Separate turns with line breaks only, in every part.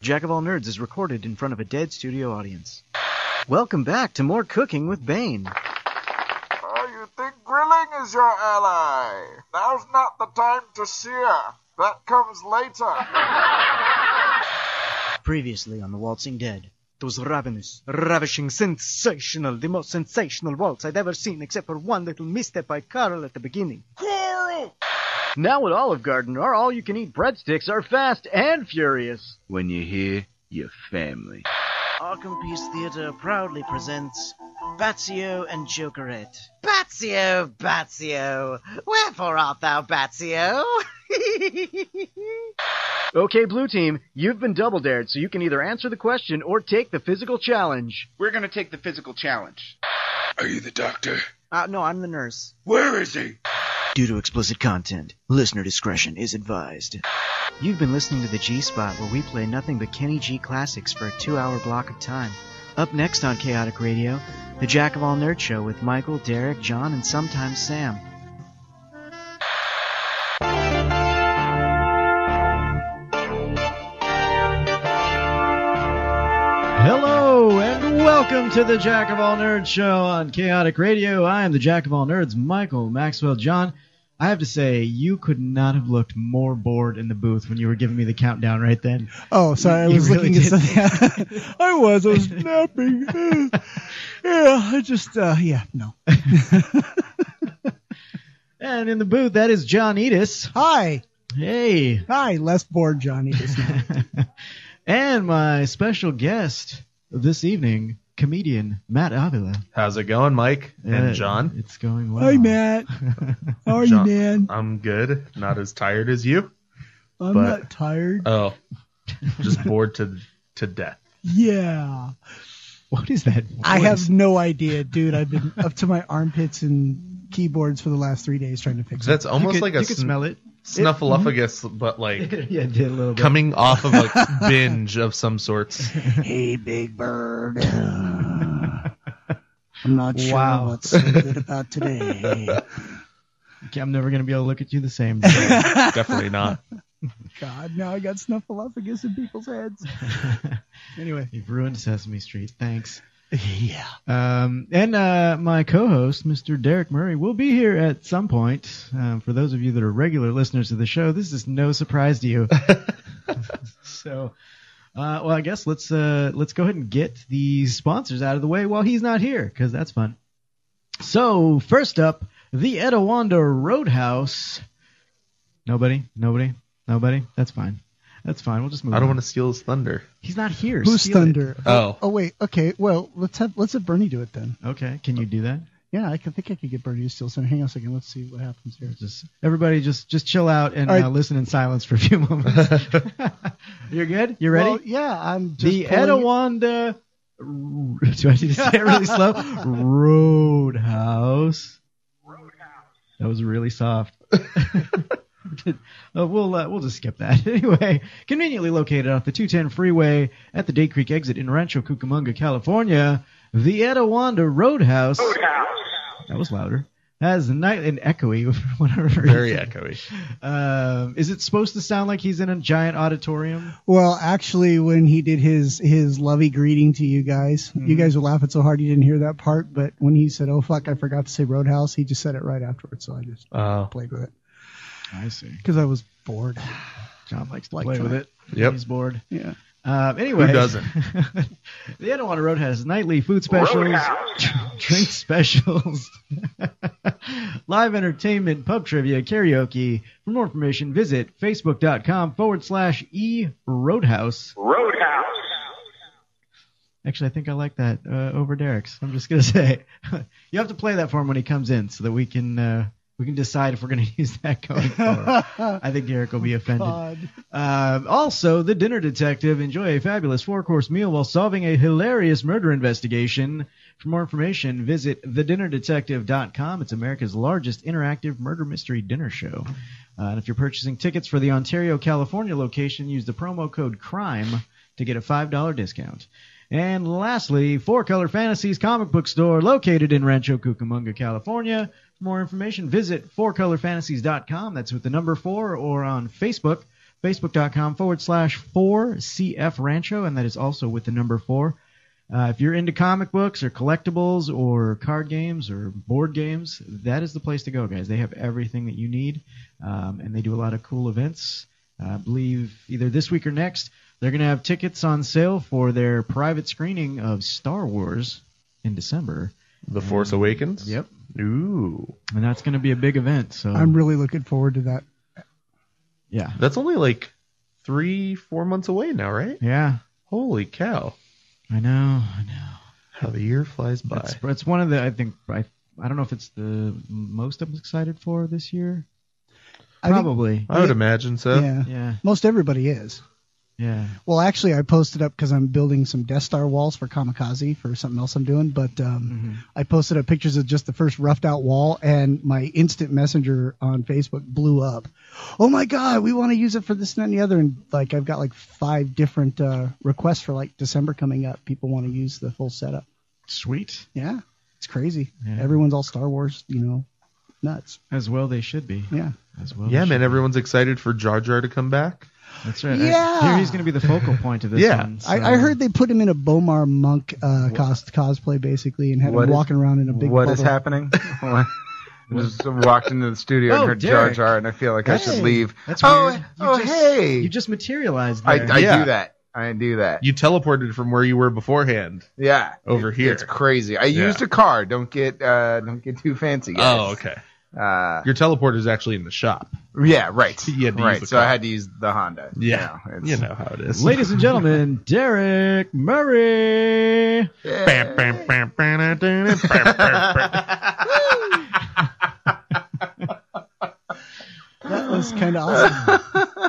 Jack of All Nerds is recorded in front of a dead studio audience. Welcome back to more cooking with Bane.
Oh, you think grilling is your ally? Now's not the time to sear. That comes later.
Previously on The Waltzing Dead. It was ravenous, ravishing, sensational, the most sensational waltz I'd ever seen, except for one little misstep by Carl at the beginning.
Carl!
Now at Olive Garden, our all you can eat breadsticks are fast and furious.
When you hear your family.
Arkham Peace Theater proudly presents Bazio and Jokerette.
Bazio, Bazio, wherefore art thou, Bazio?
okay, Blue Team, you've been double dared, so you can either answer the question or take the physical challenge.
We're gonna take the physical challenge.
Are you the doctor?
Uh, no, I'm the nurse.
Where is he?
Due to explicit content, listener discretion is advised. You've been listening to The G Spot, where we play nothing but Kenny G classics for a two hour block of time. Up next on Chaotic Radio, The Jack of All Nerd Show with Michael, Derek, John, and sometimes Sam. Hello, and welcome to the Jack of All Nerds show on Chaotic Radio. I am the Jack of All Nerds, Michael Maxwell John. I have to say, you could not have looked more bored in the booth when you were giving me the countdown right then.
Oh, sorry, I
You
was
really
looking at
did.
something. I was, I was napping. yeah, I just, uh, yeah, no.
And in the booth, that is John Edis.
Hi,
Hey.
hi, less bored Johnny.
and my special guest this evening, comedian Matt Avila.
How's it going, Mike
Uh,
and John?
It's going well.
Hi, Matt. How are
John.
you, man?
I'm good. Not as tired as you.
I'm
but-
not tired.
Oh, just bored to to death.
yeah.
What is that?
I
voice?
have no idea, dude. I've been up to my armpits and keyboards for the last three days trying to fix it. Mm-hmm.
That's almost
you could,
like a
you could
sn-
smell it.
snuffleupagus, but like
yeah, it did a little bit.
coming off of a binge of some sorts.
Hey, Big Bird. I'm not
sure Wow.
what's so good about today.
Okay, I'm never gonna be able to look at you the same.
Definitely not.
God, now I got snuffleupagus in people's heads. Anyway.
You've ruined Sesame Street. Thanks.
Yeah.
Um, and uh, my co-host, Mr. Derek Murray, will be here at some point. Um, for those of you that are regular listeners of the show, this is no surprise to you. so, uh, well, I guess let's uh, let's go ahead and get the sponsors out of the way while he's not here, because that's fun. So, first up, the Etowanda Roadhouse. Nobody, nobody, nobody. That's fine. That's fine. We'll just move.
I don't
on.
want to steal his thunder.
He's not here.
Who's
Steal it.
Thunder?
Oh.
Oh wait, okay. Well, let's have let's have Bernie do it then.
Okay, can you do that?
Yeah, I can think I could get Bernie to steal some. Hang on a second. Let's see what happens here.
Just everybody, just just chill out and
All right.
uh, listen in silence for a few moments. You're good. You ready?
Well, yeah, I'm just
the
pulling
Etowanda.
it-
Do I need to say it really slow? Roadhouse. That was really soft. Uh, we'll uh, we'll just skip that anyway. Conveniently located off the 210 freeway at the Day Creek exit in Rancho Cucamonga, California, the Etowanda Roadhouse. Roadhouse. That was louder. Has night and echoey for whatever.
Very
reason.
echoey.
Um, is it supposed to sound like he's in a giant auditorium?
Well, actually, when he did his his lovey greeting to you guys,
Mm-hmm.
you guys were laughing so hard you didn't hear that part. But when he said, "Oh fuck, I forgot to say Roadhouse," he just said it right afterwards. So I just
Oh.
played with it
I see.
because I was bored.
John likes to
Like
play with
that.
it.
Yep.
He's bored.
Yeah.
Um, anyway,
Who doesn't?
the Etowanda Road has nightly food specials, drink specials, live entertainment, pub trivia, karaoke. For more information, visit facebook.com forward slash e roadhouse. Roadhouse. Actually, I think I like that uh, over Derek's. I'm just gonna say, you have to play that for him when he comes in, so that we can uh, we can decide if we're gonna use that going forward. I think Derek will be offended.
God.
Um, also, the dinner detective enjoy a fabulous four-course meal while solving a hilarious murder investigation. For more information, visit thedinnerdetective.com. It's America's largest interactive murder mystery dinner show. Uh, and if you're purchasing tickets for the Ontario, California location, use the promo code CRIME to get a $5 discount. And lastly, Four Color Fantasies comic book store located in Rancho Cucamonga, California. For more information, visit fourcolorfantasies.com. That's with the number four or on Facebook facebook.com forward slash 4CF Rancho, and that is also with the number 4. Uh, if you're into comic books or collectibles or card games or board games, that is the place to go, guys. They have everything that you need, um, and they do a lot of cool events. Uh, I believe either this week or next, they're going to have tickets on sale for their private screening of Star Wars in December.
The Force Awakens.
Yep.
Ooh,
And that's going to be a big event. So,
I'm really looking forward to that.
yeah.
that's only like three, four months away now, right?
Yeah.
Holy cow!
I know. I know.
How the year flies by.
It's, it's one of the, I think, I, I don't know if it's the most I'm excited for this year.
I think-
Probably.
I would imagine so.
yeah.
yeah.
Most everybody is.
Yeah.
Well, actually, I posted up because I'm building some Death Star walls for Kamikaze for something else I'm doing. But
Mm-hmm.
um, I posted up pictures of just the first roughed out wall, and my instant messenger on Facebook blew up. Oh my God, we want to use it for this and that and the other. And like, I've got like five different uh, requests for like December coming up. People want to use the full setup.
Sweet.
Yeah, it's crazy.
Yeah.
Everyone's all Star Wars, you know, nuts.
As well, they should be.
Yeah.
As well.
Yeah,
they
man.
should be.
Everyone's excited for Jar Jar to come back.
That's right.
Yeah.
Here he's going to be the focal point of this.
Yeah.
one, so-
I, I heard they put him in a Bomar monk uh, cost, cosplay basically, and had
What
him
is-
walking around in a
What
big.
is
bubble.
happening? I just walked into the studio
Oh,
and heard
Derek.
Jar Jar, and I feel like I
Hey.
should leave.
That's
oh,
weird. You
oh,
just-
hey!
You just materialized.
I,
There.
I
Yeah.
do that. I do that.
You teleported from where you were beforehand
yeah,
over here.
it's crazy. I
Yeah.
used a car. Don't get uh, don't get too fancy.
Oh,
Guys.
okay.
Uh,
Your teleporter's actually in the shop.
yeah, right.
You had to use
right.
the
so
car.
I had to use the Honda.
Yeah.
it's-
You know how it is.
Ladies and gentlemen, Derek Murray.
Yeah.
Bam, bam, bam, bam, bam, bam, bam, bam, bam.
That was kind of awesome.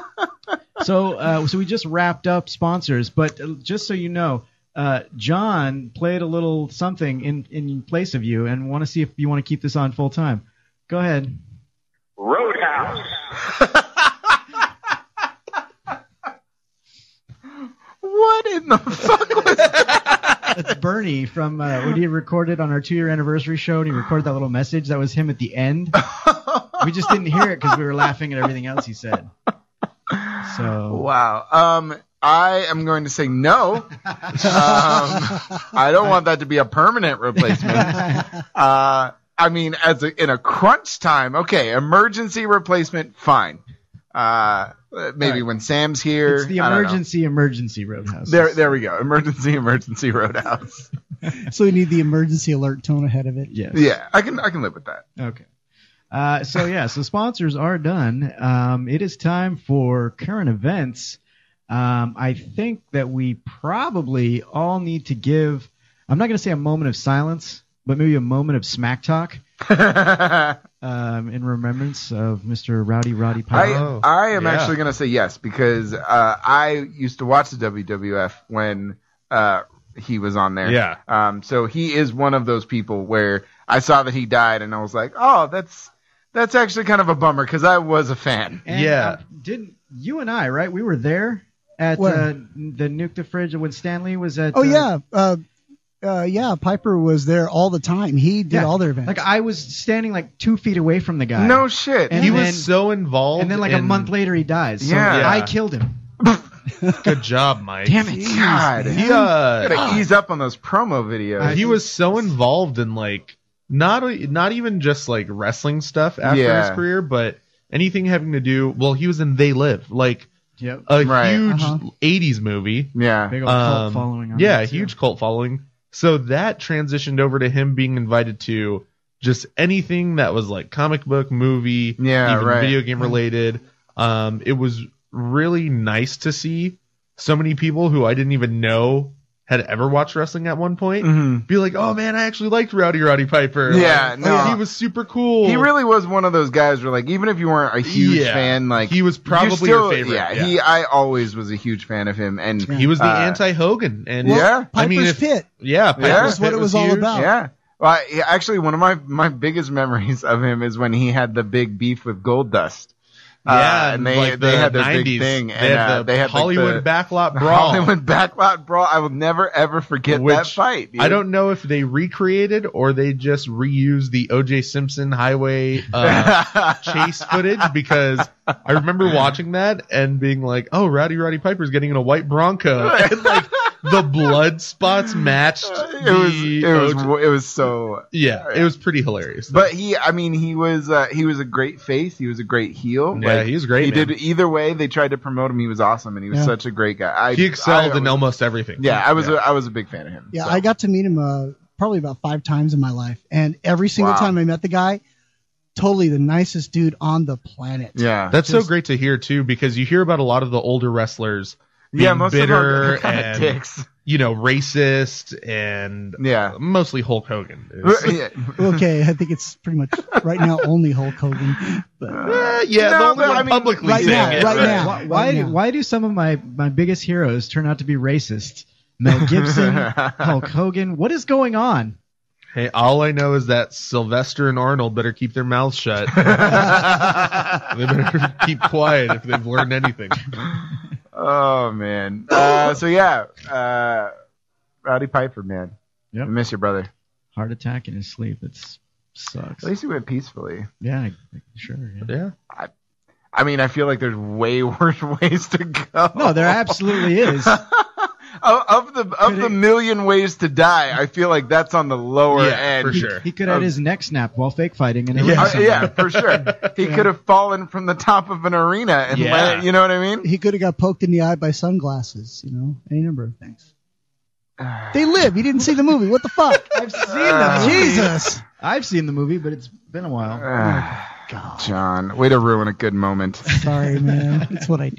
So, uh, so we just wrapped up sponsors, but uh, just so you know, uh, John played a little something in in place of you, and want to see if you want to keep this on full time. Go ahead.
Roadhouse.
What in the fuck was
That's Bernie from uh, when he recorded on our two year anniversary show, and he recorded that little message. That was him at the end. We just didn't hear it because we were laughing at everything else he said. So
Wow. Um, I am going to say no. um, I don't want that to be a permanent replacement. Uh, I mean, as a, in a crunch time, okay, emergency replacement, fine. Uh, maybe when Sam's here.
it's the
I don't know.
emergency, emergency roadhouse.
There, there we go. Emergency, emergency roadhouse.
so we need the emergency alert tone ahead of it.
Yes.
yeah, I can, I can live with that.
Okay. Uh, so yeah, so sponsors are done. Um, it is time for current events. Um, I think that we probably all need to give. I'm not going to say a moment of silence, but maybe a moment of smack talk um, in remembrance of Mr. Rowdy Roddy Piper.
I,
Oh,
I am
yeah.
actually going to say yes because uh, I used to watch the WWF when uh, he was on there.
Yeah.
Um. So he is one of those people where I saw that he died and I was like, oh, that's that's actually kind of a bummer because I was a fan.
And,
Yeah.
um, didn't you and I right? We were there at
Where?
uh, the nuke the fridge when Stanley was at.
Oh
uh,
yeah, uh, uh, yeah. Piper was there all the time. He did
Yeah.
all their events.
Like I was standing like two feet away from the guy.
No shit.
And
he
then-
was so involved.
And then like a
in-
month later he dies. So
Yeah.
I killed him.
Good job, Mike.
Damn it.
God.
He
I
uh,
gotta ease up on those promo videos.
he was so involved in like not not even just like wrestling stuff after
Yeah.
his career, but anything having to do. Well, he was in They Live, like
Yep.
a
Right.
huge
Uh-huh.
'80s movie.
yeah.
Big old cult
Um,
following. On
yeah,
that, too.
huge cult following. So that transitioned over to him being invited to just anything that was like comic book, movie,
Yeah,
even
right.
video game related. Um, it was really nice to see so many people who I didn't even know had ever watched wrestling at one point
Mhm.
be like, "Oh man, I actually liked Rowdy Roddy Piper.
Yeah,
Like,
no.
he was super cool.
He really was one of those guys where, like, even if you weren't a huge
Yeah.
fan, like,
he was probably your
still,
favorite.
Yeah, he. I always was a huge fan of him, and
He was the
uh,
anti Hogan, and
Well, yeah.
Piper's
I mean, if-
Pit.
yeah, Piper's
That's
what
Pit
it was all
huge.
about.
Yeah. Well, I, yeah, actually, one of my my biggest memories of him is when he had the big beef with Gold Dust. Uh, and they they had their big thing,
They
and
had
uh,
the
they had like,
Hollywood
the,
backlot brawl.
Hollywood backlot brawl. I will never ever forget that
Which
fight. dude.
I don't know if they recreated or they just reused the O.J. Simpson highway uh, chase footage because I remember watching that and being like, "Oh, Rowdy Roddy Piper's getting in a white Bronco," and like the blood spots matched.
it was
the
it was
O.J.
it was so
yeah, it was pretty hilarious. though.
But he, I mean, he was uh, he was a great face. He was a great heel.
yeah,
Like,
he was great.
he
man.
did either way. They tried to promote him. He was awesome, and he was
Yeah.
such a great guy. I,
He excelled
I,
in almost everything.
Yeah, I was A, I was a big fan of him.
Yeah,
so.
I got to meet him uh, probably about five times in my life, and every single
Wow.
time I met the guy, totally the nicest dude on the planet.
yeah,
That's so
Just-
great to hear too, because you hear about a lot of the older wrestlers,
yeah.
being
Most
bitter
of them are kinda
and-
dicks.
you know, racist and
Yeah.
mostly Hulk Hogan. is-
Yeah.
Okay, I think it's pretty much right now only Hulk Hogan. But
Eh, yeah,
No,
the only
but
one
I mean,
publicly
right
saying
now,
it.
right now.
Why why,
now.
why do some of my, my biggest heroes turn out to be racist? Mel Gibson, Hulk Hogan. What is going on?
Hey, all I know is that Sylvester and Arnold better keep their mouths shut. they better keep quiet if they've learned anything.
Oh man. Uh, so yeah, uh, Rowdy Piper, man.
Yep.
I miss your brother.
Heart attack in his sleep. It's sucks.
At least he went peacefully.
Yeah, I- sure. yeah.
Yeah.
I mean, I feel like there's way worse ways to go.
No, there absolutely is.
of, of the of
Could
the
it-
million ways to die, I feel like that's on the lower
Yeah,
end.
for sure.
He could have had his neck snapped while fake fighting. And
Uh,
yeah.
Um, yeah, for sure. He could have fallen from the top of an arena and
Yeah.
landed- you know what I mean?
he could have got poked in the eye by sunglasses. You know, any number of things. They live. You didn't see the movie. What the fuck?
I've seen
Uh,
the movie.
Jesus.
I've seen the movie, but it's been a while.
Ah, John, way to ruin a good moment.
Sorry, man. That's what I do.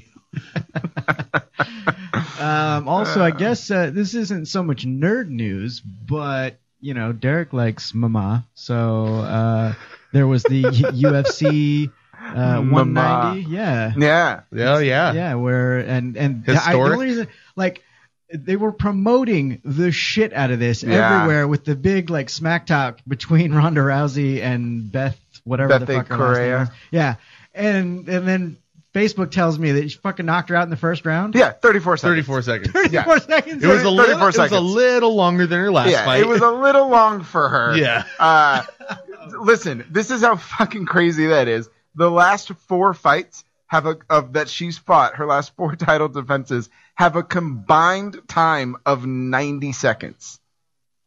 Um, also, I guess uh, this isn't so much nerd news, but you know, Derek likes Mama, so uh, there was the UFC uh,
Mama.
190. Yeah.
Yeah.
Yeah, oh, yeah.
yeah where and and I, the
Historic.
only reason, like they were promoting the shit out of this
Yeah.
everywhere with the big like smack talk between Ronda Rousey and Beth whatever the
Bethe
fuck her last name
Correa.
is. yeah and and then Facebook tells me that she fucking knocked her out in the first round
Yeah, 34 seconds.
34 seconds.
34 seconds
It was a
34
little, it was a
seconds.
little longer than her last
Yeah,
fight.
it was a little long for her.
Yeah.
Uh, listen, this is how fucking crazy that is. The last four fights have a of that she's fought, her last four title defenses have a combined time of 90 seconds.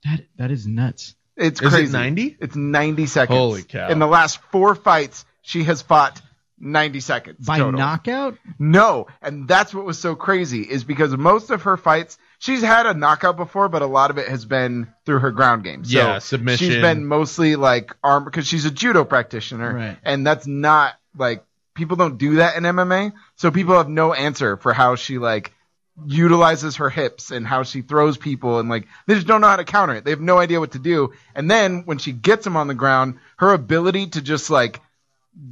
that, that is nuts
It's
Is it
crazy.
90?
It's 90 seconds.
Holy cow.
In the last four fights, she has fought 90 seconds
by
total.
knockout
No, and that's what was so crazy is because most of her fights, she's had a knockout before, but a lot of it has been through her ground game. So
Yeah, submission.
She's been mostly like arm because she's a judo practitioner,
Right.
and that's not like people don't do that in MMA. So people have no answer for how she like utilizes her hips and how she throws people and like they just don't know how to counter it. They have no idea what to do. And then when she gets him on the ground, her ability to just like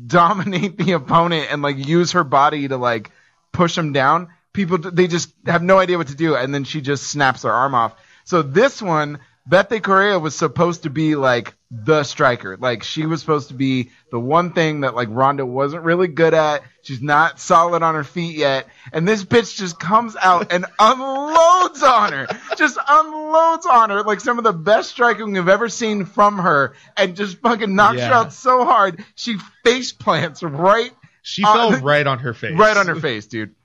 dominate the opponent and like use her body to like push him down. People they just have no idea what to do, and then she just snaps her arm off. So this one, Bethe Correa was supposed to be like the striker. Like she was supposed to be the one thing that like Ronda wasn't really good at. She's not solid on her feet yet, and this bitch just comes out and unloads on her. Just unloads on her like some of the best striking we've ever seen from her, and just fucking knocks her
Yeah.
out so hard she face plants right
she
uh,
fell right on her face.
right on her face, dude.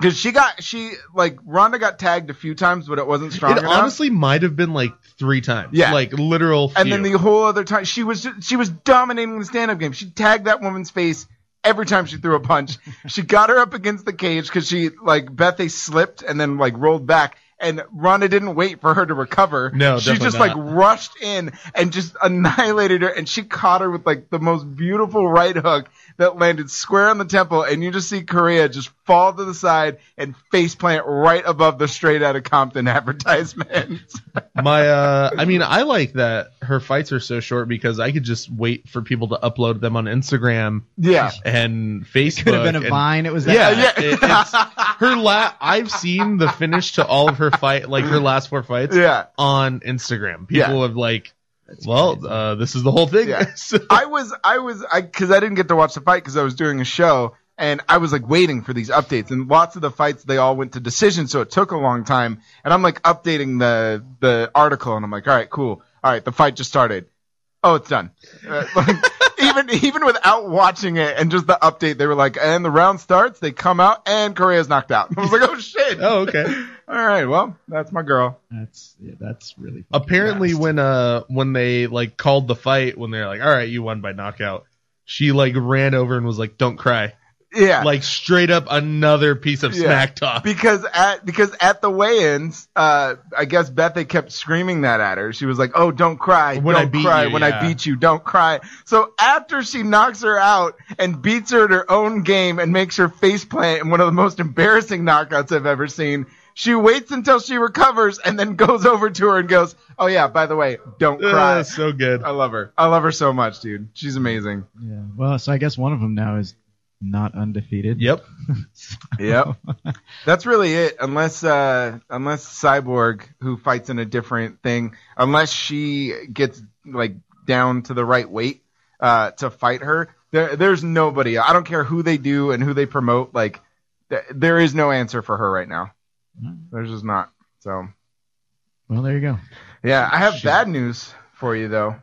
Because she got she like Rhonda got tagged a few times, but it wasn't strong
It
enough.
honestly might have been like three times.
Yeah.
Like literal.
and then
few.
the whole other time she was ju- she was dominating the stand up game. She tagged that woman's face every time she threw a punch. she got her up against the cage because she like Bethe slipped and then like rolled back. And Rhonda didn't wait for her to recover.
No,
she
definitely
just like
not.
rushed in and just annihilated her. And she caught her with like the most beautiful right hook that landed square on the temple. And you just see Korea just fall to the side and face plant right above the straight out of Compton advertisement.
my uh i mean i like that her fights are so short because i could just wait for people to upload them on instagram
yeah.
and facebook
could have been a
and-
vine it was that
yeah,
Yeah.
yeah. It, it's, her la- i've seen the finish to all of her fight like her last four fights
Yeah.
on instagram people
Yeah.
have like well uh this is the whole thing
Yeah.
So-
I was, I was, I because I didn't get to watch the fight because I was doing a show, and I was like waiting for these updates. And lots of the fights they all went to decision, so it took a long time. And I'm like updating the the article, and I'm like, all right, cool. All right, the fight just started. Oh, it's done. Uh, like, even even without watching it and just the update, they were like, and the round starts. They come out, and Correa's knocked out. I was like, oh shit.
Oh, okay.
All right, well, that's my girl.
That's yeah, that's really fucking
Apparently,
fast.
when uh when they like called the fight, when they're like, "All right, you won by knockout," she like ran over and was like, "Don't cry."
Yeah.
Like straight up another piece of
Yeah.
smack talk.
because at because at the weigh-ins, uh, I guess Bethy kept screaming that at her. She was like, "Oh, don't cry,
When I
don't
beat
cry
you,"
when
yeah.
I beat you, don't cry." So after she knocks her out and beats her at her own game and makes her face plant in one of the most embarrassing knockouts I've ever seen, she waits until she recovers and then goes over to her and goes, "Oh yeah, by the way, don't
Ugh,
cry."
so good.
I love her. I love her so much, dude. She's amazing.
yeah. Well, so I guess one of them now is not undefeated.
Yep.
Yep. That's really it. Unless uh unless Cyborg who fights in a different thing, unless she gets like down to the right weight uh to fight her, there there's nobody. I don't care who they do and who they promote like th- there is no answer for her right now.
Mm-hmm.
There's just not. So,
Well, there you go.
yeah, I have bad news for you though.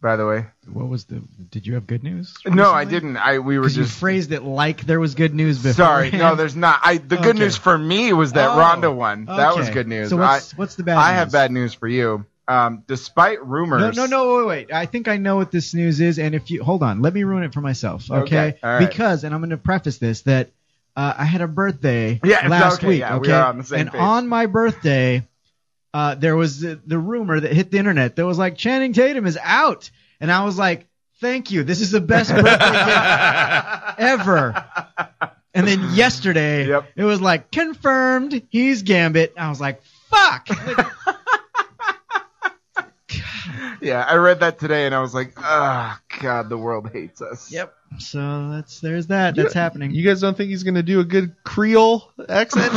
By the way.
What was the? Did you have good news?
No, I
recently?
didn't. I we were
'Cause you
just
phrased it like there was good news before.
Sorry, no, there's not. I the good
Okay.
news for me was that
Oh,
Rhonda won. That was
Okay.
good news.
So what's, what's the bad?
I
news?
have bad news for you. Um, despite
No,
rumors,
no, no, wait, wait. I think I know what this news is, and if you hold on, let me ruin it for myself, okay?
Okay, all right.
Because, and I'm going to preface this that uh, I had a birthday
Yeah, it's
last
okay,
week,
yeah, we
okay?
are on the same
and
page.
on my birthday, uh, there was the, the rumor that hit the internet that was like Channing Tatum is out, and I was like, "Thank you, this is the best birthday gift ever." And then yesterday,
Yep.
it was like confirmed he's Gambit. I was like, "Fuck."
Yeah, I read that today and I was like, oh, God, the world hates us.
yep. So that's there's that. That's happening.
You guys don't think he's gonna do a good Creole accent?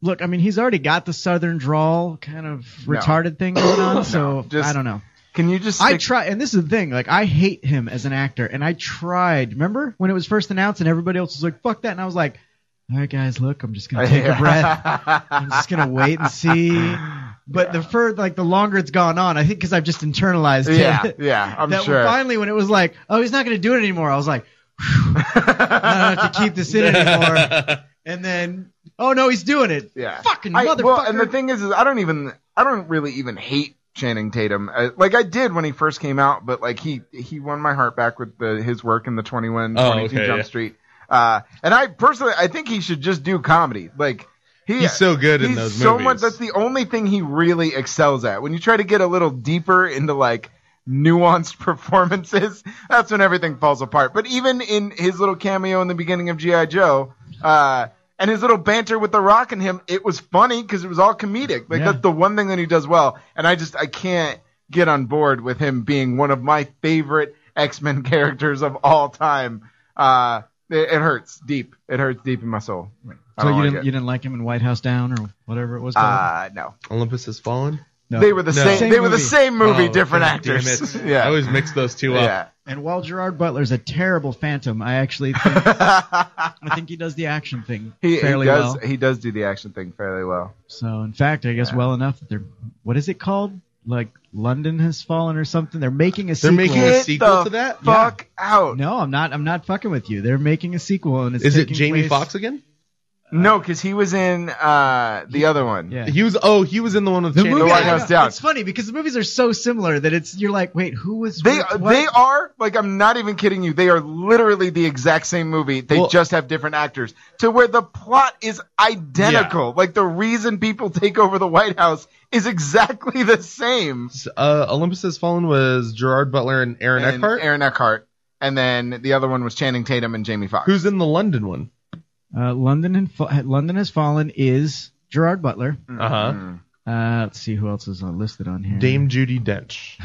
look, I mean, he's already got the southern drawl kind of
No.
retarded thing going on, so
just
I don't know.
Can you just?
I
Stick-
try, and this is the thing. Like, I hate him as an actor, and I tried. Remember when it was first announced, and everybody else was like, "Fuck that," and I was like, "All right, guys, look, I'm just gonna take a breath. I'm just gonna wait and see." But the fur, like, the longer it's gone on, I think because I've just internalized it.
yeah, yeah, I'm
that
sure.
finally, when it was like, "Oh, he's not gonna do it anymore," I was like, "Phew, "I don't have to keep this in anymore." And then, "Oh no, he's doing it."
yeah.
Fucking
I,
motherfucker.
well, and the thing is, is I don't even, I don't really even hate Channing Tatum. I, like I did when he first came out, but like he, he won my heart back with the, his work in the 21,
Oh,
22
okay,
Jump
yeah.
Street. Uh, and I personally, I think he should just do comedy. Like he,
he's so good in
He's
those
so
movies.
much. That's the only thing he really excels at. When you try to get a little deeper into like nuanced performances, that's when everything falls apart. But even in his little cameo in the beginning of GI Joe, uh, and his little banter with The Rock and him, it was funny because it was all comedic. Like
Yeah.
that's the one thing that he does well. And I just I can't get on board with him being one of my favorite X Men characters of all time. Uh, it, it hurts deep. It hurts deep in my soul. I
So
don't
you
like
didn't
it.
you didn't like him in White House Down or whatever it was called?
uh, no.
Olympus Has Fallen.
No.
They were the
No.
same.
Same
They were the
movie.
same movie,
Oh,
different
God damn
actors.
it. I
yeah.
always mix those two up.
and while Gerard Butler's a terrible phantom, I actually think,
yeah.
I think he does the action thing
he, he
fairly
does.
well.
He does do the action thing fairly well.
So in fact, I guess well enough that they're what is it called? Like London has fallen or something. They're making a
They're
sequel.
making a
Get
sequel
the
to that. Is
Fuck out. No,
no, I'm not. I'm not fucking with you. They're making a sequel, and it's
it
taking
Jamie
place-
Foxx again?
because he was in uh, the other one.
Yeah.
He was. Oh, he was in the one with
The
Channing
movie,
White
I
House
know,
Down.
It's funny because the movies are so similar that it's you're like, wait, who was
They
what?
they are like I'm not even kidding you. They are literally the exact same movie. They
Well-
just have different actors. To where the plot is identical. Like the reason people take over the White House is exactly the same.
Uh, Olympus Has Fallen was Gerard Butler and Aaron
And
Eckhart.
Aaron Eckhart. And then the other one was Channing Tatum and Jamie Foxx.
Who's in the London one?
uh, London and fa- London has fallen is Gerard Butler.
Uh huh.
Mm.
Uh, let's see who else is uh, listed on here.
Dame Judy Dench.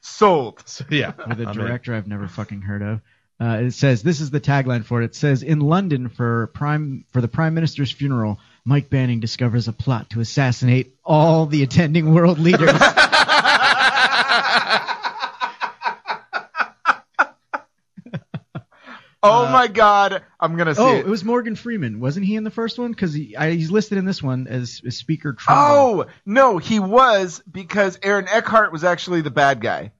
Sold.
So, yeah.
with a
I'm in.
director I've never fucking heard of. Uh, it says this is the tagline for it. It says in London for prime for the prime minister's funeral, Mike Banning discovers a plot to assassinate all the attending world leaders.
Oh my god, I'm gonna see
Uh, Oh,
it.
it was Morgan Freeman. Wasn't he in the first one? Because he, I- he's listed in this one as, as Speaker Trump.
Oh no, he was because Aaron Eckhart was actually the bad guy.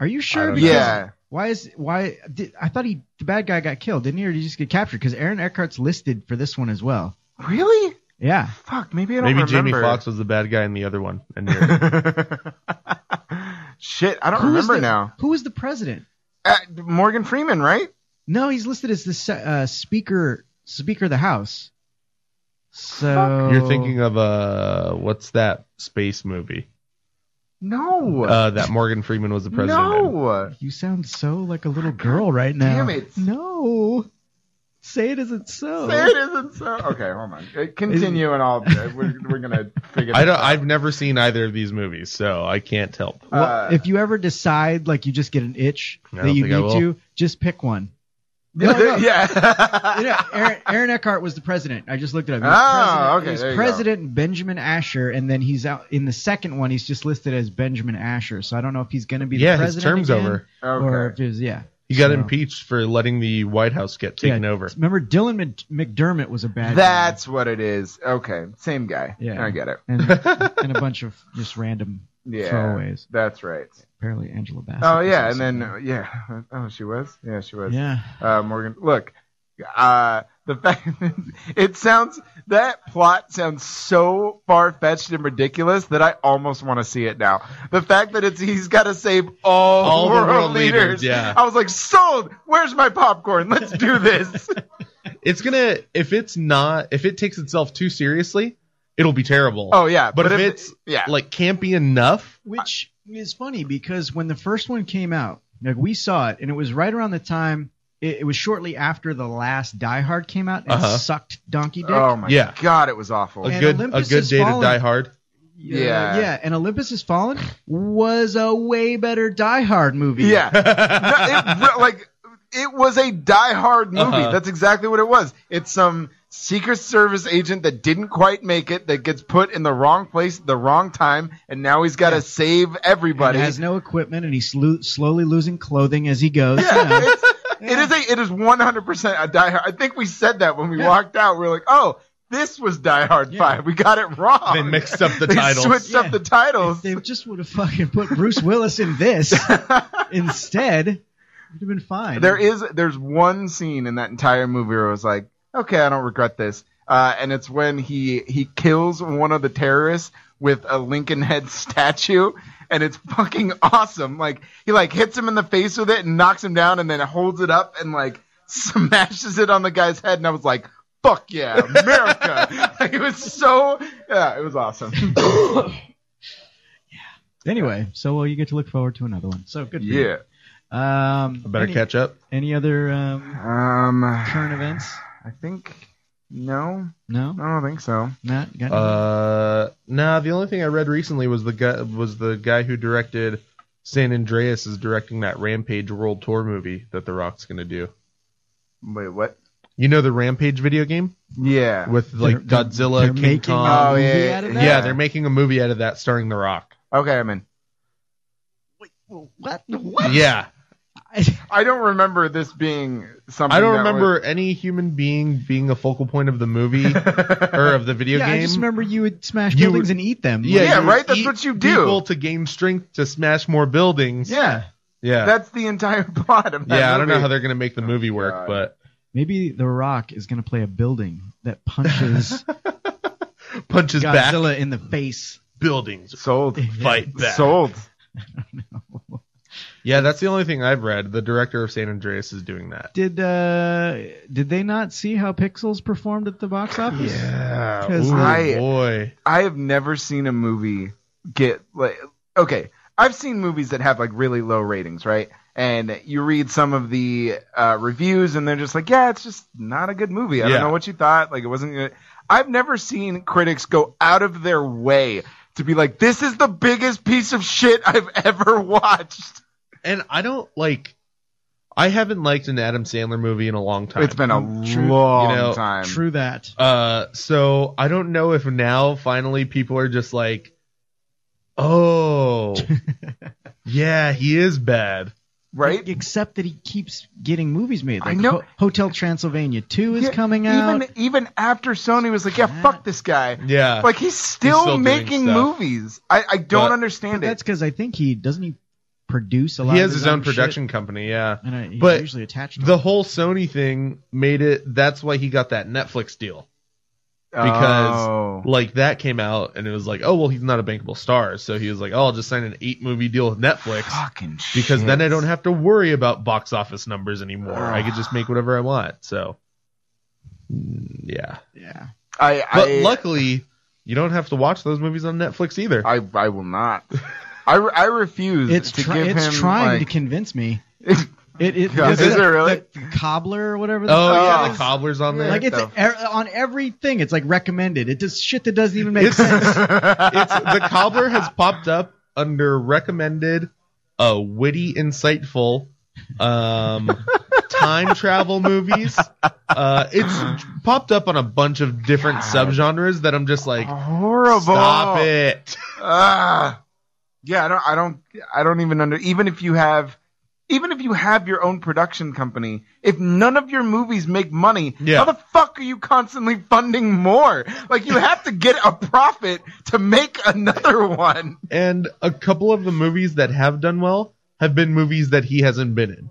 are you
I
sure?
don't
Because
Uh, Yeah,
Why is why? Did, I thought he the bad guy got killed, didn't he? Or did he just get captured? Because Aaron Eckhart's listed for this one as well.
really?
Yeah,
Fuck, maybe I don't
Maybe Jamie
remember.
Foxx was the bad guy in the other one. And you're-
Shit, I don't
Who was
remember
the-
now.
Who was the president?
Uh, Morgan Freeman, right?
No, he's listed as the se- uh, Speaker Speaker of the House. So
Fuck.
you're thinking of uh, what's that space movie?
No.
Uh, that Morgan Freeman was the president. in.
no.
you sound so like a little girl right now.
Damn it.
No, say it isn't so.
Say it isn't so. Okay, hold on. Uh, Continue, and I'll uh, we're, we're gonna figure. This
I don't.
out.
I've never seen either of these movies, so I can't help.
Well,
uh,
if you ever decide like you just get an itch
I
that
don't
you
think I
need to, just pick one.
Yeah,
No, no.
yeah.
You know, Aaron, Aaron Eckhart was the president. I just looked it up. He
Ah, okay,
was president,
there
He
you go.
was president Benjamin Asher, and then he's out in the second one. He's just listed as Benjamin Asher, so I don't know if he's going to be
Yeah,
the
his
president.
term's
again,
over.
or
okay.
if he's yeah.
He got
So-
impeached for letting the White House get taken
yeah.
over.
Remember, Dylan Mc- McDermott was a bad
That's what it is. Okay, same guy.
Yeah.
I get it.
guy, and, and a bunch of just random
Yeah,
throwaways.
that's right.
Apparently, Angela Bassett.
Oh
was
yeah,
also
and then
in
uh, yeah. Oh, she was. Yeah, she
it.
was.
yeah,
uh, Morgan. Look, uh, the fact it sounds that plot sounds so far fetched and ridiculous that I almost want to see it now. The fact that it's he's got to save all,
All the
world,
world
leaders.
leaders, yeah.
I was like, sold. Where's my popcorn? Let's do this.
It's gonna if it's not if it takes itself too seriously, it'll be terrible.
oh yeah,
But if it's-
yeah,
like campy enough.
which is funny because when the first one came out, like we saw it, and it was right around the time. It, it was shortly after the last Die Hard came out and
Uh-huh.
sucked donkey dick.
oh my
Yeah.
god, it was awful.
A
And
good
Olympus
a good
Has
day to
Fallen.
die hard.
Yeah.
Uh, yeah, And Olympus Has Fallen was a way better Die Hard movie.
Yeah, No, it re- like it was a die-hard movie.
Uh-huh.
That's exactly what it was. It's some Secret Service agent that didn't quite make it that gets put in the wrong place at the wrong time, and now he's got to save
but
everybody.
he has no equipment, and he's slo- slowly losing clothing as he goes. you know.
It is a it is 100% a die-hard. I think we said that when we walked out. We are like, oh. This was Die Hard
Yeah.
Five. We got it wrong.
They mixed up the
They
titles.
switched
Yeah.
up the titles.
They just would have fucking put Bruce Willis in this instead. It would have been fine.
There is there's one scene in that entire movie where I was like, okay, I don't regret this. Uh, and it's when he he kills one of the terrorists with a Lincoln Head statue, and it's fucking awesome. Like he like hits him in the face with it and knocks him down, and then holds it up and like smashes it on the guy's head. And I was like, fuck yeah, America! like, it was so yeah, it was awesome.
Anyway, so well, you get to look forward to another one. So good. For
yeah.
You. Um,
I better
any,
catch up.
Any other um,
Um,
current events?
I think no,
No,
I don't think so.
Matt. Got nothing?
Uh nah, the only thing I read recently was the guy was the guy who directed San Andreas is directing that Rampage World Tour movie that The Rock's gonna do.
Wait, what?
You know the Rampage video game
Yeah.
with like
They're- they're-
Godzilla,
they're
King
making
Kong.
a
Oh, yeah,
movie
yeah,
out of
yeah.
that?
yeah, they're making a movie out of that starring The Rock.
Okay, I'm in.
Wait, what? What?
Yeah,
I don't remember this being something.
I don't
that
remember any human being being a focal point of the movie or of the video
Yeah,
game.
I just remember you would smash
You
buildings and eat them.
Yeah,
you would
right? That's
eat
what you do.
People to gain strength to smash more buildings.
Was, yeah,
yeah,
that's the entire plot of that
yeah. I don't know
movie. Oh,
how they're gonna make the movie work,
God.
Maybe The Rock is going to play a building that punches
but punches back
Godzilla in the face.
buildings
sold.
fight back.
Sold.
Yeah, that's the only thing I've read. The director of San Andreas is doing that.
Did uh did they not see how Pixels performed at the box office?
Yeah,
'Cause
ooh,
I-
boy.
I have never seen a movie get like okay. I've seen movies that have like really low ratings, right? And you read some of the uh, reviews, and they're just like, "Yeah, it's just not a good movie. I
Yeah.
don't know what you thought. Like, it wasn't." Good. I've never seen critics go out of their way to be like, "This is the biggest piece of shit I've ever watched."
And I don't like. I haven't liked an Adam Sandler movie in a long time.
It's been a
True-
long
you know,
time.
True that.
Uh, so I don't know if now finally people are just like, oh, yeah, he is bad.
right?
Except that he keeps getting movies made. Like
I know.
Ho- Hotel Transylvania 2 is
Yeah,
coming out.
Even even after Sony was like, yeah, fuck this guy.
Yeah.
Like he's still,
still doing
making
stuff.
movies. I, I don't
But-
But
understand it.
that's because I think he doesn't he produce a lot.
he
of
has his own
shit?
production company. Yeah.
and I, he's
but
usually attached. to
The
it.
whole Sony thing made it. That's why he got that Netflix deal. because-
Oh.
Like that came out and it was like, oh well, he's not a bankable star, so he was like, oh, I'll just sign an eight movie deal with Netflix
fucking
because
shit.
then I don't have to worry about box office numbers anymore. I
Ugh.
could just make whatever I want. So, mm, yeah.
yeah,
I
But
I,
luckily, you don't have to watch those movies on Netflix either.
I I will not. I, re- I refuse
it's
to
try-
give
it's
him
trying
like,
to convince me. It, it,
God,
because
is
the-
it really?
the cobbler or whatever. the
oh
fuck
yeah,
it
the
is.
cobbler's on there.
Like it's
though.
er, on everything. It's like recommended. It does shit that doesn't even make
It's-
sense.
it's the cobbler has popped up under recommended, uh, witty, insightful, um, time travel movies. Uh, it's popped up on a bunch of different subgenres that I'm just like,
horrible.
stop it.
Ah. yeah, I don't I don't I don't even under even if you have even if you have your own production company, if none of your movies make money,
Yeah.
how the fuck are you constantly funding more? Like you have to get a profit to make another one.
And a couple of the movies that have done well have been movies that he hasn't been in.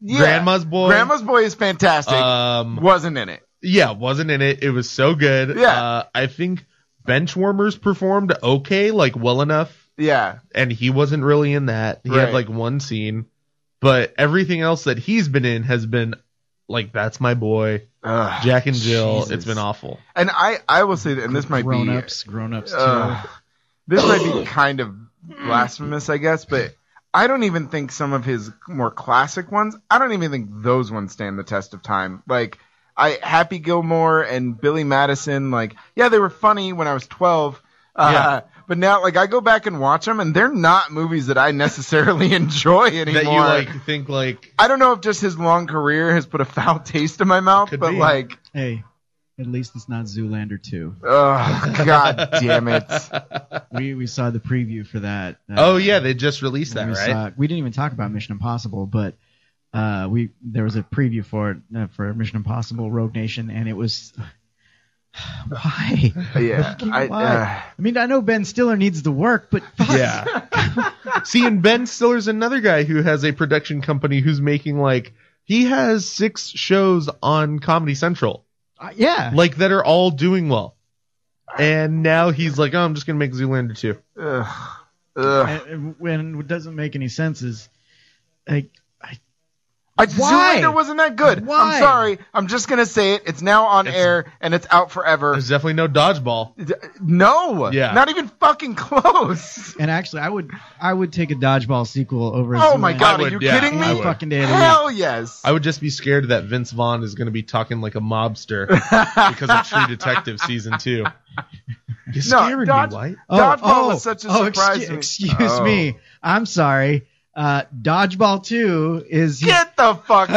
Yeah.
Grandma's Boy.
Grandma's Boy is fantastic.
Um,
Wasn't in it.
Yeah, wasn't in it. It was so good.
Yeah.
Uh, I think Benchwarmers performed okay, like well enough,
Yeah.
and he wasn't really in that. He
Right.
had like one scene, but everything else that he's been in has been like that's my boy,
Ugh,
Jack and Jill.
Jesus.
It's been awful.
And I I will say that and this might
grown
be
ups, grown ups too.
Ugh. this might be kind of blasphemous, I guess, but I don't even think some of his more classic ones. I don't even think those ones stand the test of time. Like I Happy Gilmore and Billy Madison. Like yeah, they were funny when I was twelve. Uh,
Yeah.
But now, like, I go back and watch them, and they're not movies that I necessarily enjoy anymore.
That you like think like
I don't know if just his long career has put a foul taste in my mouth,
Could
but
be.
like,
Hey, at least it's not Zoolander two.
oh god damn it!
We we saw the preview for that. uh,
Oh yeah, they just released that,
we
right?
saw- we didn't even talk about Mission Impossible, but uh, we there was a preview for it uh, for Mission Impossible Rogue Nation, and it was why?
Yeah, I,
Why?
uh,
I mean, I know Ben Stiller needs the work, but fuck.
Yeah. See, and Ben Stiller's another guy who has a production company who's making like he has six shows on Comedy Central.
Uh, yeah.
like that are all doing well. And now he's like, oh, I'm just gonna make Zoolander two.
ugh, ugh.
And- and when it doesn't make any sense is like
I,
Why?
Zoolander wasn't that good.
Why?
I'm sorry. I'm just gonna say it. It's now on
It's-
air and it's out forever.
There's definitely no dodgeball.
D- No.
Yeah.
Not even fucking close.
and actually I would I would take a dodgeball sequel over. a
Oh my
Zoolander
god,
would,
are you
yeah,
kidding
any
I
me?
would.
fucking day of the week.
Hell yes.
I would just be scared that Vince Vaughn is gonna be talking like a mobster because of True Detective season two. You're
No,
scaring
Dodge-
me, White.
Oh,
Dodgeball
oh,
was such a
oh,
surprise
excu-
to me.
Excuse,
Oh.
me, I'm sorry. Uh, dodgeball two is he's,
Get the fuck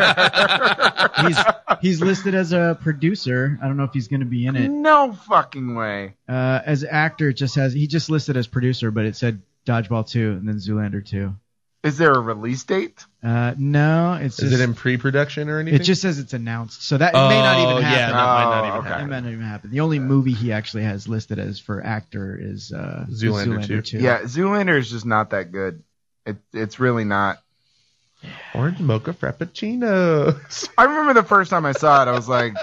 out of
he's he's listed as a producer. I don't know if he's going to be in
here.
it.
no fucking way.
Uh, as actor, it just has he just listed as producer, but it said dodgeball two and then Zoolander two.
Is there a release date?
Uh, no, it's
Is
just,
it in pre-production or anything?
it just says it's announced, so that it may not
Oh,
even
Yeah,
happen.
that might not
Oh,
even
okay.
It
happen.
might not even happen. The only movie he actually has listed as for actor is uh,
Zoolander 2.
Yeah. Zoolander is just not that good. It, it's really not.
Orange mocha frappuccinos.
I remember the first time I saw it, I was like,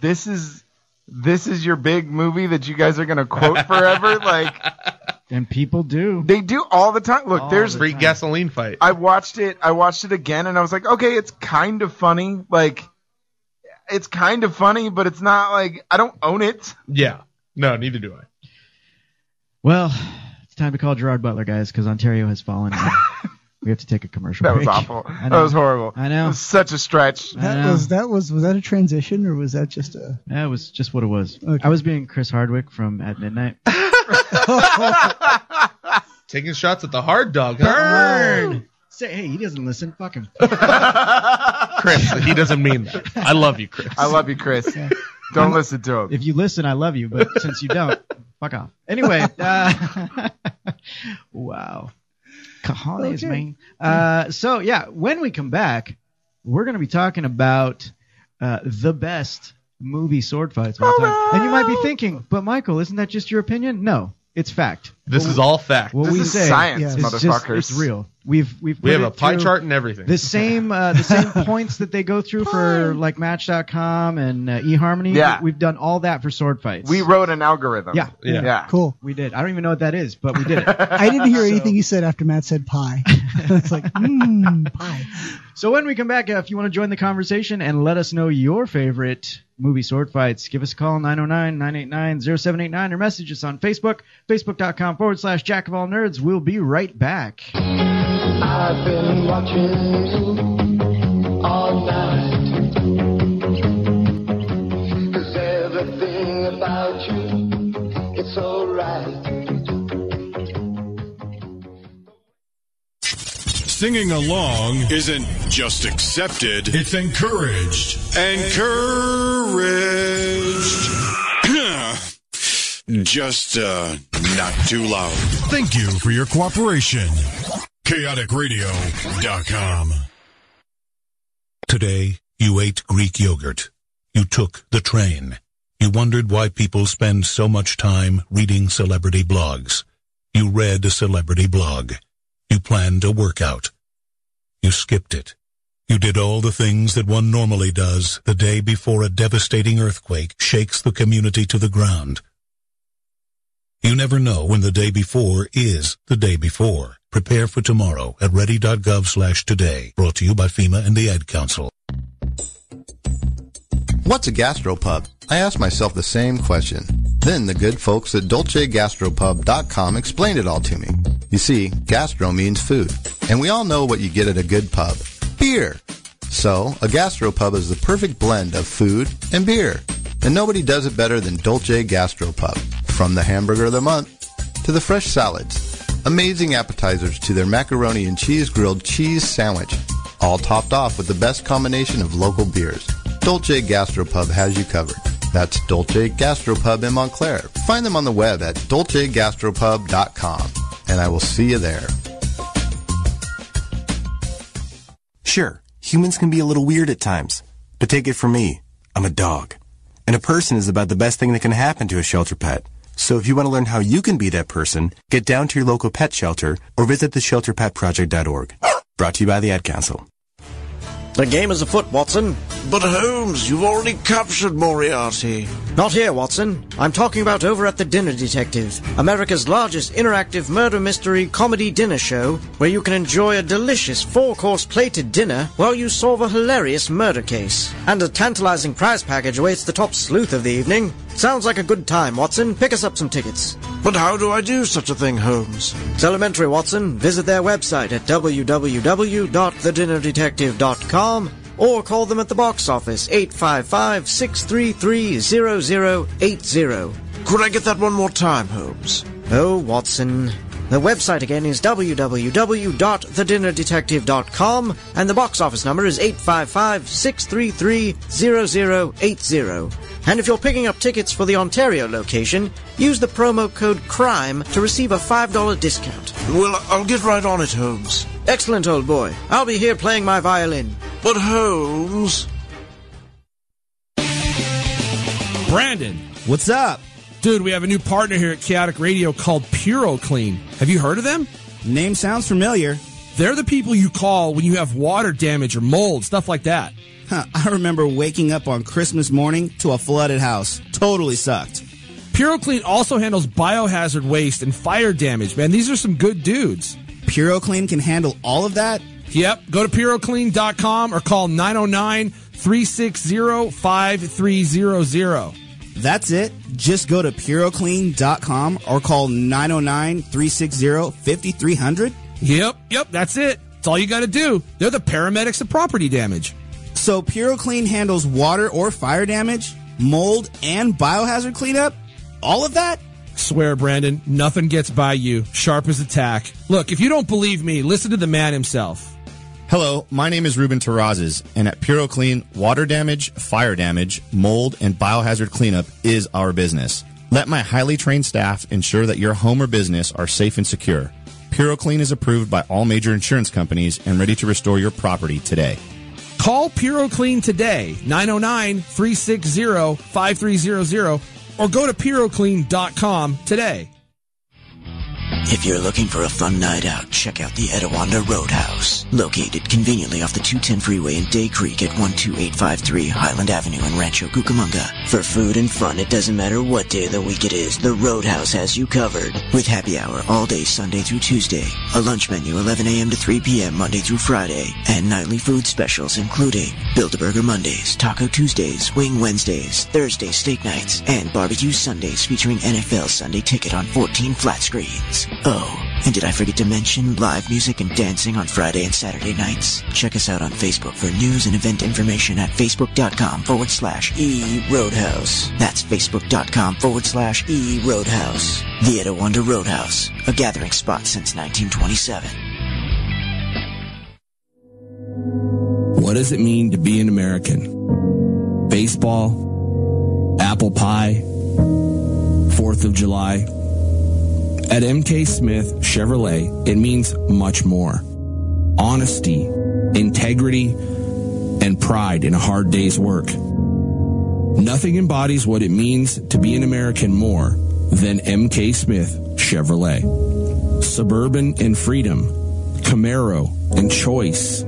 "This is this is your big movie that you guys are gonna quote forever." Like
and people do.
they do all the time. Look,
All
there's.
the-
Free gasoline fight.
I watched it. I watched it again, and I was like, "Okay, it's kind of funny. Like, it's kind of funny, but it's not like I don't own it."
yeah. No, neither do I.
Well, it's time to call Gerard Butler, guys, because Ontario has fallen. and we have to take a commercial.
That was
break.
awful.
I
That
know.
was horrible.
I
It
know.
was such a stretch.
I
That
know.
was that was was that a transition or was that just a?
That was just what it was.
Okay.
I was being Chris Hardwick from At Midnight.
Taking shots at the hard dog. huh?
Say, hey, he doesn't listen. Fuck him.
Chris, he doesn't mean that. I love you, Chris.
I love you, Chris. Don't listen to him.
If you listen, I love you, but since you don't, fuck off. Anyway, uh, wow. Cajones,
Okay.
man. Uh, so yeah, when we come back, we're going to be talking about uh, the best movie sword fights of all time. And you might be thinking, but Michael, isn't that just your opinion? No, it's fact.
This is all fact.
What
This
we
is
say
science,
is just-
motherfuckers.
it's real. We've we've
we
put
have a
it
pie
through
chart and everything.
The same uh, the same points that they go through for like Match.com and uh, eHarmony.
Yeah.
we, have done all that for sword fights.
We wrote an algorithm.
Yeah.
Yeah.
Yeah.
Cool.
we did. I don't even know what that is, but we did it.
I didn't hear
So-
anything you said after Matt said pie. it's like, mmm, pie.
So when we come back, uh, if you want to join the conversation and let us know your favorite movie sword fights, give us a call 909-989-0789 or message us on Facebook, facebook.com forward slash jack of all nerds. We'll be right back.
I've been watching you all night. 'Cause everything about you, it's alright.
Singing along isn't just accepted, it's encouraged. Encouraged. just uh, not too loud. Thank you for your cooperation. ChaoticRadio.com.
Today, you ate Greek yogurt. You took the train. You wondered why people spend so much time reading celebrity blogs. You read a celebrity blog. You planned a workout. You skipped it. You did all the things that one normally does the day before a devastating earthquake shakes the community to the ground. You never know when the day before is the day before. Prepare for tomorrow at ready.gov slash today. Brought to you by FEMA and the Ad Council.
What's a gastropub? I asked myself the same question. Then the good folks at dolcegastropub.com explained it all to me. You see, gastro means food, and we all know what you get at a good pub. Beer. So, a gastropub is the perfect blend of food and beer. And nobody does it better than Dolce Gastropub. From the hamburger of the month to the fresh salads, amazing appetizers to their macaroni and cheese grilled cheese sandwich, all topped off with the best combination of local beers. Dolce Gastropub has you covered. That's Dolce Gastropub in Montclair. Find them on the web at dolcegastropub.com, and I will see you there.
Sure, humans can be a little weird at times, but take it from me, I'm a dog. And a person is about the best thing that can happen to a shelter pet. So if you want to learn how you can be that person, get down to your local pet shelter or visit theshelterpetproject.org. Brought to you by the Ad Council.
The game is afoot, Watson. But Holmes, you've already captured Moriarty. Not here, Watson. I'm talking about over at The Dinner Detective, America's largest interactive murder mystery comedy dinner show where you can enjoy a delicious four course plated dinner while you solve a hilarious murder case. And a tantalizing prize package awaits the top sleuth of the evening. Sounds like a good time, Watson. Pick us up some tickets. But how do I do such a thing, Holmes? It's elementary, Watson. Visit their website at www.thedinnerdetective.com or call them at the box office 855 633 0080. Could I get that one more time, Holmes? Oh, Watson. The website again is www.thedinnerdetective.com and the box office number is 855 633 0080. And if you're picking up tickets for the Ontario location, use the promo code CRIME to receive a $5 discount. Well, I'll get right on it, Holmes. Excellent, old boy. I'll be here playing my violin. But, Holmes.
Brandon. What's up? Dude, we have a new partner here at Chaotic Radio called PuroClean. Have you heard of them? Name sounds familiar. They're the people you call when you have water damage or mold, stuff like that.
Huh, I remember waking up on Christmas morning to a flooded house. Totally sucked.
PuroClean also handles biohazard waste and fire damage, man. These are some good dudes.
PuroClean can handle all of that?
Yep. Go to puroclean.com or call 909 360 5300.
That's it. Just go to puroclean.com or call 909 360 5300.
Yep, yep, that's it. That's all you got to do. They're the paramedics of property damage.
So PuroClean handles water or fire damage, mold, and biohazard cleanup? All of that?
Swear, Brandon, nothing gets by you. Sharp as a tack. Look, if you don't believe me, listen to the man himself.
Hello, my name is Ruben Terrazas, and at PuroClean, water damage, fire damage, mold, and biohazard cleanup is our business. Let my highly trained staff ensure that your home or business are safe and secure. PuroClean is approved by all major insurance companies and ready to restore your property today.
Call PuroClean today, 909 360 5300, or go to puroclean.com today.
If you're looking for a fun night out, check out the Etowanda Roadhouse. Located conveniently off the 210 freeway in Day Creek at 12853 Highland Avenue in Rancho Cucamonga. For food and fun, it doesn't matter what day of the week it is, the Roadhouse has you covered. With happy hour all day Sunday through Tuesday, a lunch menu 11 a.m. to 3 p.m. Monday through Friday, and nightly food specials including Build-A-Burger Mondays, Taco Tuesdays, Wing Wednesdays, Thursday steak nights, and barbecue Sundays featuring NFL Sunday Ticket on 14 flat screens. Oh, and did I forget to mention live music and dancing on Friday and Saturday nights? Check us out on Facebook for news and event information at facebook.com forward slash e roadhouse. That's facebook.com forward slash e roadhouse. The Etowanda Roadhouse, a gathering spot since 1927.
What does it mean to be an American? Baseball, apple pie, 4th of July. At MK Smith Chevrolet, it means much more. Honesty, integrity, and pride in a hard day's work. Nothing embodies what it means to be an American more than MK Smith Chevrolet. Suburban and Freedom, Camaro and Choice,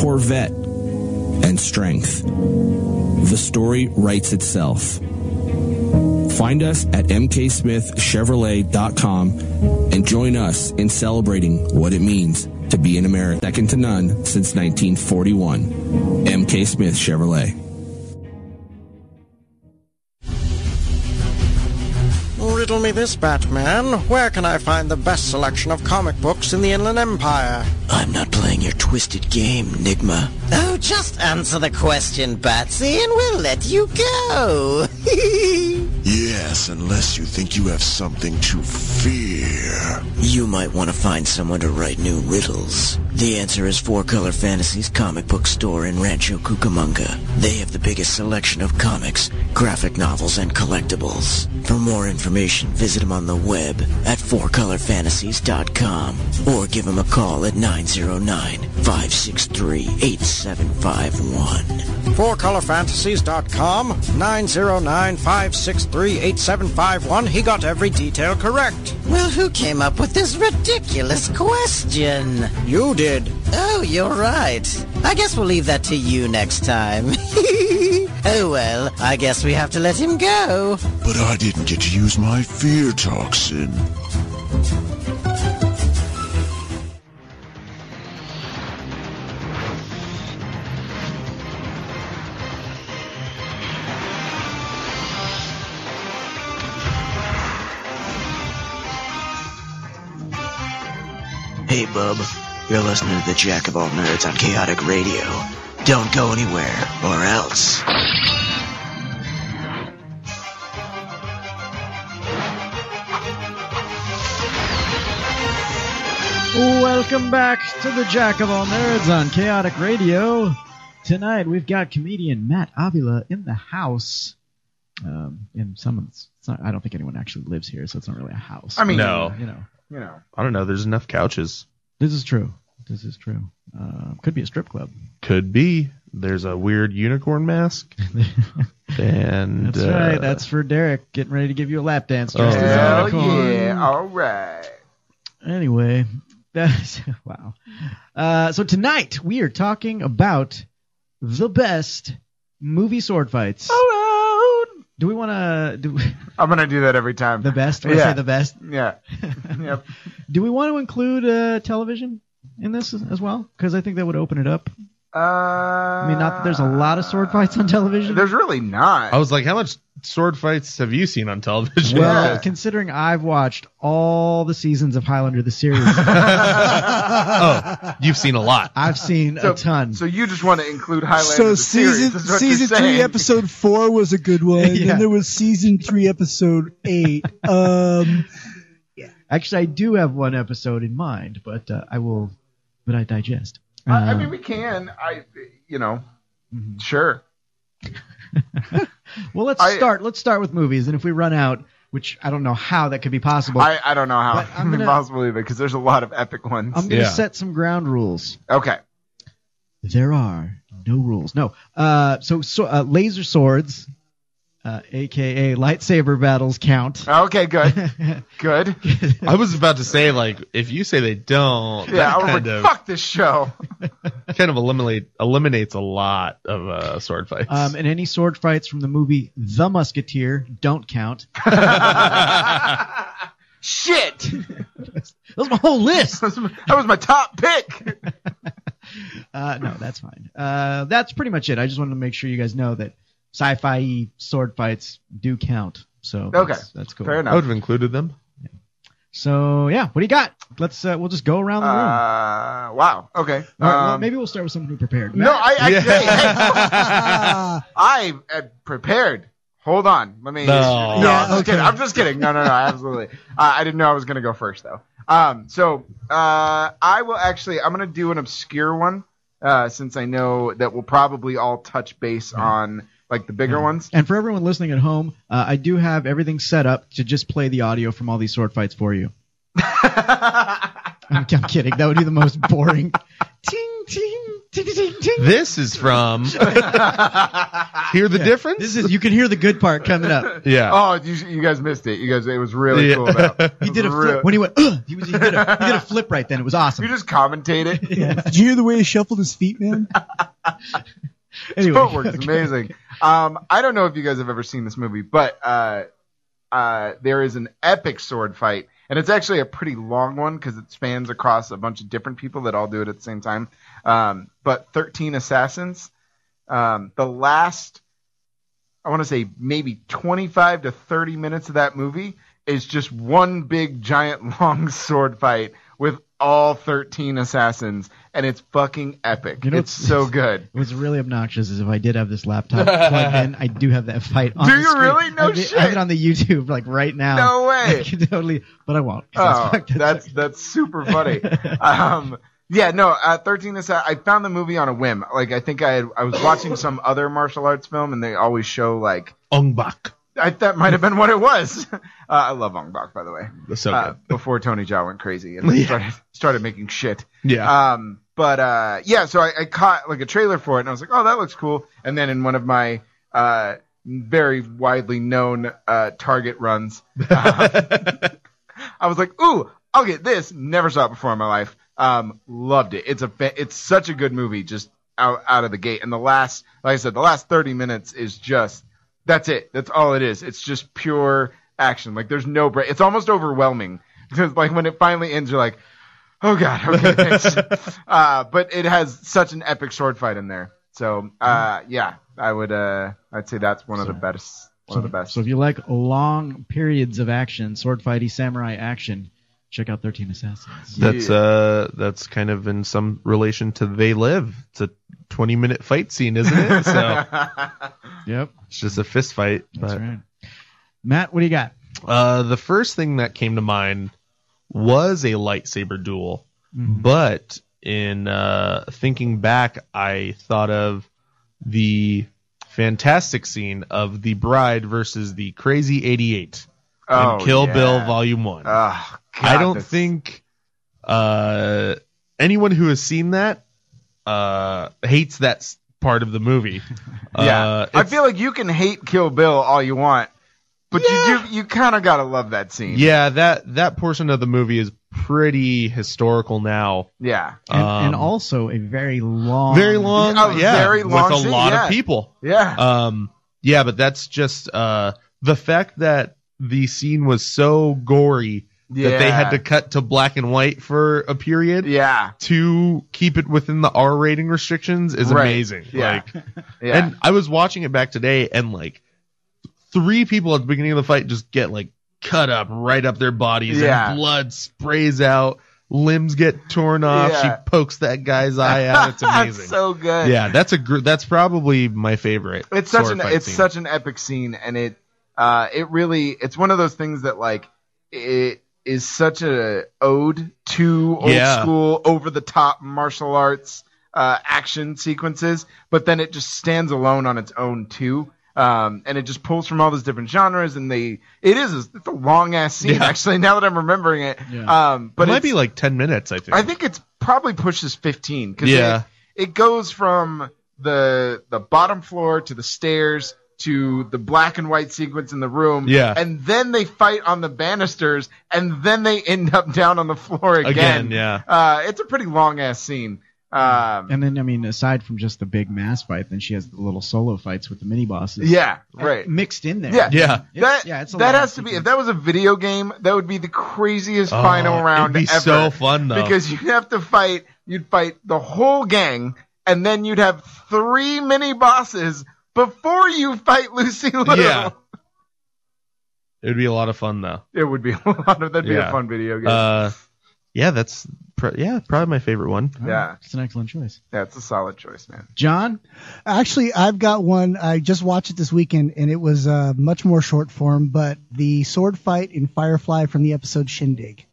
Corvette and Strength. The story writes itself. Find us at mksmithchevrolet.com and join us in celebrating what it means to be an American. Second to none since 1941. MK Smith Chevrolet.
Riddle me this, Batman. Where can I find the best selection of comic books in the Inland Empire?
I'm not playing your twisted game, Nigma.
Oh, just answer the question, Batsy, and we'll let you go.
Yes, unless you think you have something to fear.
You might want to find someone to write new riddles. The answer is Four Color Fantasy's comic book store in Rancho Cucamonga. They have the biggest selection of comics, graphic novels, and collectibles. For more information, visit them on the web at fourcolorfantasies.com or give them a call at 909-563-8751.
4colorfantasies.com 909 563 8751. He got every detail correct.
well, who came up with this ridiculous question?
You did.
Oh, you're right. I guess we'll leave that to you next time. oh, well, I guess we have to let him go.
But I didn't get to use my fear toxin.
Hey, bub. You're listening to the Jack of All Nerds on Chaotic Radio. Don't go anywhere, or else.
Welcome back to the Jack of All Nerds on Chaotic Radio. Tonight we've got comedian Matt Avila in the house. Um, in someone's, it's not, I don't think anyone actually lives here, so it's not really a house.
I mean,
No.
you know,
you know.
I don't know. There's enough couches.
This is true. This is true. Uh, could be a strip club.
Could be. There's a weird unicorn mask. and
That's right.
uh,
That's for Derek getting ready to give you a lap dance.
Oh,
Dressed as a
no.
Oh,
unicorn.
all right.
Anyway, that's wow. Uh, so tonight we are talking about the best movie sword fights. Do we want to do?
I'm gonna do that every time. The
best? Wanna say the best?
Yeah. yep.
Do we want to include uh, television in this as well? Because I think that would open it up.
Uh,
I mean, not that there's a lot of sword fights on television.
There's really not.
I was like, how much sword fights have you seen on television?
Well, considering I've watched all the seasons of Highlander the series,
oh, you've seen a lot.
I've seen
So-
a ton.
So you just want to include Highlander
so
the series,
season
is what
season
you're
three
saying.
episode four was a good one,
Yeah.
and there was season three episode eight. Um,
Actually, I do have one episode in mind, but uh, I will, but I digest.
I, I
Uh,
mean, we can. I, you know, sure.
Mm-hmm. well, let's
I-
start. Let's start with movies, and if we run out, which I don't know how that could be possible.
I, I don't know how
But I'm
I'm
gonna-
possibly because there's a lot of epic ones.
I'm going to set some ground rules.
Okay.
There are no rules. No. Uh, so, so uh, laser swords, uh, aka lightsaber battles, count.
Oh, Okay, good. good.
I was about to say like if you say they don't,
Yeah,
that
I was
kind
like,
of
fuck this show.
kind of eliminate eliminates a lot of uh, sword fights.
Um, and any sword fights from the movie The Musketeer don't count.
Shit.
that was my whole list.
that was my, top pick.
Uh, no, that's fine. Uh, that's pretty much it. I just wanted to make sure you guys know that sci-fi sword fights do count. So
Okay.
that's, that's cool.
Fair enough. I would have included them.
So yeah, what do you got? Let's uh, we'll just go around the room.
Uh, wow. Okay.
All right, well,
Um,
maybe we'll start with someone who prepared.
No, I I, hey, hey, I am prepared. Hold on, let me.
No.
no
Yeah,
I'm, just kidding. I'm just kidding. No, no, no, absolutely. I, I didn't know I was gonna go first though. Um, so uh, I will actually. I'm gonna do an obscure one uh, since I know that we'll probably all touch base on like the bigger ones.
And for everyone listening at home, uh, I do have everything set up to just play the audio from all these sword fights for you. I'm, I'm kidding. That would be the most boring. ting, ting, ting, ting, ting.
This is from Hear the
Ah, Yeah.
difference?
This is you can hear the good part coming up.
Oh, you, you guys missed it. You guys, it was really
Yeah.
cool. Though.
He did a
Really-
flip when he went. Ugh, he was he did, a, he did a flip right then. It was awesome.
You just commentate it.
Did you hear the way he shuffled his feet, man?
Anyway,
His footwork is
okay.
amazing. Um, I don't know if you guys have ever seen this movie, but uh, uh, there is an epic sword fight, and it's actually a pretty long one because it spans across a bunch of different people that all do it at the same time. Um, but 13 assassins. Um, the last, I want to say maybe 25 to 30 minutes of that movie is just one big giant long sword fight with all 13 assassins, and it's fucking epic.
You know,
it's so good.
What's really obnoxious is if I did have this laptop plugged in, I do have that fight on.
Do
the
you
screen.
really? No
I have it- I have
shit.
it on the YouTube like right now.
No way.
I could totally, but I won't. 'cause that's
Oh,
fucked up.
that's that's super funny. um, yeah, no, uh, thirteen is. I found the movie on a whim. Like I think I had, I was watching some other martial arts film, and they always show like
Ong Bak.
I, that might have been what it was. Uh, I love Ong Bak, by the way.
So
Uh,
good.
before Tony Jaa went crazy and
Yeah.
started started making shit.
Yeah.
Um, but uh, yeah, so I, I caught like a trailer for it, and I was like, oh, that looks cool. And then in one of my uh, very widely known uh, Target runs, I was like, "Ooh, I'll get this." Never saw it before in my life. Um, loved it. It's a fa- it's such a good movie just out out of the gate. And the last, like I said, the last thirty minutes is just that's it. That's all it is. It's just pure action. Like there's no break. It's almost overwhelming because like when it finally ends, you're like, "Oh god, okay, thanks." uh, but it has such an epic sword fight in there. So uh, yeah, I would uh, I'd say that's one of the best. One of the best.
So if you like long periods of action, sword fighty, samurai action, check out Thirteen Assassins.
That's uh that's kind of in some relation to They Live. It's a 20 minute fight scene, isn't it? So
Yep.
it's just a fist fight.
That's
but-
right. Matt, what do you got?
Uh, the first thing that came to mind was a lightsaber duel,
Mhm.
but in uh, thinking back, I thought of the fantastic scene of the bride versus the crazy 88
Oh,
in Kill
yeah.
Bill Volume 1.
Oh,
I
God,
don't
that's-
think uh, anyone who has seen that uh, hates that s- part of the movie.
Yeah,
Uh,
I feel like you can hate Kill Bill all you want, but you do you kind of gotta love that scene.
Yeah, that that portion of the movie is pretty historical now.
Yeah,
And, and
Um,
also a very long,
very long,
Oh,
yeah,
very long
with a
scene,
lot
yeah.
of people.
Yeah.
Um, yeah, but that's just uh the fact that the scene was so gory that they
Yeah.
had to cut to black and white for a period.
Yeah.
To keep it within the R rating restrictions is
Right.
amazing.
Yeah.
Like,
Yeah.
and I was watching it back today, and like three people at the beginning of the fight just get like cut up right up their bodies,
Yeah.
and blood sprays out, limbs get torn off.
Yeah.
She pokes that guy's eye out. It's amazing.
That's so good.
Yeah, that's a gr- that's probably my favorite.
it's such
sword
an
fight
it's
scene.
such an epic scene, and it uh it really it's one of those things that like it is such a ode to old
Yeah.
school over the top martial arts uh action sequences, but then it just stands alone on its own too. Um, and it just pulls from all those different genres, and they it is it's a long ass scene
Yeah.
actually. Now that I'm remembering it, um, but
it might
it's-
be like ten minutes. I think.
I think it's probably pushes fifteen because
Yeah.
it, it goes from the the bottom floor to the stairs to the black and white sequence in the room.
Yeah.
and then they fight on the banisters, and then they end up down on the floor again.
Again, yeah.
uh, it's a pretty long ass scene. Um,
and then I mean, aside from just the big mass fight, then she has the little solo fights with the mini bosses.
Yeah, right.
Mixed in there.
Yeah,
It's-
That
yeah, it's a
that
lot
has to be. If that was a video game, that would be the craziest
Oh,
final
it'd
round
be
ever.
so fun, though.
because you'd have to fight. You'd fight the whole gang, and then you'd have three mini bosses before you fight Lucy Liu.
Yeah. It would be a lot of fun though.
It would be a lot of that'd be
Yeah.
a fun video game.
Uh, yeah, that's pr- yeah probably my favorite one.
yeah,
it's an excellent choice.
Yeah, it's a solid choice, man.
John?
Actually, I've got one. I just watched it this weekend, and it was uh, much more short form, but the sword fight in Firefly from the episode Shindig.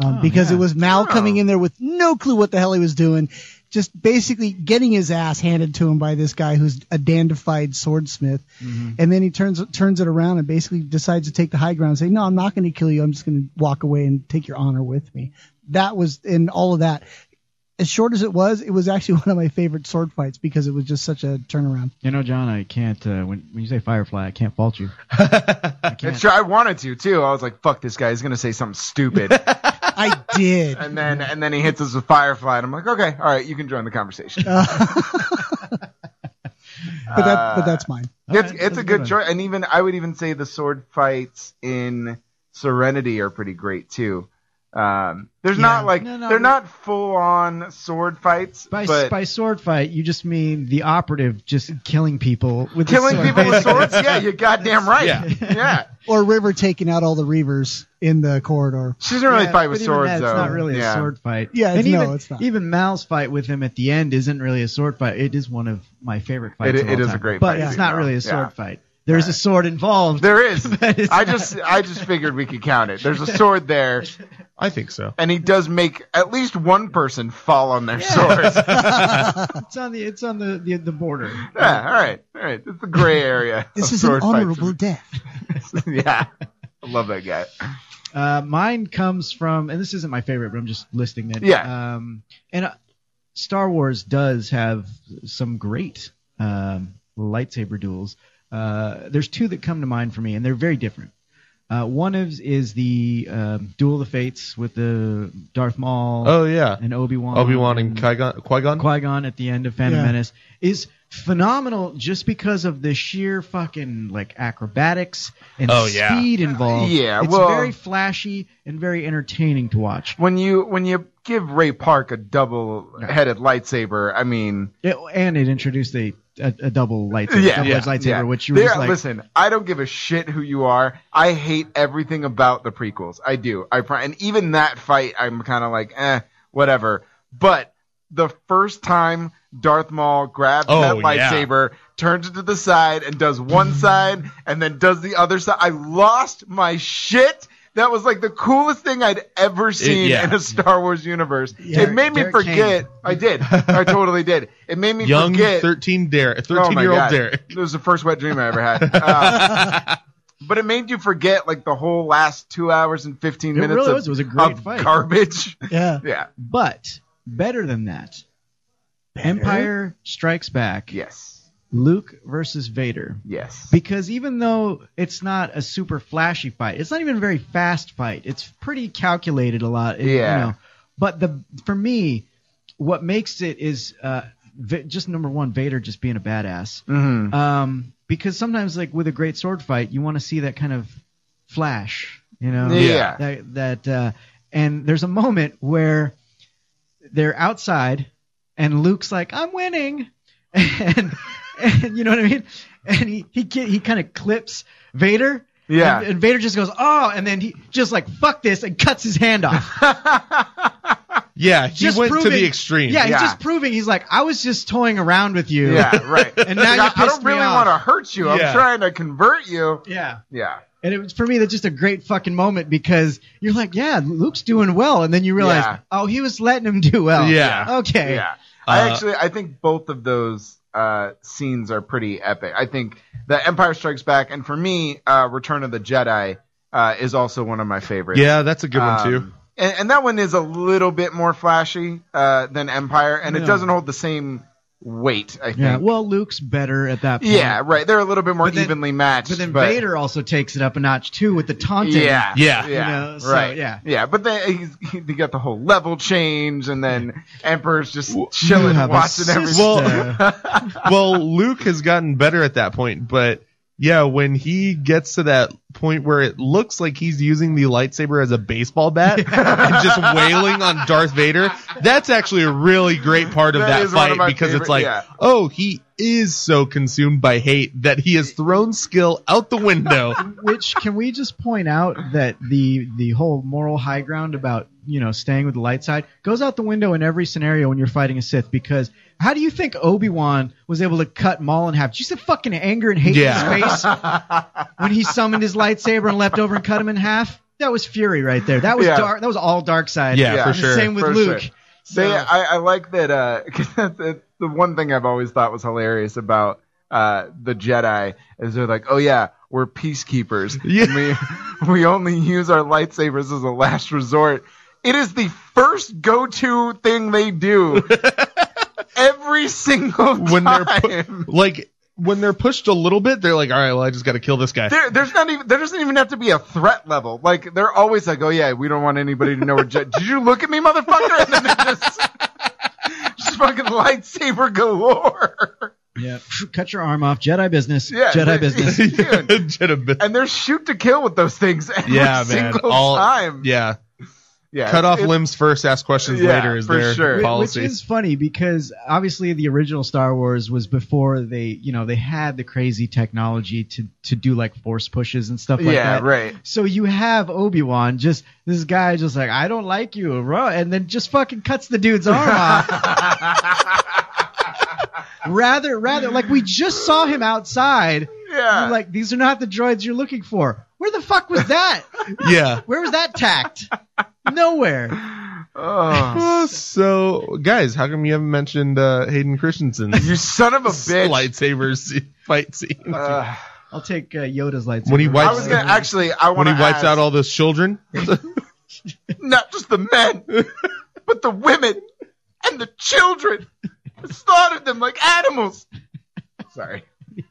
Um,
Oh,
because
yeah.
it was Mal coming in there with no clue what the hell he was doing, just basically getting his ass handed to him by this guy who's a dandified swordsmith.
Mm-hmm.
And then he turns turns it around and basically decides to take the high ground and say, No, I'm not going to kill you. I'm just going to walk away and take your honor with me. That was, and all of that. As short as it was, it was actually one of my favorite sword fights because it was just such a turnaround.
You know, John, I can't. Uh, when when you say Firefly, I can't fault you.
It's true. I wanted to too. I was like, "Fuck this guy. He's gonna say something stupid."
I did.
And then and then he hits us with Firefly, and I'm like, "Okay, all right, you can join the conversation."
But, that, but
Ah.
that's mine.
it's it's a good choice, and even I would even say the sword fights in Serenity are pretty great too. Um, there's not like they're not full on sword fights,
By,
but
by sword fight, you just mean the operative just killing people with his
killing
sword.
people with swords. Yeah, you're goddamn right.
Yeah.
Yeah,
Or River taking out all the Reavers in the corridor.
she doesn't really
Yeah,
fight with
but even
swords
that,
though.
It's not really
Yeah.
a sword fight.
Yeah,
and
it's-
even, e-,
no, it's not.
Even Mal's fight with him at the end isn't really a sword fight. It is one of my favorite
It-
fights. of
it
all
is a
time.
great
but
fight
it's
scene,
not
though.
really a
Yeah.
sword fight. There's a sword involved.
There is.
it's
I
not-
just I just figured we could count it. There's a sword there.
I think so.
And he does make at least one person fall on their swords.
it's on the it's on the the, the border.
Yeah, all right, all right. It's the gray area.
This
of
is an
sword
honorable
death.
yeah, I love that guy.
Uh, mine comes from, and this isn't my favorite, but I'm just listing it.
Yeah.
Um, and uh, Star Wars does have some great um, lightsaber duels. Uh, there's two that come to mind for me, and they're very different. Uh, one is is the um, Duel of the Fates with the Darth Maul.
Oh, yeah.
and Obi Wan.
Obi Wan and Qui Gon. Qui Gon.
Qui Gon at the end of Phantom
Yeah.
Menace is phenomenal just because of the sheer fucking like acrobatics and
Oh, yeah.
speed involved.
Yeah,
it's
well-
very flashy and very entertaining to watch.
When you when you give Ray Park a double-headed lightsaber, I mean,
It, and it introduced a a, a double lightsaber,
yeah,
double
yeah,
edged lightsaber,
yeah.
which you were
There-
just like,
listen, I don't give a shit who you are. I hate everything about the prequels. I do. I pri- and even that fight, I'm kind of like, eh, whatever. But the first time Darth Maul grabs
Oh,
that
yeah.
lightsaber, turns it to the side, and does one
Mm-hmm.
side, and then does the other side, I lost my shit. That was like the coolest thing I'd ever seen
yeah.
in a Star Wars universe.
Derek-
it made me
Derek Kane.
forget. I did. I totally did. It made me
Young
forget.
thirteen Derek,
Oh
thirteen
my
year old
God.
Derek.
It was the first wet dream I ever had. Uh, but it made you forget like the whole last two hours and fifteen
It
minutes.
really
of,
was. It was a great
of
fight.
Garbage.
Yeah.
Yeah.
But better than that, Empire Strikes Back.
Yes.
Luke versus Vader.
Yes.
Because even though it's not a super flashy fight, it's not even a very fast fight. It's pretty calculated a lot. you
Yeah.
know. But the for me, what makes it is uh, Va- just number one, Vader just being a badass.
Mm-hmm.
Mhm.
Um, because sometimes like with a great sword fight, you want to see that kind of flash. You know.
Yeah.
That, that uh, and there's a moment where they're outside and Luke's like, I'm winning. And, and you know what I mean? And he he ki- he kind of clips Vader.
Yeah.
And, and Vader just goes, oh, and then he just like fuck this and cuts his hand off.
Yeah, he
Just
went to
proving-
the extreme.
Yeah, he's just proving he's like, I was just toying around with you.
Yeah, right.
And now you
I, I
pissed
don't
me
really
off.
want to hurt you. I'm
Yeah.
trying to convert you.
Yeah.
Yeah.
And it was for me that's just a great fucking moment because you're like, yeah, Luke's doing well, and then you realize,
Yeah.
oh, he was letting him do well.
Uh,
Okay.
Yeah. I actually I think both of those uh, scenes are pretty epic. I think The Empire Strikes Back, and for me, uh, Return of the Jedi uh, is also one of my favorites. Um,
Yeah, that's a good one, too.
And, and that one is a little bit more flashy uh, than Empire, and it
Yeah.
doesn't hold the same weight. I think.
Yeah,
Yeah,
well, Luke's better at that point.
right. They're a little bit more evenly matched.
But then Vader also takes it up a notch too with the taunting.
Yeah,
You
yeah,
know, so,
right,
Yeah.
yeah. But then he's, he, they got the whole level change, and then Emperor's just
You
chilling,
have a
watching everything.
Well, well, Luke has gotten better at that point, but yeah, when he gets to that point where it looks like he's using the lightsaber as a baseball bat and just wailing on Darth Vader, that's actually a really great part of
That
that,
is one
fight
of my
because it's
favorite-
like,
yeah.
oh, he is so consumed by hate that he has thrown skill out the window.
Which can we just point out that the the whole moral high ground about you know staying with the light side goes out the window in every scenario when you're fighting a Sith because how do you think Obi Wan was able to cut Maul in half? Did you see the fucking anger and hate in his face when he summoned his lightsaber and leapt over and cut him in half? That was fury right there. That was
Yeah.
dark. That was all dark side. And the Same with
For
Luke.
sure. They,
So-
I, I like that. Uh, 'cause the, the one thing I've always thought was hilarious about uh, the Jedi is they're like, oh yeah, we're peacekeepers. We we only use our lightsabers as a last resort. It is the first go-to thing they do every single time.
When they're pu- like, when they're pushed a little bit, they're like, all right, well, I just got to kill this guy.
There, there's not even there doesn't even have to be a threat level. Like they're always like, oh yeah, we don't want anybody to know we're. Je- Did you look at me, motherfucker? And then they just just fucking lightsaber galore.
Yeah. Cut your arm off. Jedi business.
Yeah,
Jedi
they-
business.
Jedi business.
And they're shoot to kill with those things every
yeah, man.
single
All
time.
yeah.
Yeah,
Cut off
it-
limbs first, ask questions
Yeah,
later. Is
for
their
sure.
Whi-
policy?
Which is funny because obviously the original Star Wars was before they, you know, they had the crazy technology to to do like force pushes and stuff like
Yeah,
that.
right.
So you have Obi Wan just this guy just like I don't like you, bro, and then just fucking cuts the dude's arm off. rather, rather, like we just saw him outside.
Yeah.
You're like these are not the droids you're looking for. Where the fuck was that?
yeah.
Where was that tact? Nowhere.
Oh.
Uh, so, guys, how come you haven't mentioned uh, Hayden Christensen's
you son of a
bitch lightsaber se- fight scene
I'll take uh, Yoda's lightsaber.
when he wipes? when he
wanna
wipes
ask-
out all those children.
Not just the men, but the women and the children. Slaughtered them like animals. Sorry.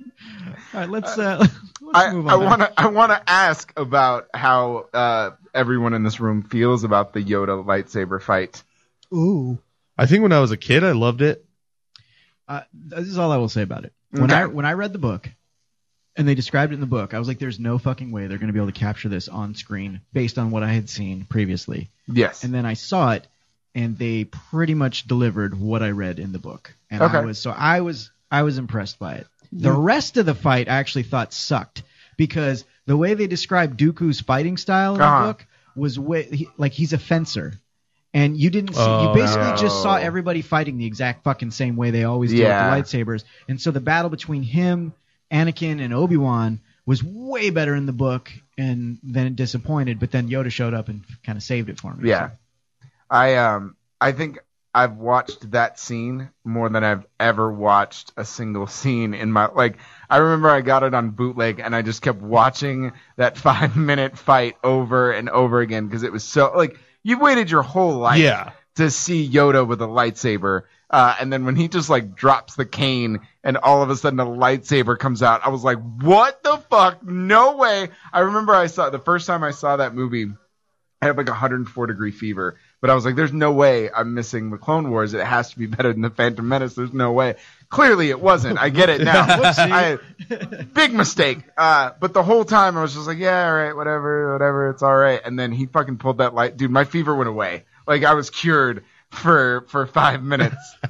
All right, let's uh, let's
I,
move
I
on.
want to. I want to ask about how uh, everyone in this room feels about the Yoda lightsaber fight.
Ooh.
I think when I was a kid, I loved it.
Uh, this is all I will say about it. When
Okay.
I when I read the book, and they described it in the book, I was like, "There's no fucking way they're going to be able to capture this on screen based on what I had seen previously."
Yes.
And then I saw it, and they pretty much delivered what I read in the book, and I
Okay.
was so I was I was impressed by it. The
Mm.
rest of the fight I actually thought sucked because the way they described Dooku's fighting style in
Uh-huh.
the book was way, he, like he's a fencer. And you didn't see.
Oh,
you basically just saw
no.
everybody fighting the exact fucking same way they always
Yeah.
do with the lightsabers. And so the battle between him, Anakin, and Obi Wan was way better in the book, and then it disappointed. But then Yoda showed up and kind of saved it for me.
Yeah. I um I think I've watched that scene more than I've ever watched a single scene in my like I remember I got it on bootleg and I just kept watching that 5 minute fight over and over again cuz it was so like you've waited your whole life
Yeah.
to see Yoda with a lightsaber uh, and then when he just like drops the cane and all of a sudden a lightsaber comes out I was like what the fuck no way I remember I saw the first time I saw that movie I had like a 104 degree fever, but I was like, there's no way I'm missing the Clone Wars. It has to be better than the Phantom Menace. There's no way. Clearly it wasn't. I get it now.
Whoopsie.
I- big mistake. Uh, but the whole time I was just like, yeah, all right, whatever, whatever. It's all right. And then he fucking pulled that light. Dude, my fever went away. Like I was cured for, for five minutes.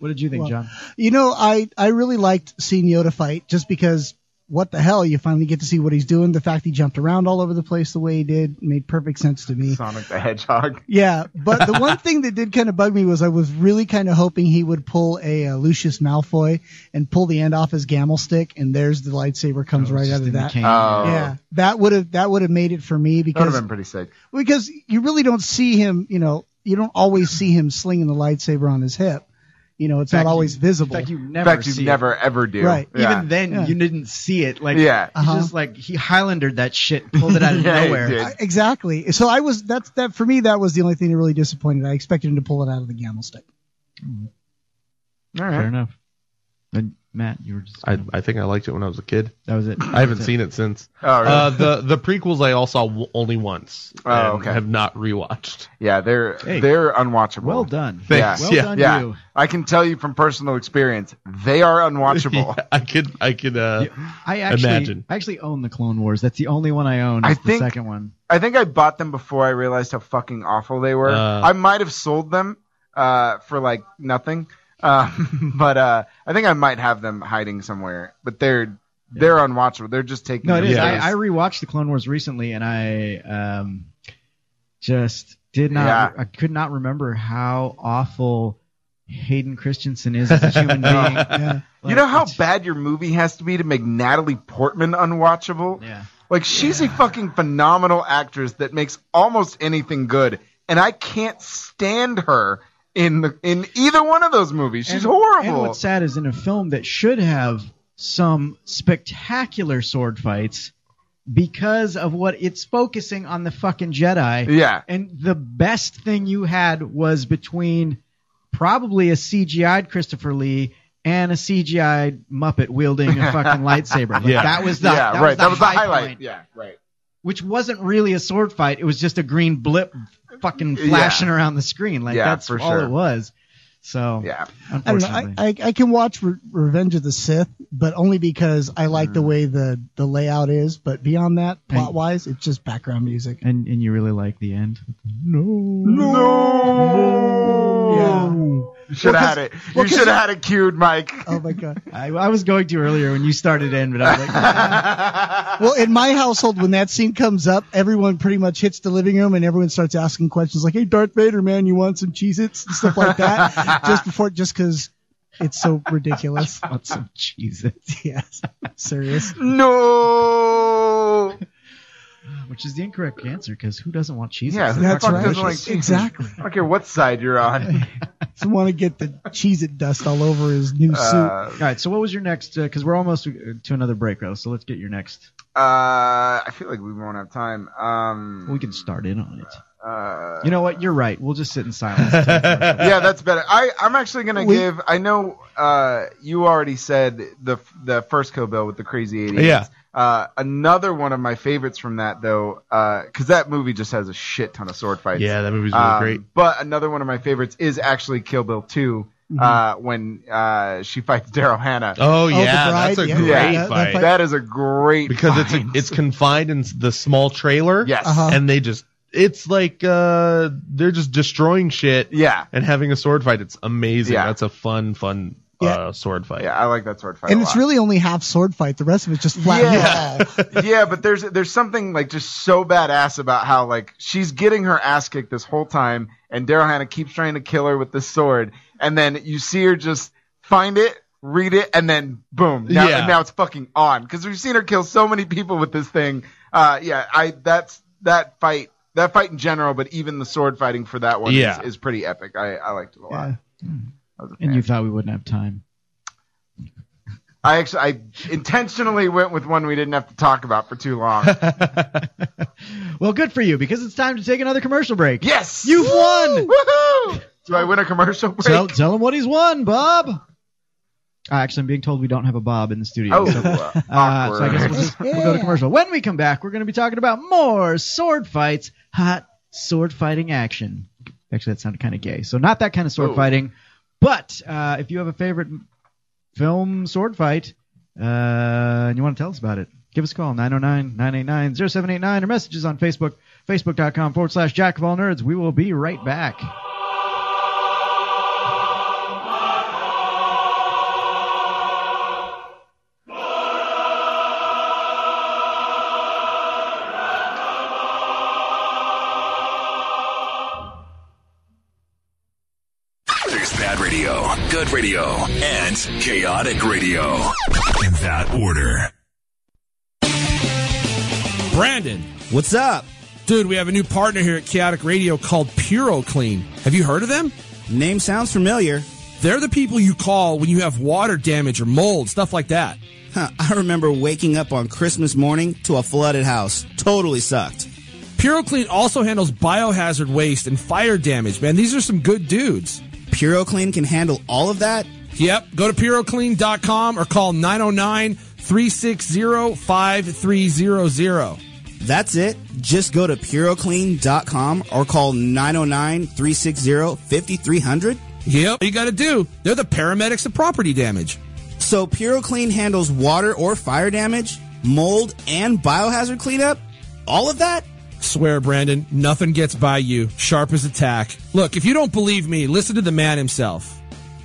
What did you think, John?
You know, I, I really liked seeing Yoda fight just because what the hell? You finally get to see what he's doing. The fact he jumped around all over the place the way he did made perfect sense to me.
Sonic the Hedgehog.
Yeah, but the one thing that did kind of bug me was I was really kind of hoping he would pull a uh, Lucius Malfoy and pull the end off his gamel stick, and there's the lightsaber comes right out of that.
cane. Oh.
Yeah, that would have that would have made it for
That
me
would
because
have been pretty sick.
because you really don't see him. You know, you don't always see him slinging the lightsaber on his hip. You know, it's not always visible.
In fact, you never.
In fact, you
see it.
never ever do.
Right.
Yeah.
Even then,
Yeah. Uh-huh.
you didn't see it. Like,
Yeah.
it's just like he Highlandered that shit, pulled it out of
Yeah, he
nowhere.
did.
I- exactly. So I was that's that for me. That was the only thing that really disappointed. I expected him to pull it out of the gamble stick.
All
Fair
right.
enough. And Uh, Matt, you were just
I, I think I liked it when I was a kid.
That was it.
I haven't
That's it.
seen it since.
Oh, really?
uh, the the prequels I all saw w- only once.
Oh,
and
okay.
Have not rewatched.
Yeah, they're
Hey.
they're unwatchable.
well done.
Thanks.
Well
Yeah.
done,
yeah,
you.
I can tell you from personal experience, they are unwatchable.
I could I could uh,
I actually,
imagine.
I actually own the Clone Wars. That's the only one I own.
I
It's
think-
the second one.
I think I bought them before I realized how fucking awful they were.
Uh.
I might have sold them uh, for like nothing, uh, but uh, I think I might have them hiding somewhere. But they're they're unwatchable. They're just taking.
No, it is.
their
I, I
space.
rewatched the Clone Wars recently, and I um, just did not.
Yeah.
I could not remember how awful Hayden Christensen is as a human being.
Yeah. you know how bad your movie has to be to make Natalie Portman unwatchable?
Yeah.
Like she's a fucking phenomenal actress that makes almost anything good, and I can't stand her in the in either one of those movies. She's
And-
horrible.
And what's sad is in a film that should have some spectacular sword fights because of what it's focusing on the fucking Jedi.
Yeah.
And the best thing you had was between probably a CGI'd Christopher Lee and a CGI'd Muppet wielding a fucking lightsaber. Like,
Yeah.
That was the
Yeah,
that
right.
Was the
that was the
high
highlight.
point,
Yeah, right.
which wasn't really a sword fight. It was just a green blip fucking
Yeah.
flashing around the screen. Like
Yeah,
that's
for
all
sure.
it was. So
yeah.
I don't know.
unfortunately.
I, I, I can watch Re- Revenge of the Sith, but only because I like
Mm.
the way the the layout is. But beyond that, plot wise, it's just background music.
And and you really like the end?
No.
No. You should
Well,
have
'cause-
had it.
well,
you
'cause
should
you-
have had it cued, Mike.
Oh my god.
I, I was going to earlier when you started in, but I was like,
Well, in my household, when that scene comes up, everyone pretty much hits the living room and everyone starts asking questions like, "Hey, Darth Vader, man, you want some Cheez-Its and stuff like that?" just before, just because it's so ridiculous.
want some Cheez-Its?
Yes. Serious.
No.
which is the incorrect answer because who doesn't want cheese?
Yeah, who the fuck doesn't like cheese?
Exactly.
I don't care what side you're on.
Doesn't want to get the Cheez-It dust all over his new
Uh,
suit.
All right, so what was your next? Because we're almost uh, to another break, though. So let's get your next.
Uh, I feel like we won't have time. Um,
We can start in on it.
uh,
You know what? You're right. We'll just sit in silence.
yeah, that's better. I I'm actually gonna
We-
give. I know uh, you already said the the first Kill Bill with the crazy 80s.
Yeah.
Uh, another one of my favorites from that though, because that movie just has a shit ton of sword fights.
Yeah, that movie's really
Um,
great.
But another one of my favorites is actually Kill Bill 2 Uh, when uh, she fights Daryl Hannah.
Mm-hmm. Oh, Oh, the yeah, that's bride, a yeah. great
Yeah,
that- that fight.
That is a great
because it's it's confined in the small trailer.
Yes. Uh-huh.
and they just it's like uh they're just destroying shit.
Yeah,
and having a sword fight, it's amazing.
Yeah.
That's a fun fun uh, sword fight.
Yeah, I like that sword fight.
And
a
it's
lot.
really only half sword fight. The rest of it's just flat.
yeah. yeah, but there's there's something like just so badass about how like she's getting her ass kicked this whole time, and Daryl Hannah keeps trying to kill her with this sword, and then you see her just find it, read it, and then boom, now,
Yeah.
now it's fucking on because we've seen her kill so many people with this thing. Uh, yeah, I that's that fight. That fight in general, but even the sword fighting for that one
Yeah.
is, is pretty epic. I, I liked it a lot.
and you thought we wouldn't have time.
I actually I intentionally went with one we didn't have to talk about for too long.
Well, good for you because it's time to take another commercial break.
Yes,
you've won.
Woohoo! Do I win a commercial break?
Tell, tell him what he's won, Bob. Uh, actually, I'm being told we don't have a Bob in the studio.
Oh,
so,
uh,
uh, so I guess
awkward.
we'll, just, we'll go to commercial. When we come back, we're going to be talking about more sword fights, hot sword fighting action. Actually, that sounded kind of gay. So not that kind of sword
Oh.
fighting, but uh, if you have a favorite m- film sword fight uh, and you want to tell us about it, give us a call 909-989-0789 or messages on Facebook, facebook.com forward slash jack of all nerds. We will be right back.
There's bad radio, good radio, and chaotic radio. In that order.
Brandon. What's up? Dude, we have a new partner here at Chaotic Radio called PuroClean. Have you heard of them?
Name sounds familiar.
They're the people you call when you have water damage or mold, stuff like that.
Huh, I remember waking up on Christmas morning to a flooded house. Totally sucked.
PuroClean also handles biohazard waste and fire damage, man. These are some good dudes.
PuroClean can handle all of that?
Yep. Go to puroclean.com or call 909 360 5300.
That's it. Just go to puroclean.com or call 909 360 5300.
Yep. You got to do. They're the paramedics of property damage.
So PuroClean handles water or fire damage, mold, and biohazard cleanup? All of that?
Swear, Brandon, nothing gets by you. Sharp as a tack. Look, if you don't believe me, listen to the man himself.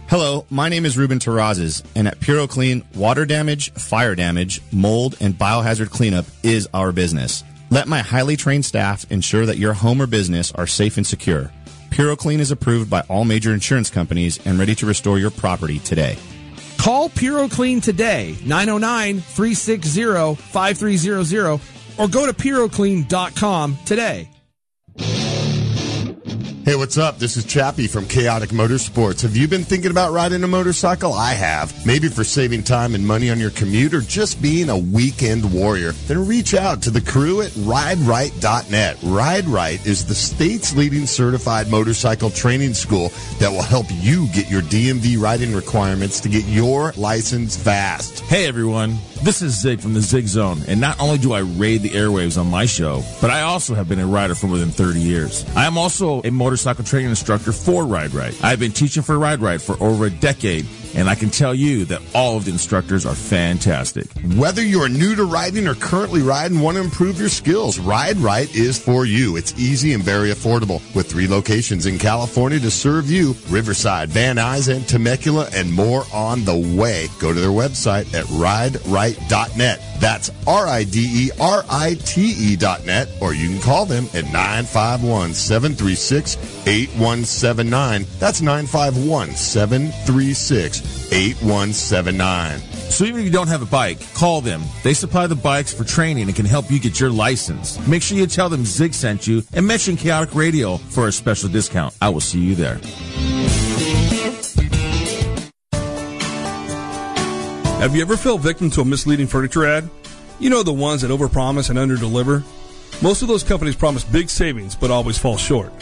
Hello, my name is Ruben Terrazas, and at PuroClean, water damage, fire damage, mold, and biohazard cleanup is our business. Let my highly trained staff ensure that your home or business are safe and secure. PuroClean is approved by all major insurance companies and ready to restore your property today.
Call PuroClean today, 909 360 5300, or go to puroclean.com today.
Hey, what's up? This is Chappie from Chaotic Motorsports. Have you been thinking about riding a motorcycle? I have. Maybe for saving time and money on your commute or just being a weekend warrior. Then reach out to the crew at RideRight.net. Ride Right is the state's leading certified motorcycle training school that will help you get your DMV riding requirements to get your license fast.
Hey everyone, this is Zig from the Zig Zone, and not only do I raid the airwaves on my show, but I also have been a rider for more than 30 years. I am also a motorcycle training instructor for Ride Right. I've been teaching for Ride Right for over a decade, and I can tell you that all of the instructors are fantastic.
Whether you are new to riding or currently ride and want to improve your skills, Ride Right is for you. It's easy and very affordable with three locations in California to serve you Riverside, Van Nuys, and Temecula, and more on the way. Go to their website at rideright.net. That's R I D E R I T E.net, or you can call them at 951 736 8179. That's 951 736 8179.
So even if you don't have a bike, call them. They supply the bikes for training and can help you get your license. Make sure you tell them Zig sent you and mention Chaotic Radio for a special discount. I will see you there.
Have you ever fell victim to a misleading furniture ad? You know the ones that overpromise and underdeliver? Most of those companies promise big savings but always fall short.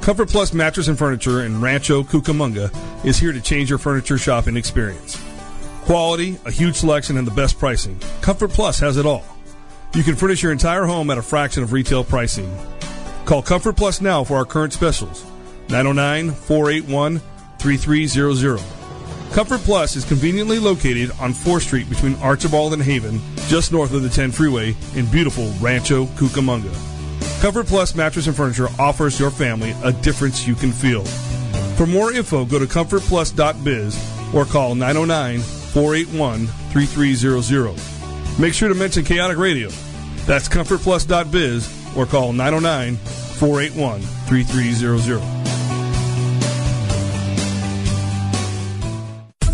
Comfort Plus Mattress and Furniture in Rancho Cucamonga is here to change your furniture shopping experience. Quality, a huge selection, and the best pricing. Comfort Plus has it all. You can furnish your entire home at a fraction of retail pricing. Call Comfort Plus now for our current specials 909 481 3300. Comfort Plus is conveniently located on 4th Street between Archibald and Haven, just north of the 10 freeway in beautiful Rancho Cucamonga. Comfort Plus Mattress and Furniture offers your family a difference you can feel. For more info, go to comfortplus.biz or call 909 481 3300. Make sure to mention Chaotic Radio. That's comfortplus.biz or call 909 481 3300.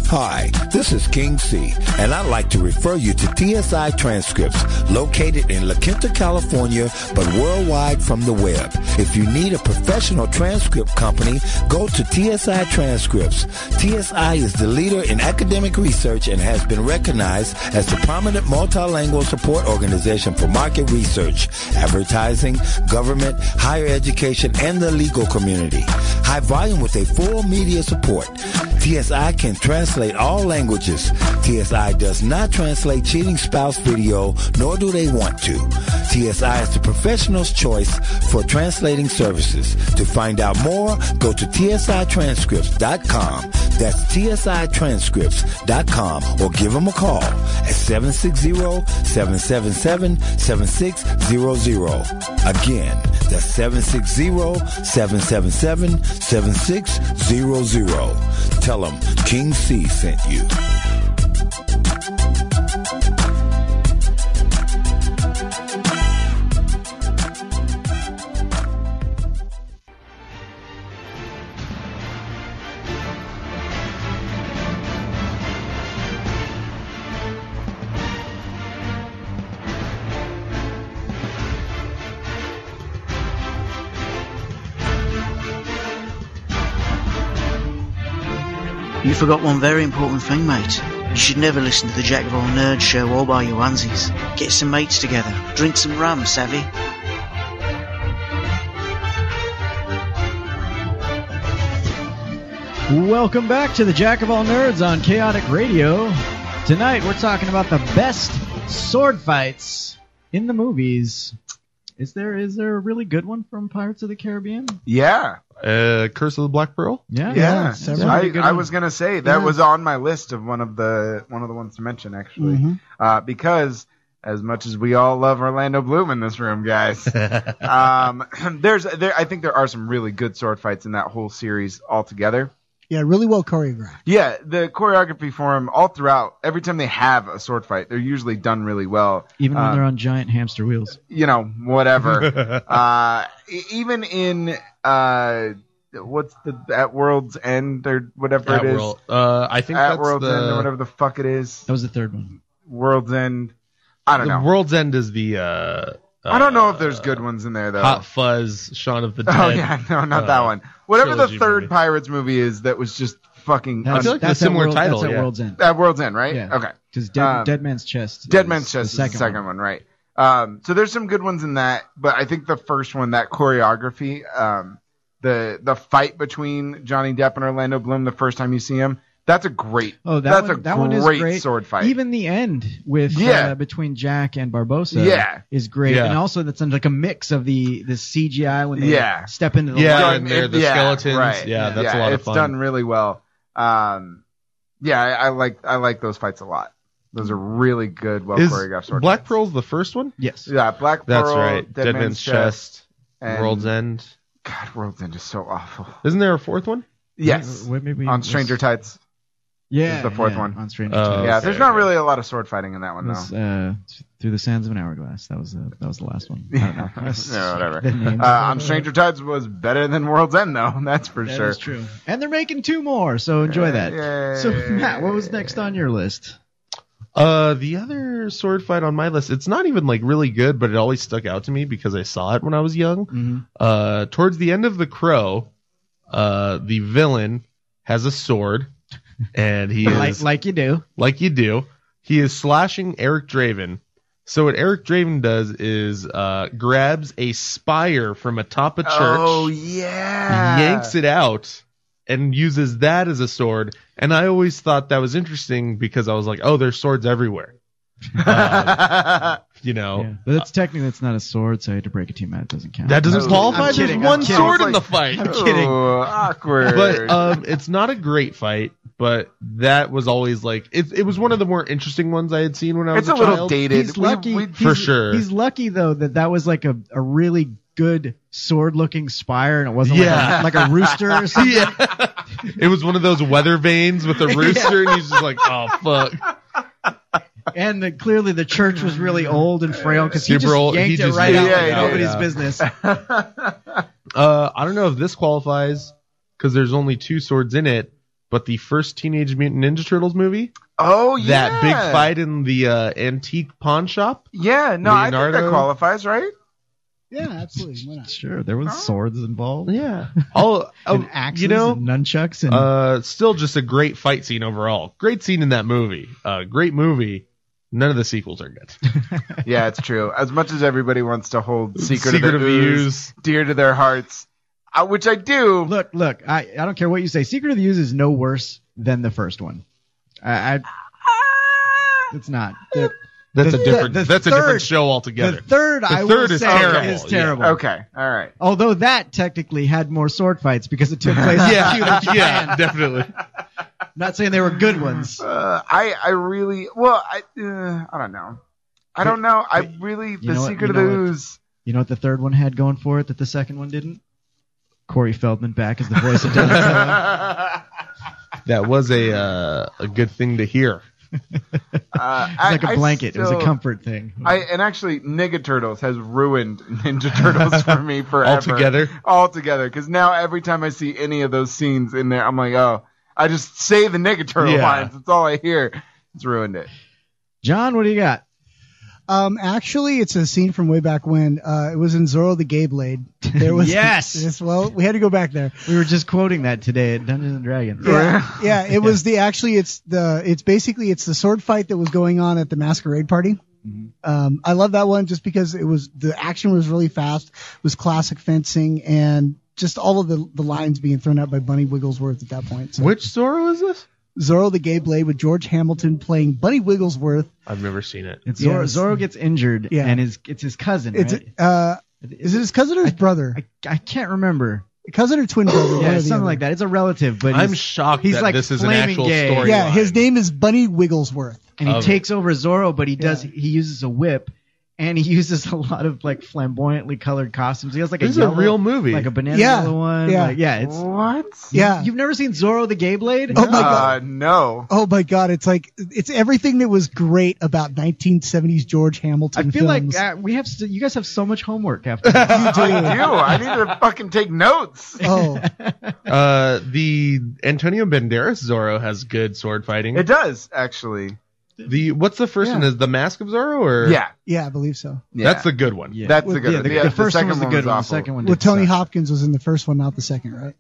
Hi, this is King C, and I'd like to refer you to TSI Transcripts, located in La Quinta, California, but worldwide from the web. If you need a professional transcript company, go to TSI Transcripts. TSI is the leader in academic research and has been recognized as the prominent multilingual support organization for market research, advertising, government, higher education, and the legal community. High volume with a full media support. TSI can translate all languages. TSI does not translate cheating spouse video, nor do they want to. TSI is the professional's choice for translating services. To find out more, go to tsitranscripts.com. That's tsitranscripts.com or give them a call at 760-777-7600. Again, that's 760-777-7600. Tell them King C sent you.
You forgot one very important thing, mate. You should never listen to the Jack of All Nerds show or buy your onesies. Get some mates together. Drink some rum, savvy?
Welcome back to the Jack of All Nerds on Chaotic Radio. Tonight we're talking about the best sword fights in the movies. Is there is there a really good one from Pirates of the Caribbean?
Yeah.
Uh, Curse of the Black Pearl.
Yeah.
I, I was
going
gonna say that
Yeah.
was on my list of one of the one of the ones to mention actually,
Mhm.
uh, because as much as we all love Orlando Bloom in this room, guys, um, there's there I think there are some really good sword fights in that whole series altogether.
Yeah, really well choreographed.
Yeah, the choreography for them all throughout. Every time they have a sword fight, they're usually done really well.
Even when
Uh,
they're on giant hamster wheels.
you know, whatever. uh, e- even in uh, what's the at World's End or whatever it is.
Atworld. Uh, I think
at
that's
World's
the-
End or whatever the fuck it is. That
was the third one.
World's End. I don't
The
know.
World's End is the. Uh,
I don't know if there's good ones in there though.
Hot Fuzz, Shaun of the Dead.
oh yeah, no, not that
uh,
one. Whatever the
trilogy
third
movie.
Pirates movie is that was just fucking.
That's- I feel like that's a similar World- title, that's at yeah. World's End.
At World's End, right?
Yeah.
Okay.
Because Dead,
Um,
Dead Man's Chest.
Dead
is
Man's Chest is
the
the
second,
second one, right? Um, so there's some good ones in that, but I think the first one, that choreography, um, the the fight between Johnny Depp and Orlando Bloom the first time you see him, that's a great.
Oh, that
that's
one,
a great,
that one is great.
sword fight.
Even the end with
Yeah.
uh, between Jack and Barbosa
Yeah.
is great,
Yeah.
and also that's like a mix of the the CGI when they
Yeah.
step into the light.
and they're the skeletons. Yeah, that's a lot of
it's
fun.
done really well. Um, yeah, I, I like I like those fights a lot. Those are really good, well
Is
choreographed sword
Black Pearl's the first one?
Yes.
Yeah, Black Pearl.
That's right.
Dead, Man's, Chest. and-
World's End.
God, World's End is so awful.
Isn't there a fourth one?
Yes.
Wait, maybe
on
this-
Stranger Tides.
Yeah,
Is the fourth
yeah,
one
on
Oh,
Stranger
Yeah,
Tides.
there's not really a lot of sword fighting in that one
It
though.
was, uh, through the sands of an hourglass. That was uh, that was the last one. I don't know.
yeah, whatever.
The names.
Uh, on Stranger Tides was better than World's End though. That's for
That
sure.
is true. And they're making two more, so enjoy that.
Yay.
So Matt, what was next on your list?
Uh, the other sword fight on my list, it's not even like really good, but it always stuck out to me because I saw it when I was young.
Mm-hmm.
Uh, towards the end of The Crow, uh, the villain has a sword, and he
Like-
is
like you do,
like you do. He is slashing Eric Draven. So what Eric Draven does is uh, grabs a spire from atop a church
Oh yeah.
yanks it out and uses that as a sword. And I always thought that was interesting because I was like, oh, there's swords everywhere. Um, you know,
But that's technically it's not a sword, so I had to break it to you, Matt. It doesn't count.
that doesn't
I'm
qualify.
kidding, I'm
there's one
kidding.
sword
It's
in the
like-
fight.
I'm kidding.
Ooh, awkward.
But um, it's not a great fight. But that was always like it. It was one of the more interesting ones I had seen when I was
It's a little
child.
dated. He's We- lucky- we-
for
he's-
sure.
He's lucky though that that was like a, a really good sword-looking spire, and it wasn't
Yeah.
like, a, like a rooster or something.
it was one of those weather vanes with a rooster, and he's just like, oh fuck.
And the, clearly the church was really old and frail because he
Super
just
old.
yanked
He
it
just
right out
yanked
like
it out,
nobody's
yeah.
business.
Uh, I don't know if this qualifies because there's only two swords in it, but the first Teenage Mutant Ninja Turtles movie.
Oh
That big
yeah.
fight in the uh, antique pawn shop.
Yeah, no, I think
Leonardo.
that qualifies, right?
Yeah, absolutely. Why not?
Sure, there was swords involved.
Yeah, all
and
oh,
axes,
you know,
and nunchucks, and
Uh, still just a great fight scene overall. Great scene in that movie. Uh, great movie. None of the sequels are good.
yeah, it's true. As much as everybody wants to hold Secret, of,
Secret
the
of the
Ooze dear to their hearts, uh, which I do.
Look, look, I, I don't care what you say. Secret of the Ooze is no worse than the first one. I, I it's not. The-
That's
the-
a different.
the- the
that's a different
third-
show altogether.
The third,
The
I will
third is
say,
terrible,
is
yeah.
terrible.
Okay, all right.
Although that technically had more sword fights because it took place. in
yeah,
Cuba, Japan.
yeah, definitely.
Not saying they were good ones.
Uh, I I really well I uh, I don't know. I don't know. I really the
know what-
Secret
you know
of the
what-
Ooze.
You know what the third one had going for it that the second one didn't? Corey Feldman back as the voice of Donatello.
That was a uh, a good thing to hear.
Uh,
It's like
a
a blanket. it was a comfort thing.
I and actually, Ninja Turtles has ruined Ninja Turtles for me forever.
Altogether?
altogether. Because now every time I see any of those scenes in there, I'm like, oh, I just say the Ninja Turtle
Yeah.
lines. That's all I hear. It's ruined it.
John, what do you got?
Um, actually, it's a scene from way back when. Uh, it was in Zorro the Gay Blade. There was
Yes!
this- well, we had to go back there.
We were just quoting that today at Dungeons and Dragons.
Yeah, yeah. It was the actually it's the it's basically it's the sword fight that was going on at the masquerade party. Um, I love that one just because it was the action was really fast, it was classic fencing, and just all of the the lines being thrown out by Bunny Wigglesworth at that point.
Which Zorro is this?
Zorro the Gay Blade with George Hamilton playing Bunny Wigglesworth.
I've never seen it.
It's Zorro, Zorro gets injured,
Yeah.
and his, it's his cousin,
It's
right?
uh, is it his cousin or his brother?
I, I can't remember.
Cousin or twin brother? one or
yeah,
the
something
other.
like that. It's a relative, but
I'm
he's-
shocked
He's
that
like
this is an
flaming
actual
gay.
story.
Yeah, his name is Bunny Wigglesworth.
and he
Of
takes over Zorro, but he does he uses a whip and he uses a lot of like flamboyantly colored costumes. He has like
This
a
is a
yellow,
real movie.
like a banana
Yeah,
yellow one.
yeah.
like, yeah. It's
what?
Yeah.
you've never seen Zorro the Gay Blade?
Oh my God.
Uh, no.
Oh my God! It's like it's everything that was great about 1970s George Hamilton.
I feel
films.
like uh, we have st- you guys have so much homework after. this.
I do. I need to fucking take notes.
Oh,
Uh, the Antonio Banderas Zorro has good sword fighting.
it does actually.
The what's the first
Yeah.
one? Is the Mask of Zorro or
Yeah.
yeah, I believe so.
That's the good one.
That's the good
Yeah,
one.
the-
Yeah,
the first one
second
was the good one. The
awful.
second one
Well, Tony Hopkins was in the first one, not the second, right?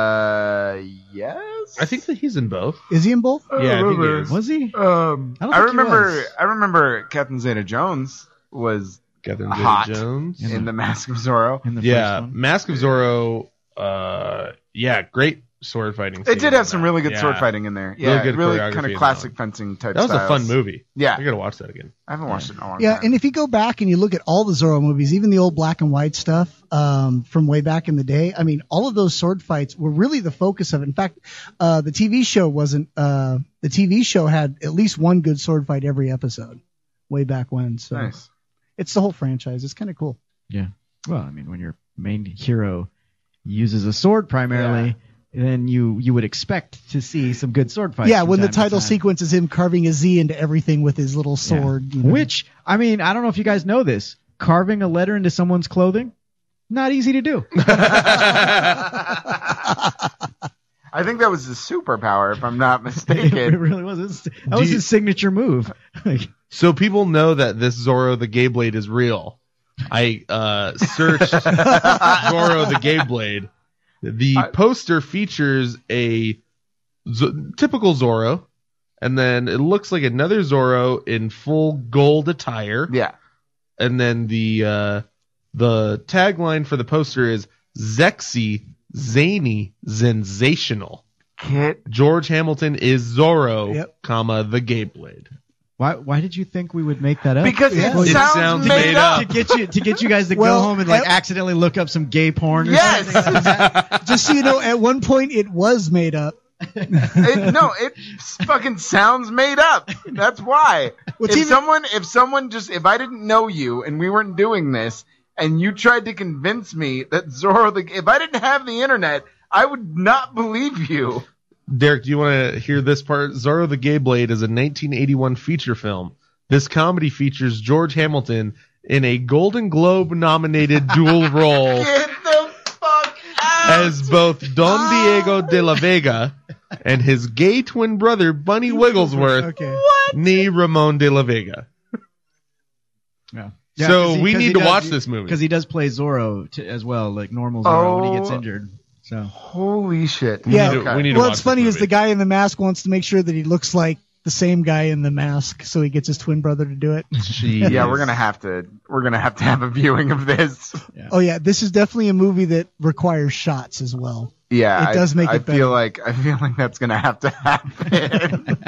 Uh, yes. Uh,
I think that he's in both.
Is he in both?
Yeah, I think he is.
Was
Um,
he? I
I,
don't think he
remember.
was.
I remember Captain Zeta Jones was
Catherine
hot
Jones
in the Mask of Zorro.
yeah, Mask of Zorro. Uh, yeah, great sword fighting.
It did
scenes
have
in
some
that.
really good sword
Yeah.
fighting in there. Yeah,
good
really
choreography
kind
in
of
that
classic
one.
fencing
That
type.
was a fun
styles.
movie.
Yeah.
I gotta watch that again.
I haven't watched it in a long
Yeah,
time.
and if you go back and you look at all the Zorro movies, even the old black and white stuff um, from way back in the day, I mean, all of those sword fights were really the focus of it. In fact, uh, the TV show wasn't. Uh, the TV show had at least one good sword fight every episode, way back when. So
Nice.
it's the whole franchise. It's kind of cool.
Yeah. Well, I mean, when your main hero uses a sword primarily, then you you would expect to see some good sword fights.
yeah,
from
when the
time to
title
time.
sequence is him carving a Z into everything with his little
Yeah.
sword. you know.
Which I mean, I don't know if you guys know this. Carving a letter into someone's clothing, not easy to do.
I think that was the superpower, if I'm not
it
mistaken.
really was. It's- That
Do
was
you-
his signature move.
So people know that this Zorro the Gay Blade is real. I uh, searched Zorro the Gay Blade. The poster features a Z- typical Zorro, and then it looks like another Zorro in full gold attire.
Yeah.
And then the uh, the tagline for the poster is "Zexy, zany, sensational."
Get
George Hamilton is Zorro,
Yep.
comma the Gay Blade.
Why? Why did you think we would make that up?
Because it
It sounds sounds made made up. up.
To get you to get you guys to
Well,
go home and like
I-
accidentally look up some gay porn. Or
Yes.
something.
Just so you know, at one point it was made up.
It- no, it fucking sounds made up. That's why.
Well,
if
TV
someone, if someone just, if I didn't know you and we weren't doing this, and you tried to convince me that Zorro, the, if I didn't have the internet, I would not believe you.
Derek, do you want to hear this part? Zorro the Gay Blade is a 1981 feature film. This comedy features George Hamilton in a Golden Globe nominated dual role
Get the fuck out.
as both Don Diego de la Vega and his gay twin brother Bunny Wigglesworth,
Okay.
nee Ramon de la Vega.
Yeah.
So we need to watch this movie.
because he does play Zorro to, as well, like normal Zorro when he gets
Oh.
injured. So
Holy shit.
yeah.
to- we need to
well,
watch
it's
this
funny is
movie.
the guy in the mask wants to make sure that he looks like the same guy in the mask, so he gets his twin brother to do it.
Yeah, we're gonna have to, we're gonna have to have a viewing of this.
Oh yeah, this is definitely a movie that requires shots as well.
Yeah,
It
I-
does make
I
it better.
feel like I feel like that's gonna have to happen.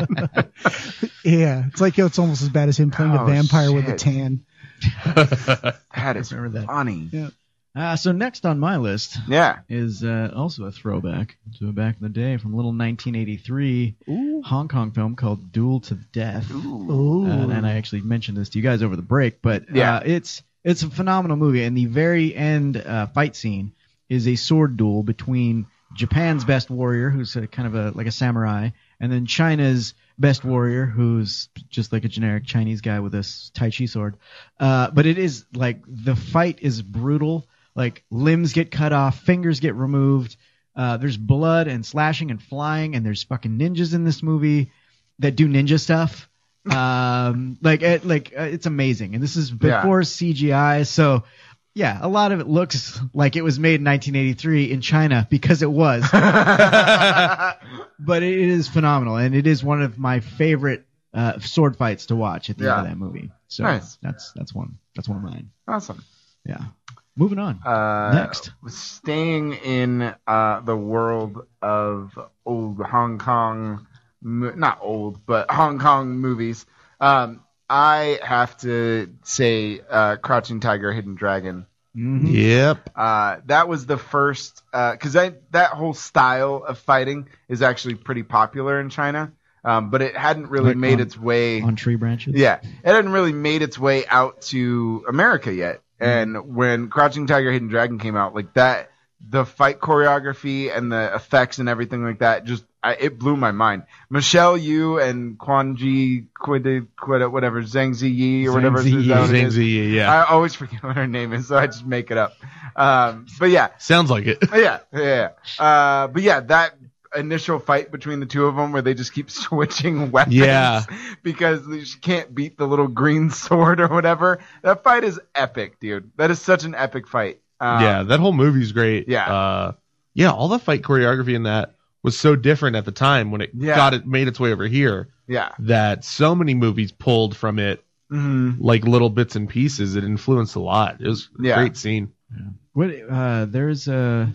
Yeah, it's like yo, it's almost as bad as him playing
Oh,
a vampire with a
shit.
tan.
that is funny.
Yeah.
Uh, so next on my list,
Yeah.
is uh, also a throwback to back in the day from a little 1983 Hong Kong film called Duel to Death.
Ooh.
Uh, and I actually mentioned this to you guys over the break, but
Yeah.
uh, it's it's a phenomenal movie. And the very end uh, fight scene is a sword duel between Japan's best warrior, who's a, kind of a like a samurai, and then China's best warrior, who's just like a generic Chinese guy with a s- tai chi sword. Uh, but it is like the fight is brutal. Like limbs get cut off, fingers get removed. Uh, there's blood and slashing and flying, and there's fucking ninjas in this movie that do ninja stuff um, like it, like uh, it's amazing, and this is
Yeah.
before CGI, so. Yeah, a lot of it looks like it was made in 1983 in China because it was. but it is phenomenal, and it is one of my favorite uh, sword fights to watch at the end
Yeah.
of that movie. So
Nice.
that's that's one that's one of mine.
Awesome.
Yeah. Moving on.
Uh,
Next.
Staying in uh, the world of old Hong Kong, mo- not old, but Hong Kong movies, um, I have to say uh, Crouching Tiger, Hidden Dragon.
Yep.
Uh, that was the first because that that whole style of fighting is actually pretty popular in China, um, but it hadn't really
Like
made
on-
its way.
on tree branches.
Yeah, it hadn't really made its way out to America yet.
Mm-hmm.
And when Crouching Tiger, Hidden Dragon came out, like that, the fight choreography and the effects and everything like that, just I, it blew my mind. Michelle Yu and Quan Ji, Quid, Quid, whatever Zhang Ziyi or
Zhang
whatever
Ziyi.
is that what it
Zhang
is?
Ziyi, yeah.
I always forget what her name is, so I just make it up. Um, but yeah,
Sounds like it.
yeah, yeah. yeah. Uh, but yeah, that initial fight between the two of them where they just keep switching weapons
Yeah.
because they just can't beat the little green sword or whatever. That fight is epic, dude. That is such an epic fight. Um,
yeah, that whole movie's great.
Yeah.
Uh, yeah, all the fight choreography in that was so different at the time when it
Yeah.
got it made its way over here
Yeah.
that so many movies pulled from it
Mhm.
like little bits and pieces. It influenced a lot. It was a
Yeah.
great scene.
What uh, there's a,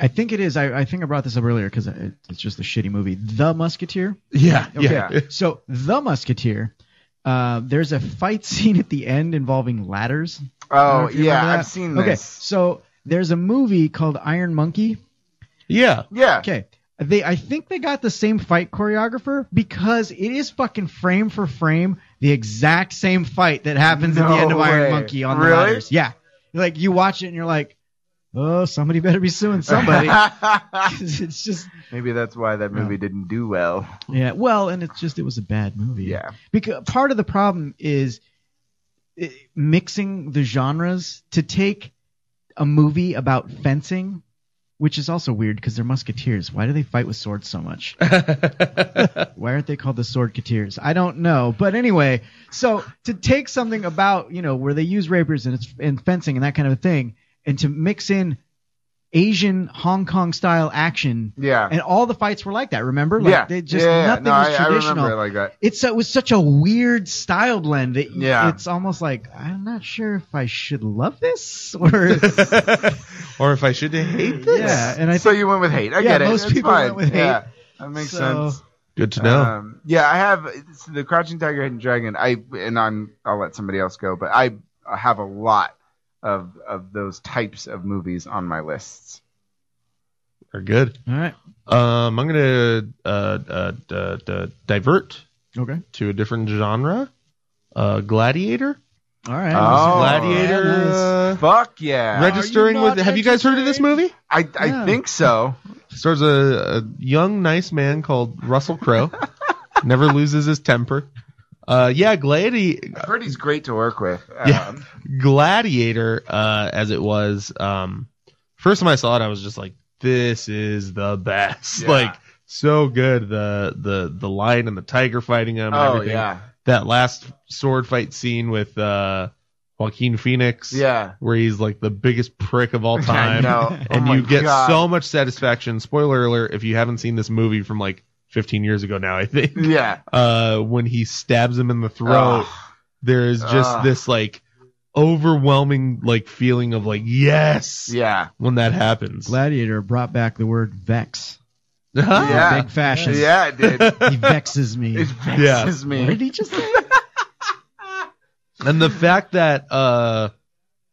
I think it is. I, I think I brought this up earlier because it, it's just a shitty movie. The Musketeer.
Yeah,
Okay.
yeah.
So The Musketeer. Uh, there's a fight scene at the end involving ladders. I don't
Oh,
know if you
yeah,
remember
I've
that.
seen
Okay,
this.
so there's a movie called Iron Monkey.
Yeah.
Yeah.
Okay. They, I think they got the same fight choreographer because it is fucking frame for frame the exact same fight that happens at the
No
end of
way.
Iron Monkey on the
Really?
ladders. Yeah. Like you watch it and you're like, oh, somebody better be suing somebody. 'Cause it's just
Maybe that's why that movie didn't do well.
yeah. Well, and it's just it was a bad movie.
Yeah.
Because part of the problem is eh, mixing the genres to take a movie about fencing, which is also weird because they're musketeers. Why do they fight with swords so much? Why aren't they called the swordketeers? I don't know. But anyway, so to take something about you know where they use rapiers and it's and fencing and that kind of a thing, and to mix in Asian Hong Kong style action.
Yeah.
And all the fights were like that, remember? Like
Yeah.
they just
Yeah, yeah.
nothing
No,
was
I- I remember
traditional.
it like that.
It's it was such a weird style blend that y-
Yeah.
it's almost like I'm not sure if I should love this or
Or if I should hate this.
yeah. And I
so
think-
you went with hate. I
yeah,
get it.
Most
That's
people
fine.
went with hate.
Yeah, that makes
So-
sense.
Good to know.
Um, yeah, I have it's the Crouching Tiger, Hidden Dragon. I and I'm I'll let somebody else go, but I have a lot of of those types of movies on my lists.
They're good.
All right.
Um, I'm gonna uh, uh, d- d- divert
Okay.
to a different genre. Uh, Gladiator.
All right.
Oh,
Gladiator. uh,
Fuck yeah!
registering with. Have you guys heard of this movie?
I I think so.
Stars a, a young, nice man called Russell Crowe. Never loses his temper. Uh, yeah, Gladi-
I've heard he's great to work with. Um,
yeah. Gladiator, uh, as it was. Um, first time I saw it, I was just like, "This is the best!"
Yeah.
Like, so good. The the the lion and the tiger fighting him. And
Oh,
everything.
yeah.
That last sword fight scene with uh, Joaquin Phoenix.
Yeah.
Where he's like the biggest prick of all
I
time,
know. Oh
and
my
you get
God.
so much satisfaction. Spoiler alert: if you haven't seen this movie from like 15 years ago now, I think
Yeah.
uh, when he stabs him in the throat,
Ugh.
there is just
Ugh.
this like overwhelming like feeling of like yes,
Yeah.
when that happens.
Gladiator brought back the word vex.
Yeah.
In big fashion.
Yeah, it did.
he vexes me. It
vexes
Yeah. me.
What did he just say?
And the fact that uh,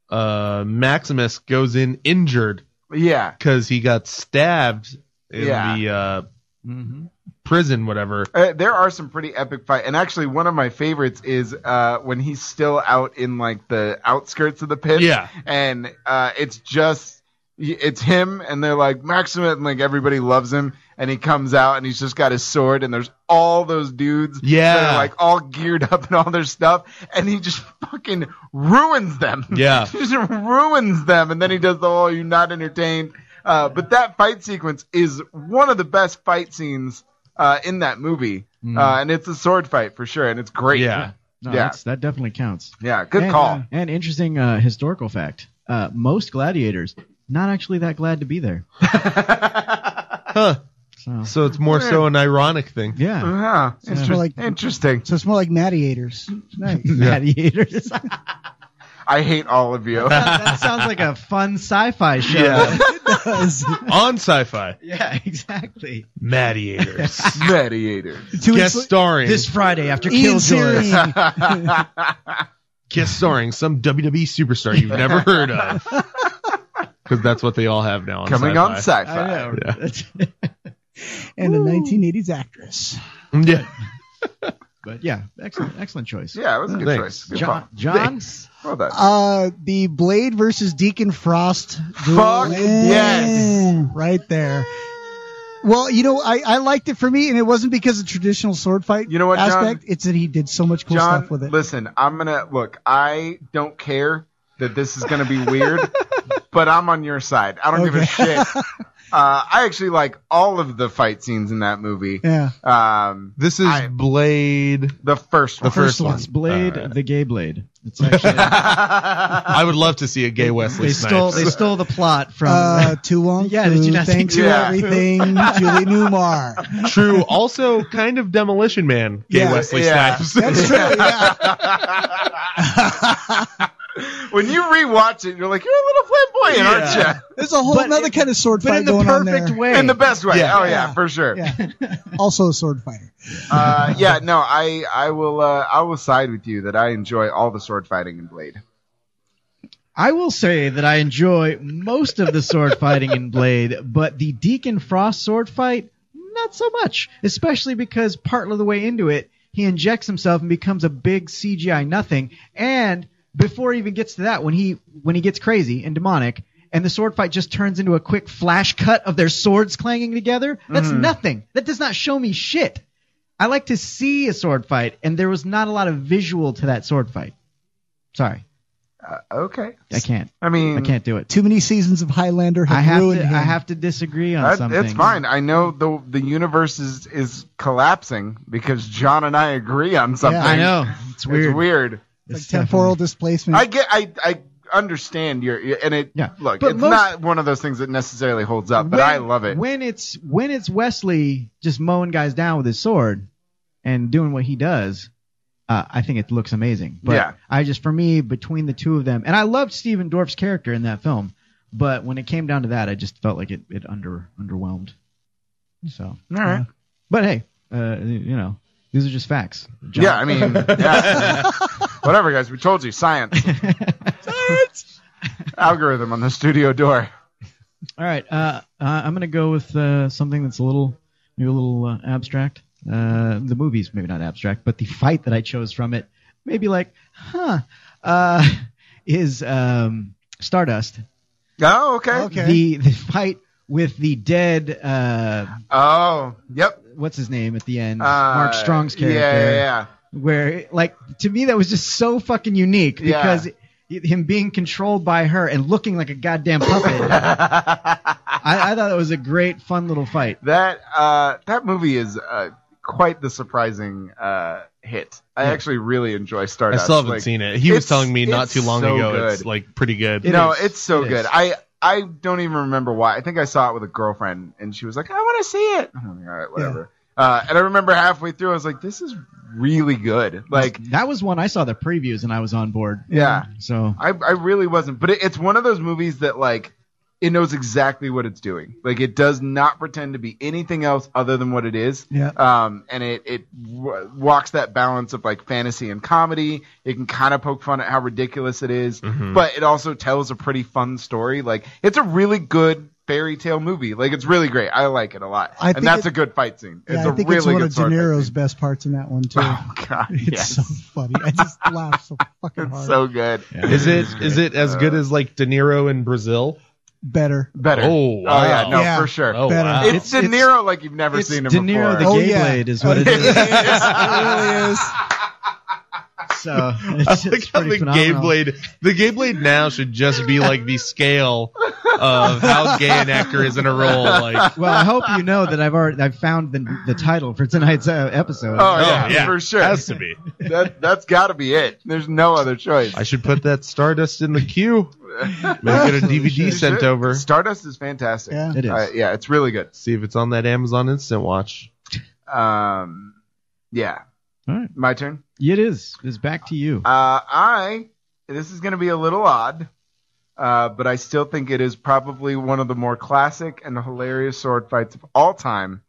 uh, Maximus goes in injured
Yeah.
because he got stabbed in
Yeah.
the uh,
Mm-hmm.
prison, whatever.
Uh, there are some pretty epic fight, and actually one of my favorites is uh, when he's still out in like the outskirts of the pit.
Yeah.
and uh, it's just it's him, and they're like Maximus, and like everybody loves him, and he comes out, and he's just got his sword, and there's all those dudes,
Yeah.
that are, like all geared up and all their stuff, and he just fucking ruins them.
Yeah.
He just ruins them, and then he does the whole "you're not entertained." Uh, but that fight sequence is one of the best fight scenes uh, in that movie. Uh, and it's a sword fight for sure, and it's great.
Mm. Yeah. No,
yeah.
that's- that definitely counts.
Yeah, good
and,
call.
uh, and interesting uh, historical fact: uh, most gladiators not actually that glad to be there.
Huh.
So,
it's more so an ironic thing.
Yeah.
So it's more like-
interesting.
So it's more like Mattiators. Nice.
Yeah.
Gladiators.
I hate all of you.
that sounds like a fun sci-fi show.
Yeah.
does.
Uh-huh.
On sci-fi.
yeah, exactly.
Mattiators.
Mattiators.
Two
Guest
weeks-
starring.
this Friday after Killjoy.
Guest starring some WWE superstar you've never heard of. Because that's what they all have now on
Coming on
sci-fi.
sci-fi. I know.
Yeah.
and a 1980s actress.
Yeah.
But yeah, excellent, excellent choice.
Yeah, it was a good
Thanks.
choice. Good
John,
call.
John
Well done.
Uh, the Blade versus Deacon Frost.
Fuck
duel.
yes.
right there. Well, you know, I, I liked it for me, and it wasn't because of traditional sword fight. You know
what, John?
aspect? It's that he did so much cool
John,
stuff with it.
listen, I'm gonna look. I don't care that this is gonna be weird, but I'm on your side. I don't give a shit. Uh, I actually like all of the fight scenes in that movie.
Yeah.
Um,
this is Blade,
the first one.
It's Blade, the gay Blade. It's
I would love to see a gay Wesley
they stole
Snipes.
they stole the plot from
uh, Tu Wong
Yeah, did you
Fu,
not see
thanks
Tu
for
Wong?
everything, Julie Newmar.
True. Also, kind of Demolition Man. Gay
Yeah.
Wesley
Yeah.
Snipes.
That's true,
when you rewatch it, you're like, you're a little flamboyant, aren't you?
There's a whole other kind of sword fight going on there.
In the best way. oh yeah, for sure. Yeah.
Also a sword fighter.
Uh, yeah, no, I I will uh, I will side with you that I enjoy all the sword fighting in Blade.
I will say that I enjoy most of the sword fighting in Blade, but the Deacon Frost sword fight, not so much. Especially because part of the way into it, he injects himself and becomes a big CGI nothing. And before he even gets to that, when he when he gets crazy and demonic, and the sword fight just turns into a quick flash cut of their swords clanging together, that's
Mhm.
nothing. That does not show me shit. I like to see a sword fight, and there was not a lot of visual to that sword fight. Sorry.
Uh, okay.
I can't.
I mean,
I can't do it.
Too many seasons of Highlander have,
I have
ruined
to.
him.
I have to disagree on
That-
something.
it's fine. I know the the universe is is collapsing because John and I agree on something.
I know.
It's weird.
It's weird.
like temporal displacement.
I get. I I understand your and it. Look,
But
it's
most-
not one of those things that necessarily holds up, but I love it.
When it's when it's Wesley just mowing guys down with his sword and doing what he does, uh, I think it looks amazing. But
Yeah.
I just for me between the two of them, and I loved Steven Dorff's character in that film, but when it came down to that, I just felt like it it under underwhelmed. So all
right.
but hey, uh, you know these are just facts. John-
Yeah, I mean, yeah. whatever, guys. We told you, science. science. Algorithm on the studio door.
All right, uh, uh, I'm gonna go with uh, something that's a little, maybe a little uh, abstract. Uh, the movies, maybe not abstract, but the fight that I chose from it, maybe like, huh, uh, is um, Stardust.
Oh, okay.
The the fight with the dead. Uh,
oh, yep.
What's his name at the end?
Uh,
Mark Strong's
yeah, yeah,
character.
yeah.
Where like to me that was just so fucking unique
Yeah.
because it- him being controlled by her and looking like a goddamn puppet. I, I thought it was a great, fun little fight.
That uh, that movie is uh, quite the surprising uh, hit. I
Yeah.
actually really enjoy
I
Stardust.
still haven't
Like,
seen it. He was
it's-
telling me not
it's
too long
so
ago. It's
good.
like pretty good.
no, it's so good. I I don't even remember why. I think I saw it with a girlfriend, and she was like, "I want to see it." I'm like, All right, whatever. Uh, and I remember halfway through, I was like, "This is really good." Like,
that was one I saw the previews and I was on board.
Yeah.
So
I, I really wasn't, but it, it's one of those movies that like it knows exactly what it's doing. Like it does not pretend to be anything else other than what it is.
Yeah.
Um, and it it w- walks that balance of like fantasy and comedy. It can kind of poke fun at how ridiculous it is,
Mhm.
but it also tells a pretty fun story. Like it's a really good fairy tale movie. Like it's really great. I like it a lot,
I
and
think
that's
it-
a good fight scene.
yeah,
it's
I
a
think
really
it's one
good
of De
sword fight.
Niro's best parts in that one too.
Oh god,
it's
yes.
so funny. I just laugh so fucking hard.
It's so good.
Is it is it as good as like De Niro in Brazil?
better?
Better.
Oh, wow.
Oh, yeah, no, for sure.
Oh,
Better.
wow.
It's, De Niro like you've never
it's
seen him
De Niro
before.
the Oh, Gay yeah. Blade is what it
is.
It really is.
So it's,
I
it's
like how
pretty
the
phenomenal.
gay blade, the gay blade now should just be like the scale of how gay an actor is in a role. Like,
well, I hope you know that I've already I've found the, the title for tonight's uh, episode.
Oh, yeah, for sure.
Has to be.
That that's got to be it. There's no other choice.
I should put that Stardust in the queue. Maybe get a
You
DVD sent
should.
over.
Stardust is fantastic. Yeah,
It is.
yeah, it's really good.
See if it's on that Amazon Instant Watch.
Um, yeah.
All right.
My turn.
It is. It's back to you.
Uh, I this is going to be a little odd, uh, but I still think it is probably one of the more classic and hilarious sword fights of all time.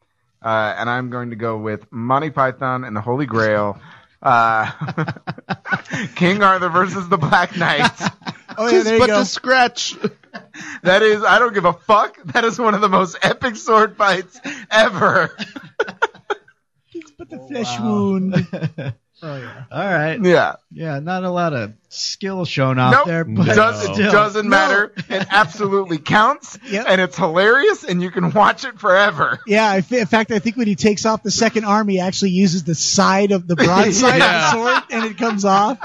Uh, and I'm going to go with Monty Python and the Holy Grail, uh, King Arthur versus the Black Knight.
Oh, yeah,
Tis
there you
but
go.
a scratch. that is, I don't give a fuck. That is one of the most epic sword fights ever.
Flesh wound. Oh,
All right.
Yeah.
Yeah. Not a lot of skill shown off
Nope.
there, but uh,
does, it
still.
doesn't matter. It absolutely counts, and it's hilarious, and you can watch it forever.
Yeah, I fe- in fact, I think when he takes off the second arm, he actually uses the side of the broadside
Yeah.
of the sword, and it comes off.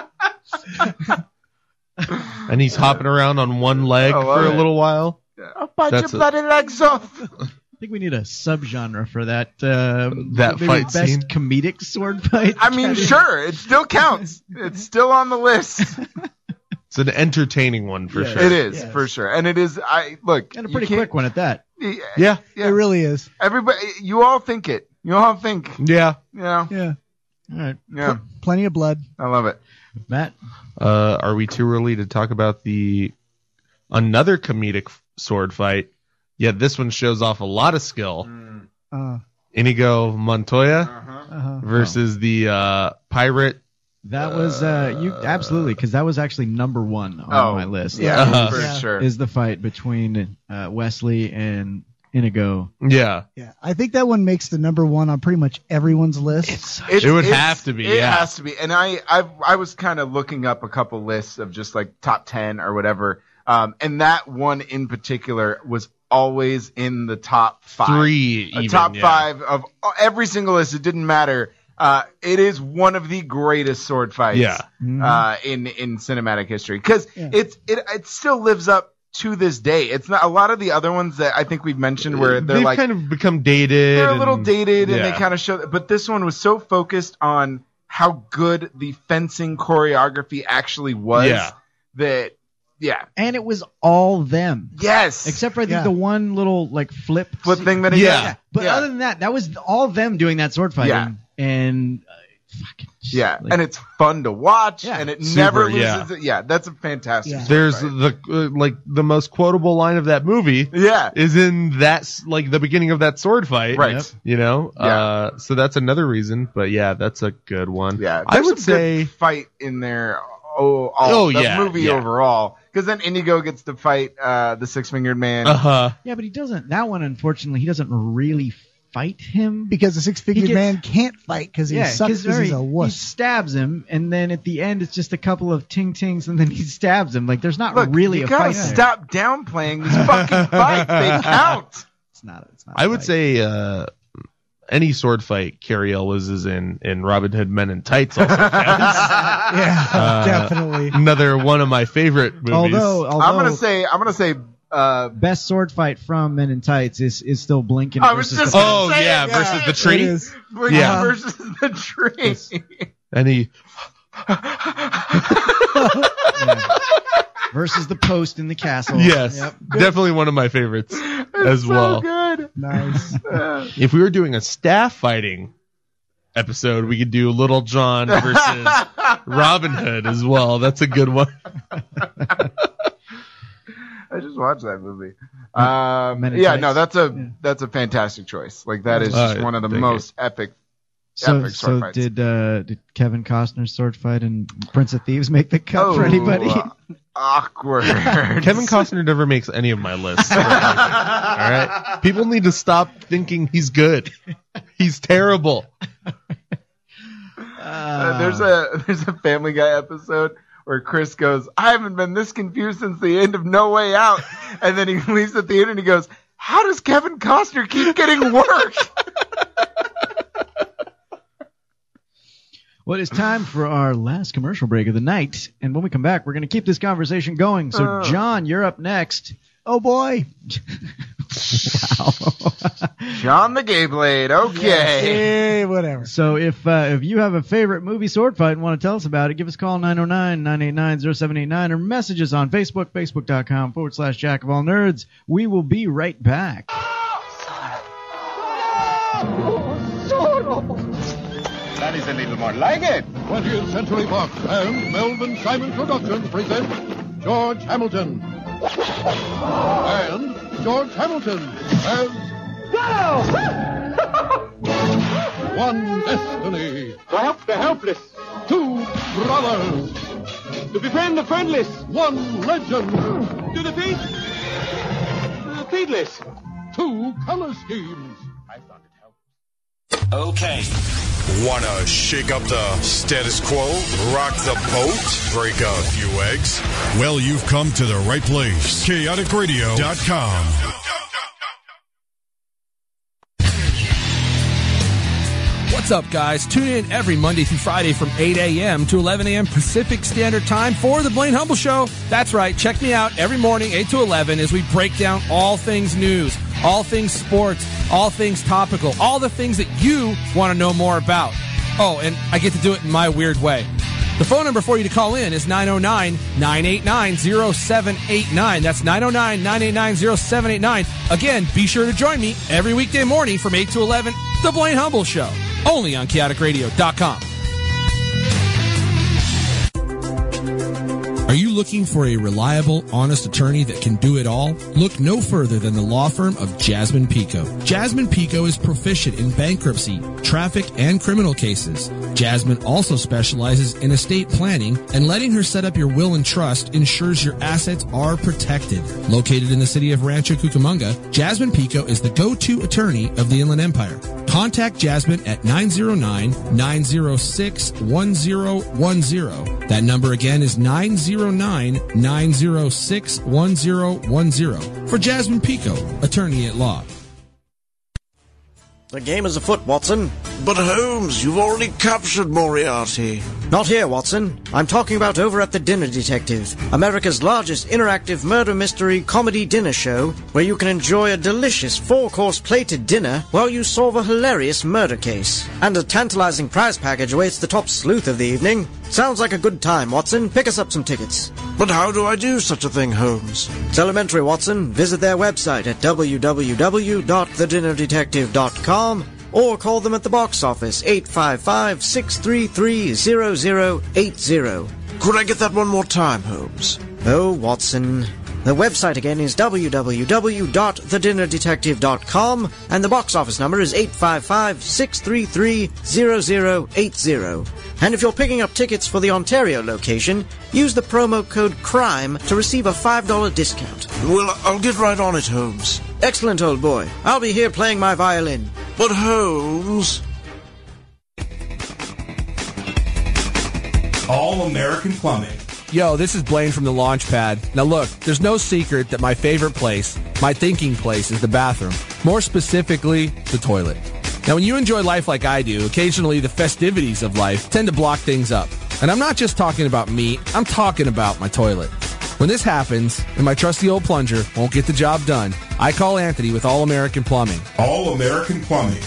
And he's hopping around on one leg
I love
for a
it.
little while.
I'll bite
That's
your
a-
bloody legs off.
I think we need a subgenre for that. Uh,
That
maybe
fight
best
scene?
comedic sword fight.
I mean, sure, it still counts. It's still on the list.
It's an entertaining one for
Yes.
sure.
It is for sure, and it is. I look
and a
you
pretty
can't-
quick one at that.
Yeah,
Yeah,
it really is.
Everybody, you all think it. You all think.
Yeah.
You know.
Yeah.
All right.
Yeah.
Plenty of blood.
I love it.
Matt.
Uh, are we too early to talk about the another comedic f- sword fight? Yeah, this one shows off a lot of skill.
Uh,
Inigo Montoya
uh-huh.
versus
Oh.
the uh, pirate.
That was uh, you absolutely because that was actually number one on
Oh,
my list.
yeah,
That
for
is-
sure.
Is the fight between uh, Wesley and Inigo?
Yeah,
Yeah, I think that one makes the number one on pretty much everyone's list.
It's- it's- It
yeah.
has to be. And I, I, I was kind of looking up a couple lists of just like top ten or whatever. Um, and that one in particular was always in the top five.
Three
A
even,
top
yeah.
five of every single list. It didn't matter. Uh, it is one of the greatest sword fights.
Yeah. Mm-hmm.
Uh, in in cinematic history because it's it it still lives up to this day. It's not a lot of the other ones that I think we've mentioned where they're
They've
like
kind of become dated.
they're a little
and-
dated and they
Yeah.
kind of show but this one was so focused on how good the fencing choreography actually was
Yeah.
that yeah
And it was all them.
Yes.
Except for I think
Yeah.
the one little like flip
Flip thing that he
yeah.
did? Yeah.
But other than that, that was all them doing that sword fighting.
Yeah.
And
uh,
yeah and it's fun to watch and it
Super,
never loses
yeah.
yeah. it yeah that's a fantastic story.
There's the uh, like the most quotable line of that movie.
Yeah,
is in that s- like the beginning of that sword fight.
Right. Yep.
You know. Uh, so that's another reason. But yeah, that's a good one. Yeah. I
There's
would
some
say
good fight in there. Oh, all,
Oh,
the
yeah,
movie
yeah.
overall. Because then Indigo gets to fight uh, the six fingered man.
Uh-huh.
yeah, but he doesn't. That one, unfortunately, he doesn't really fight him
because the six-figured man can't fight because he
yeah,
sucks
'cause
because he's
very-
a wuss.
He stabs him, and then at the end, it's just a couple of ting tings, and then he stabs him. Like there's not
Look,
really
you
a
gotta
fight. there.
stop downplaying this fucking fight. They count.
I would say uh, any sword fight Carrie Elwes is in in Robin Hood Men in Tights. Also
yeah,
Uh,
definitely.
Another one of my favorite movies.
Although,
I'm gonna say I'm gonna say uh,
best sword fight from Men in Tights is is still Blinken.
I was just
versus the
gonna
Oh,
say
yeah,
it.
versus the tree?
It is. Versus-
Yeah.
versus the tree.
Any
versus the post in the castle.
yes,
Yep.
definitely one of my favorites as well.
good.
Nice.
If we were doing a staff fighting episode, we could do Little John versus Robin Hood as well. That's a good one.
I just watched that movie. Um,
Men in
yeah,
Tights.
no, that's a that's a fantastic choice. Like that is just
Alright,
one of the
thank
most epic,
So,
epic sword
so
fights.
did uh, did Kevin Costner's sword fight and Prince of Thieves make the cut for
Oh,
anybody?
uh, awkward.
Kevin Costner never makes any of my lists. All right, people need to stop thinking he's good. He's terrible.
Uh, there's a there's a Family Guy episode where Chris goes, "I haven't been this confused since the end of No Way Out," and then he leaves the theater and he goes, "How does Kevin Costner keep getting work?"
Well, it is time for our last commercial break of the night, and when we come back, we're going to keep this conversation going. So,
Uh.
Oh.
John, you're up next. Oh boy!
John the Gay Blade. Okay.
Hey, whatever. So if uh, if you have a favorite movie sword fight and want to tell us about it, give us a call 909-989-0789 or message us on Facebook, facebook.com forward slash jack of all nerds. We will be right back.
That is a little more like it. 20th Century Fox and Melvin Simon Productions present George Hamilton. And George Hamilton as. One destiny. To help the helpless. Two brothers. To befriend the friendless. One legend. To defeat. The feedless. Two color schemes.
Okay.
Want to shake up the status quo? Rock the boat? Break a few eggs? Well, you've come to the right place. ChaoticRadio.com.
What's up, guys? Tune in every Monday through Friday from 8 a.m. to 11 a.m. Pacific Standard Time for The Blaine Humble Show. That's right. Check me out every morning, 8 to 11, as we break down all things news, all things sports, all things topical, all the things that you want to know more about. Oh, and I get to do it in my weird way. The phone number for you to call in is 909 989 0789. That's 909 989 0789. Again, be sure to join me every weekday morning from 8 to 11, The Blaine Humble Show, only on chaoticradio.com. Are you looking for a reliable, honest attorney that can do it all? Look no further than the law firm of Jasmine Pico. Jasmine Pico is proficient in bankruptcy, traffic, and criminal cases. Jasmine also specializes in estate planning, and letting her set up your will and trust ensures your assets are protected. Located in the city of Rancho Cucamonga, Jasmine Pico is the go-to attorney of the Inland Empire. Contact Jasmine at 909-906-1010. That number again is 909-906-1010 for Jasmine Pico, attorney at law.
The game is afoot, Watson. But Holmes, you've already captured Moriarty.
Not here, Watson.
I'm talking about over at the Dinner Detective, America's largest interactive murder mystery comedy dinner show, where you can enjoy a delicious four-course plated dinner while you solve a hilarious murder case. And a tantalizing prize package awaits the top sleuth of the evening. Sounds like a good time, Watson. Pick us up some tickets. But how do I do such a thing, Holmes? It's elementary, Watson. Visit their website at www.thedinnerdetective.com or call them at the box office 855 633 0080. Could I get that one more time, Holmes? Oh, Watson. The website again is www.thedinnerdetective.com and the box office number is 855 633 0080. And if you're picking up tickets for the Ontario location, use the promo code CRIME to receive a $5 discount. Well, I'll get right on it, Holmes. Excellent, old boy. I'll be here playing my violin. But, Holmes.
All American Plumbing.
Um, Yo, this is Blaine from the Launchpad. Now look, there's no secret that my favorite place, my thinking place, is the bathroom. More specifically, the toilet. Now when you enjoy life like I do, occasionally the festivities of life tend to block things up. And I'm not just talking about me, I'm talking about my toilet. When this happens, and my trusty old plunger won't get the job done, I call Anthony with All American Plumbing.
All American Plumbing.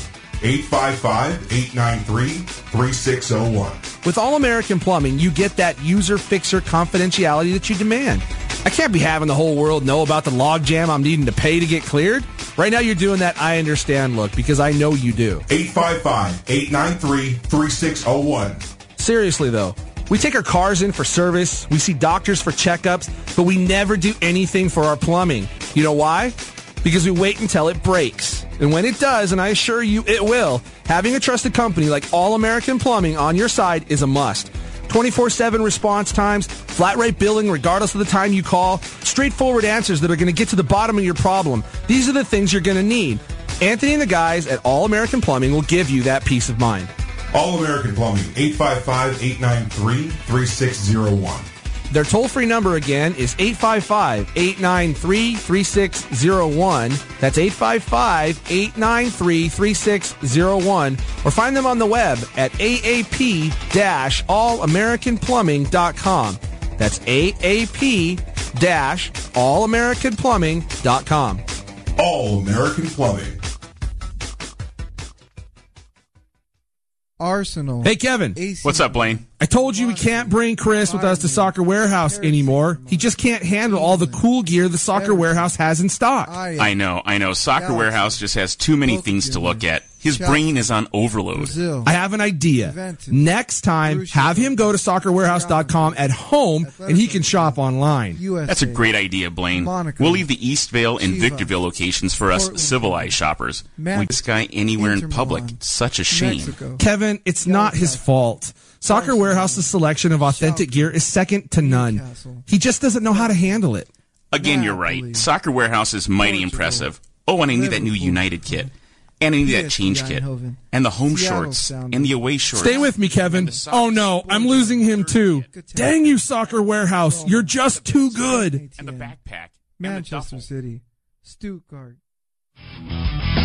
855 893 3601.
With All American Plumbing, you get that user fixer confidentiality that you demand. I can't be having the whole world know about the logjam I'm needing to pay to get cleared. Right now, you're doing that I understand look because I know you do.
855 893 3601.
Seriously, though, we take our cars in for service, we see doctors for checkups, but we never do anything for our plumbing. You know why? Because we wait until it breaks. And when it does, and I assure you it will, having a trusted company like All American Plumbing on your side is a must. 24-7 response times, flat rate billing regardless of the time you call, straightforward answers that are going to get to the bottom of your problem. These are the things you're going to need. Anthony and the guys at All American Plumbing will give you that peace of mind.
oh All American Plumbing. 855 893 3601.
Their toll free number again is 855 893 3601. That's 855 893 3601. Or find them on the web at aap allamericanplumbing.com. That's aap allamericanplumbing.com.
All American Plumbing.
Arsenal.
Hey, Kevin.
What's up, Blaine?
I told you we can't bring Chris with us to Soccer Warehouse anymore. He just can't handle all the cool gear the Soccer Warehouse has in stock.
I know, I know. Soccer Warehouse just has too many things to look at. His brain is on overload.
I have an idea. Next time, have him go to soccerwarehouse.com at home and he can shop online.
That's a great idea, Blaine.
Monaco.
We'll leave the Eastvale and Victorville locations for us
Portland.
civilized shoppers.
Mac-
we this guy anywhere in public. Such a shame.
Kevin, it's not his fault. Soccer Warehouse's selection of authentic gear is second to none. He just doesn't know how to handle it.
Again, you're right. Soccer Warehouse is mighty impressive. Oh, and I need that new United kit. And I need that change kit.
Eindhoven.
And the home
Seattle
shorts.
Sounders.
And the away shorts.
Stay with me, Kevin. Oh no, I'm losing him too. Dang you, Soccer Warehouse. You're just too good.
And the backpack. Manchester City. Stuttgart.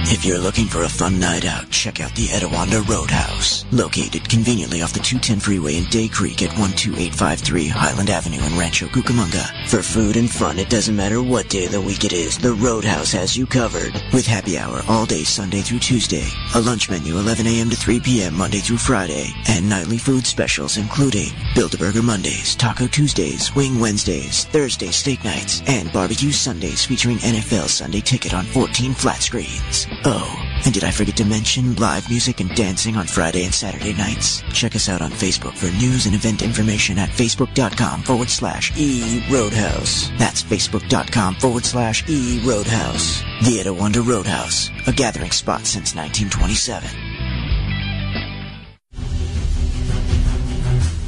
If you're looking for a fun night out, check out the Etowanda Roadhouse, located conveniently off the 210 freeway in Day Creek at 12853 Highland Avenue in Rancho Cucamonga. For food and fun, it doesn't matter what day of the week it is, the Roadhouse has you covered. With happy hour all day Sunday through Tuesday, a lunch menu 11 a.m. to 3 p.m. Monday through Friday, and nightly food specials including Build-A-Burger Mondays, Taco Tuesdays, Wing Wednesdays, Thursday steak nights, and barbecue Sundays featuring NFL Sunday Ticket on 14 flat screens. Oh, and did I forget to mention live music and dancing on Friday and Saturday nights? Check us out on Facebook for news and event information at facebook.com forward slash e roadhouse. That's facebook.com forward slash e roadhouse. The Etowanda Roadhouse, a gathering spot since 1927.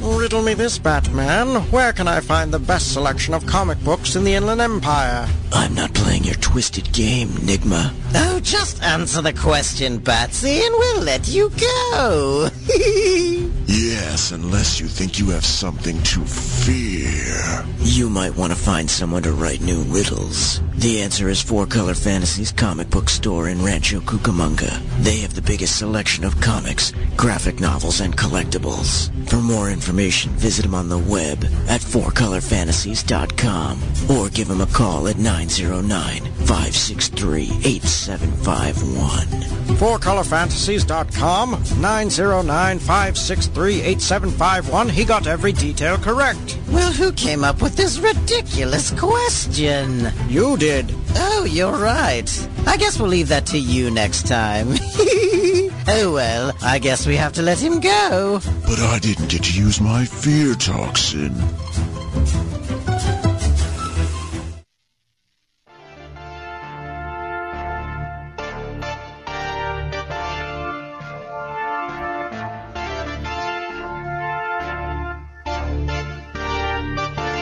Riddle me this, Batman. Where can I find the best selection of comic books in the Inland Empire?
I'm not playing your twisted game, Nigma.
Oh, just answer the question, Batsy, and we'll let you go.
Yes, unless you think you have something to fear.
You might want to find someone to write new riddles.
The answer is Four Color Fantasies comic book store in Rancho Cucamonga.
They have the biggest selection of comics, graphic novels, and collectibles. For more information, visit them on the web at fourcolorfantasies.com or give them a call at 909-563-8751.
FourColorFantasies.com, 909-563-8751. He got every detail correct.
well, who came up with this ridiculous question?
You did.
Oh, you're right. I guess we'll leave that to you next time. oh, well, I guess we have to let him go.
But I didn't get to use my fear toxin.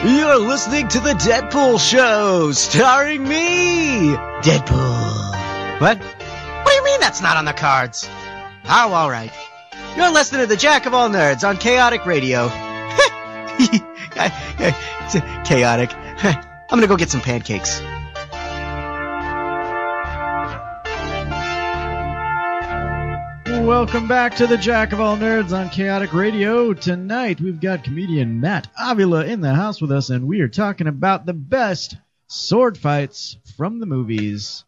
You're listening to the Deadpool Show, starring me, Deadpool. What? What do you mean that's not on the cards? Oh, all right. You're listening to the Jack of All Nerds on Chaotic Radio. It's Chaotic. I'm gonna go get some pancakes.
Welcome back to the Jack of All Nerds on Chaotic Radio. Tonight we've got comedian Matt Avila in the house with us, and we are talking about the best sword fights from the movies.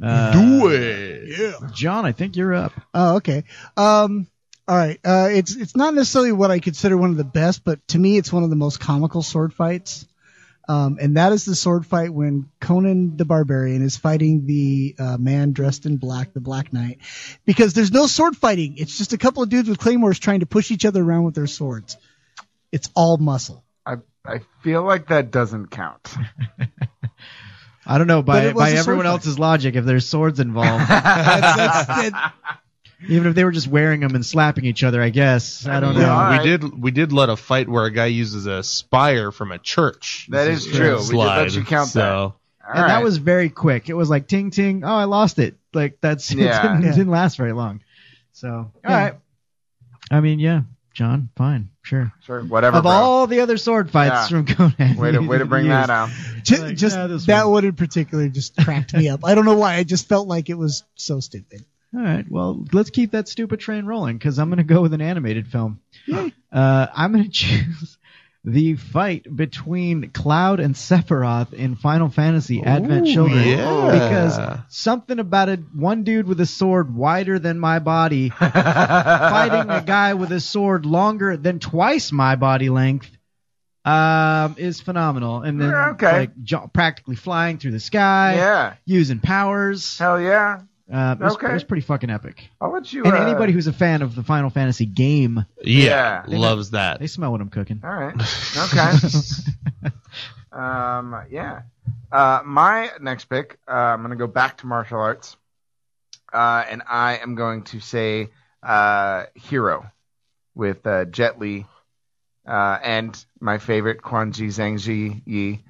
Do
it,
yeah, John. I think you're up.
Oh, okay. Um, all right. Uh, it's it's not necessarily what I consider one of the best, but to me, it's one of the most comical sword fights. Um, and that is the sword fight when Conan the Barbarian is fighting the uh, man dressed in black, the Black Knight, because there's no sword fighting. It's just a couple of dudes with claymores trying to push each other around with their swords. It's all muscle.
I I feel like that doesn't count.
I don't know
But
by
it was
by
a sword
everyone
fight.
else's logic if there's swords involved. That's- that's- that- even if they were just wearing them and slapping each other, I guess I don't know.
We did we did let a fight where a guy uses a spire from a church.
That
This
is true.
a
We did let
slide,
you count
so.
and that was very quick. It was like ting ting. Oh, I lost it. Like that's it,
Yeah.
didn't, it
Yeah.
didn't last very long. So all right. I mean, yeah, John, fine, sure.
Sure, whatever.
of
bro.
all the other sword fights
Yeah.
from Conan.
Way to- way to bring that out.
Ju- just that one in particular just cracked me up. I don't know why. I just felt like it was so stupid.
All right, well, let's keep that stupid train rolling because I'm going to go with an animated film. Uh, I'm going to choose the fight between Cloud and Sephiroth in Final Fantasy Advent
Ooh,
Children
yeah.
because something about a one dude with a sword wider than my body fighting a guy with a sword longer than twice my body length um, is phenomenal. And then
Yeah, okay.
like jo- practically flying through the sky,
Yeah.
using powers.
Hell yeah.
Uh, it, was,
Okay.
it was pretty fucking epic.
I'll let you.
and
uh,
anybody who's a fan of the Final Fantasy game,
Yeah,
they know-
loves that.
They smell what I'm cooking.
All right. Okay. um, yeah. Uh, my next pick, uh, I'm going to go back to martial arts. Uh, and I am going to say uh, Hero with uh, Jet Li uh, and my favorite, Quan Ji Zhang Ji Yi.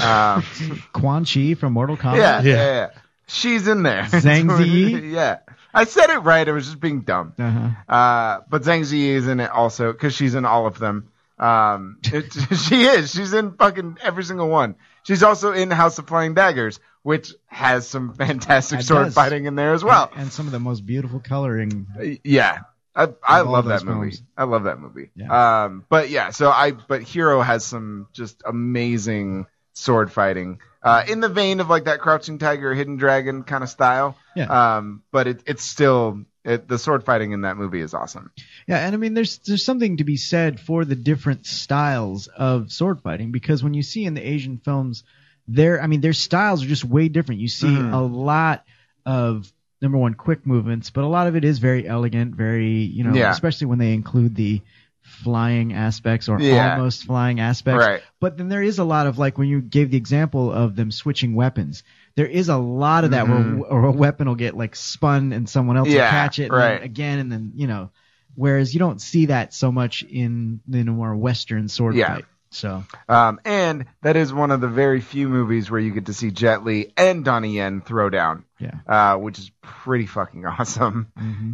Um,
Quan Chi from Mortal Kombat.
yeah, yeah, yeah. She's in there.
Zhang Ziyi?
yeah. I said it right. I was just being dumb.
Uh-huh.
Uh, but Zhang Ziyi is in it also because she's in all of them. Um, it- she is. She's in fucking every single one. She's also in House of Flying Daggers, which has some fantastic
It
sword
does.
fighting in there as well. Uh,
And some of the most beautiful coloring.
Yeah. I, I
Of all
love
those
that movie.
films.
I love that movie. Um, but yeah, so I but Hero has some just amazing sword fighting uh, in the vein of like that Crouching Tiger, Hidden Dragon kind of style.
Yeah.
Um, but it, it's still it, the sword fighting in that movie is awesome.
Yeah, and I mean, there's there's something to be said for the different styles of sword fighting because when you see in the Asian films, their I mean their styles are just way different. You see
Mhm.
a lot of number one quick movements, but a lot of it is very elegant, very you know,
Yeah.
especially when they include the flying aspects or
Yeah.
almost flying aspects.
Right.
But then there is a lot of like when you gave the example of them switching weapons. There is a lot of that
Mhm.
where, where a weapon will get like spun and someone else will
Yeah,
catch it and then
right.
again and then you know Whereas you don't see that so much in in a more Western sword
Yeah.
fight. So
Um, and that is one of the very few movies where you get to see Jet Li and Donnie Yen throw down.
Yeah. Mm-hmm.
Uh, which is pretty fucking awesome.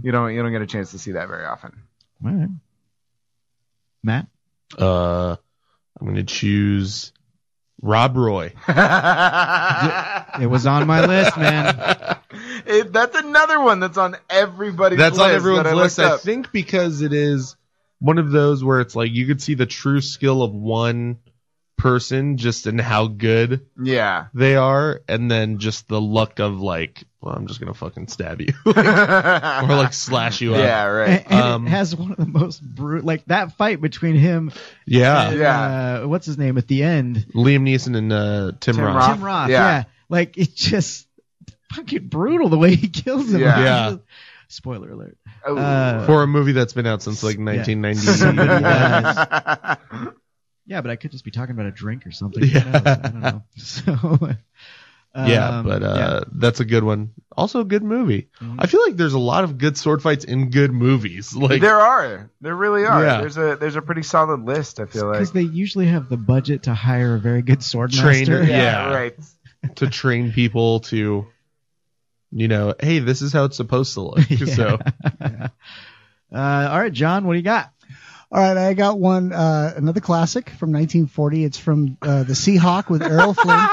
You don't you don't get a chance to see that very often.
all right. Matt?
Uh, I'm going to choose Rob Roy.
it was on my list, man.
It, that's another one that's on everybody's
That's
list.
on everyone's
that I
list,
looked
I
up.
think, because it is one of those where it's like you could see the true skill of one person just in how good
Yeah.
they are, and then just the luck of like, well, I'm just gonna fucking stab you or like slash you up.
Yeah,
And, and
Um,
it has one of the most brutal, like that fight between him.
Yeah.
and,
Yeah.
Uh, what's his name at the end?
Liam Neeson and uh, Tim,
Tim
Roth.
Tim Roth. Yeah. Like it just fucking brutal the way he kills him.
Yeah. Yeah.
Spoiler alert.
Oh.
Uh,
for a movie that's been out since like
yeah.
1990.
yeah, but I could just be talking about a drink or something. Who knows? I don't know. So.
yeah,
um, Mm-hmm.
but uh, that's a good one. Also, a good movie. I feel like there's a lot of good sword fights in good movies. Like
there are. There really are.
Yeah.
There's a there's a pretty solid list, I feel like.
Because they usually have the budget to hire a very good sword
trainer,
master.
yeah,
right.
to train people to, you know, hey, this is how it's supposed to look. So
Uh, all right, John, what do you got?
All right, I got one, uh, another classic from 1940. It's from uh, The Seahawk with Errol Flynn.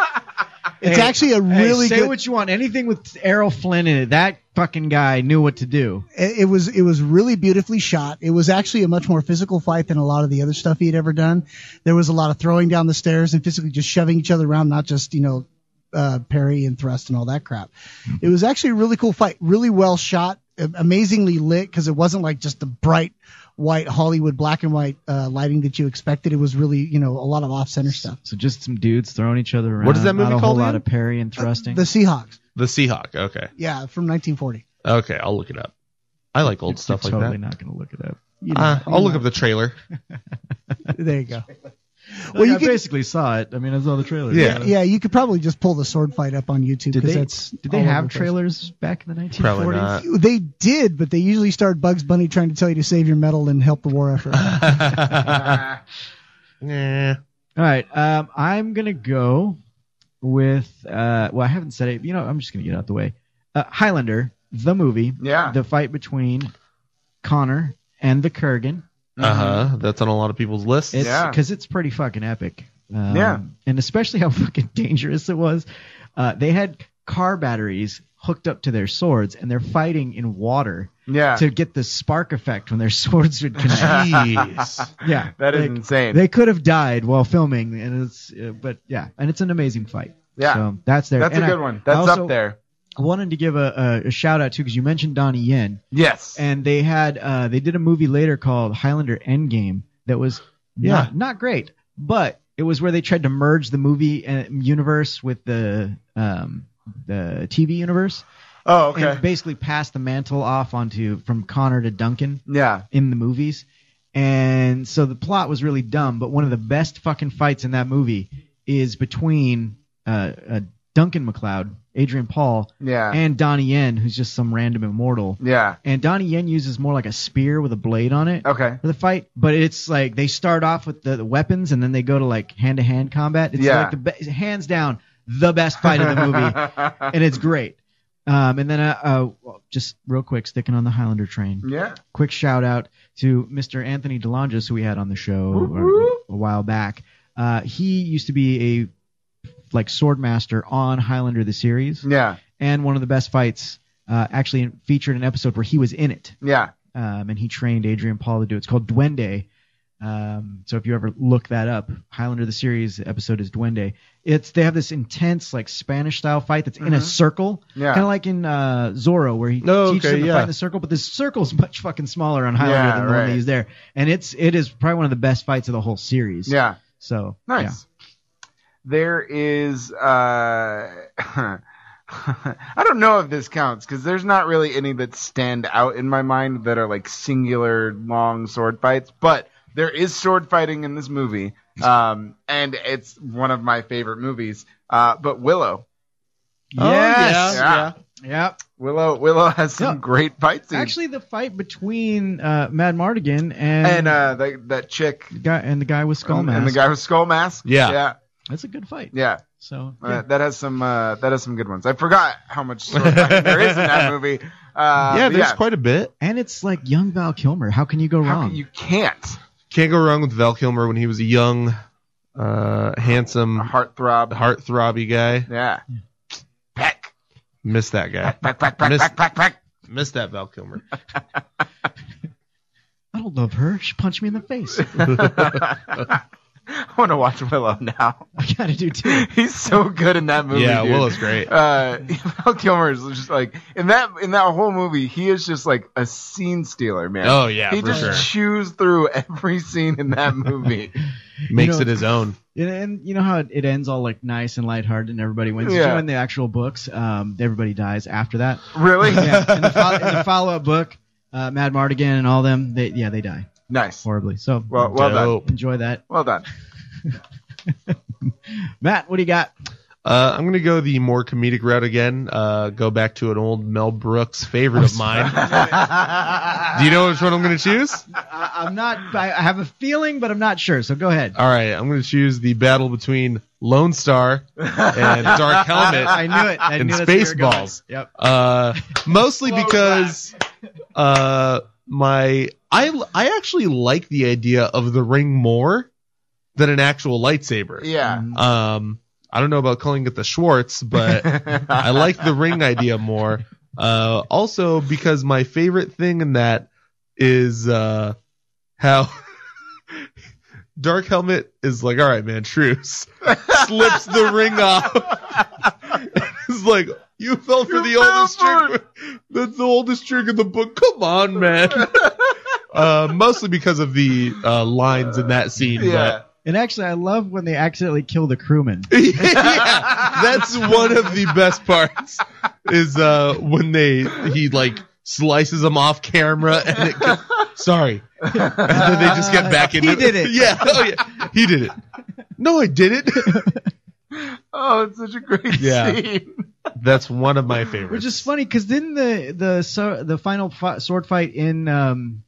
It's
Hey,
actually a
hey,
really
say
good.
what you want. Anything with Errol Flynn in it, that fucking guy knew what to do.
it it was it was really beautifully shot. It was actually a much more physical fight than a lot of the other stuff he had ever done. There was a lot of throwing down the stairs and physically just shoving each other around, not just you know uh, parry and thrust and all that crap.
Mm-hmm.
It was actually a really cool fight, really well shot, a- amazingly lit because it wasn't like just the bright white Hollywood black and white uh, lighting that you expected. It was really you know a lot of off center stuff.
So just some dudes throwing each other around.
What is that movie
Not a
called
whole lot
again?
of parry and thrusting.
Uh, The Seahawks,
the Seahawk. Okay,
yeah, from 1940.
okay, I'll look it up. I like old stuff like
totally
that.
not gonna look it up.
You know,
Uh,
you
I'll look
know.
up the trailer.
There you go.
well,
you
I
can-
basically saw it. I mean, I saw the trailer.
Yeah, you could probably just pull the sword fight up on YouTube
Did
because
they,
that's
did they
all over
have
the place.
trailers back in the 1940s?
Probably not.
They did, but they usually start Bugs Bunny trying to tell you to save your metal and help the war effort.
Nah.
All right. Um, I'm gonna go with. Uh, well, I haven't said it. You know, I'm just gonna get it out the way. Uh, Highlander, the movie.
Yeah.
The fight between Connor and the Kurgan.
Uh huh. That's on a lot of people's lists.
Mm-hmm. It's because it's pretty fucking epic. Um,
Yeah.
and especially how fucking dangerous it was. Uh, they had car batteries hooked up to their swords, and they're fighting in water.
Yeah.
to get the spark effect when their swords would connect. yeah,
that is
Like,
insane.
They could have died while filming, and it's uh, but yeah, and it's an amazing fight.
Yeah.
so that's there.
That's
And
a
I-
good one. That's
I
up
also
there.
Wanted to give a, a, a shout out too because you mentioned Donnie Yen.
Yes,
and they had uh, they did a movie later called Highlander Endgame that was not,
Yeah.
not great, but it was where they tried to merge the movie uh, universe with the um, the TV universe.
Oh, okay.
And basically passed the mantle off onto from Connor to Duncan.
Yeah.
In the movies. And so the plot was really dumb, but one of the best fucking fights in that movie is between uh, uh, Duncan McLeod, Adrian Paul,
Yeah.
and Donnie Yen, who's just some random immortal.
Yeah.
And Donnie Yen uses more like a spear with a blade on it
Okay.
for the fight, but it's like they start off with the, the weapons and then they go to like hand to hand combat. It's
Yeah.
like the be- hands down the best fight of the movie, and it's great. Um, and then uh, uh, well, just real quick, sticking on the Highlander train.
Yeah.
Quick shout out to Mr. Anthony DeLongis, who we had on the show a, a while back. Uh, he used to be a like sword master on Highlander the series.
Yeah.
And one of the best fights uh, actually featured an episode where he was in it
Yeah.
um, and he trained Adrian Paul to do it. It's called Duende. Um, so if you ever look that up, Highlander the series episode is Duende. It's they have this intense like Spanish style fight that's in a
Mhm.
circle,
Yeah.
kind of like in uh, Zorro where he
Oh,
teaches
okay,
them to
yeah.
fight in the circle, but this circle's much fucking smaller on Highlander
Yeah,
than the one
right.
they use there, and it's it is probably one of the best fights of the whole series.
Yeah.
So
Nice.
yeah.
There is uh I don't know if this counts because there's not really any that stand out in my mind that are like singular long sword fights, but there is sword fighting in this movie. Um and it's one of my favorite movies. Uh but Willow.
Oh, yeah,
Yeah.
Yep.
Willow Willow has some
Yeah.
great fight scenes.
Actually, the fight between uh, Mad Mardigan and
and uh the, that chick
guy and the guy with skull mask
and the guy with skull mask.
Yeah.
Yeah.
That's a good fight.
Yeah.
So
Uh,
yeah.
that has some uh, that has some good ones. I forgot how much sword fighting there is in that movie. Uh, but yeah,
a bit. And it's like young Val Kilmer. How can you go wrong?
You can't
Can't go wrong with Val Kilmer when he was a young, uh, handsome,
heartthrob,
heartthrobby guy.
Yeah.
Miss that guy.
Back, back, back,
Miss-
back, back, back.
Miss that Val Kilmer.
I don't love her. She punched me in the face.
I want to watch Willow now.
I gotta do too.
He's so good in that movie.
Yeah,
dude.
Willow's great.
Uh, Val Kilmer is just like in that in that whole movie. He is just like a scene stealer, man.
Oh, yeah,
he
for
just
sure.
chews through every scene in that movie.
Makes
know-
it his own.
And, and you know how it, it ends all like nice and lighthearted and everybody wins.
Yeah.
You know, in the actual books, um, everybody dies after that.
Really?
yeah. In the, fol- in the follow-up book, uh, Mad Mardigan and all them, they yeah they die
Nice.
horribly. So
Well, well done. Dope.
Enjoy that,
Well done.
Matt. What do you got?
Uh, I'm gonna go the more comedic route again. Uh, go back to an old Mel Brooks favorite of mine. Do you know which one I'm gonna choose?
I, I'm not. I, I have a feeling, but I'm not sure. So go ahead.
All right, I'm gonna choose the battle between Lone Star and Dark Helmet.
I knew it. I
and
knew that's where you were going.
Spaceballs.
Yep.
Uh, mostly because uh, my I I actually like the idea of the ring more than an actual lightsaber.
Yeah.
Um, I don't know about calling it the Schwartz, but I like the ring idea more. Uh, also because my favorite thing in that is uh, how Dark Helmet is like, all right, man, truce. Slips the ring off. it's like, you fell for the oldest trick. That's the oldest trick in the book. Come on, man. uh, mostly because of the uh, lines in that scene. But
And actually, I love when they accidentally kill the crewman.
yeah, that's one of the best parts is uh when they he like slices them off camera and it go- sorry and then they just get back into
He did it.
yeah oh yeah he did it no I did it
Oh, it's such a great
Yeah.
scene.
that's one of my
Which
favorites
is funny because didn't the the so, the final fi- sword fight in um,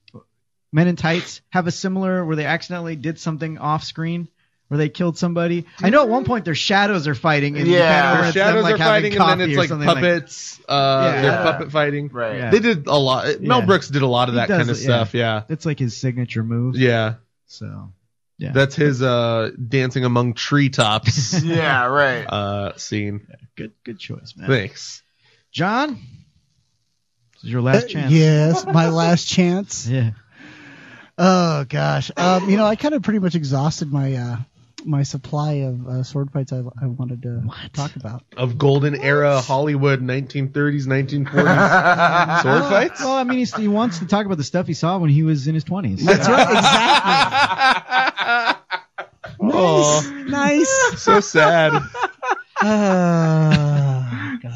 Men in Tights have a similar where they accidentally did something off screen where they killed somebody. I know at one point their shadows are fighting. And you
yeah, their
kinda want them,
shadows
like,
are
having
fighting, and then
coffee
it's
or
like
something like-
puppets. uh,
Yeah.
They're puppet fighting.
Right. Yeah.
They did a lot. Mel
Yeah.
Brooks did a lot of
He
that
does
kind of
it,
stuff. Yeah.
it's like his signature move.
Yeah.
So, yeah,
That's his uh, dancing among treetops.
Yeah,
right.
Uh, scene.
Good, good choice, man.
Thanks.
John, this is your last chance.
Uh, Yes, my last chance.
Yeah.
Oh gosh, um, you know I kind of pretty much exhausted my uh, my supply of uh, sword fights I, I wanted to talk about.
Of golden era Hollywood, 1930s, 1940s sword
well,
fights.
Uh, Well, I mean, he's, he wants to talk about the stuff he saw when he was in his twenties.
That's right, exactly.
Oh,
nice.
so sad.
so good.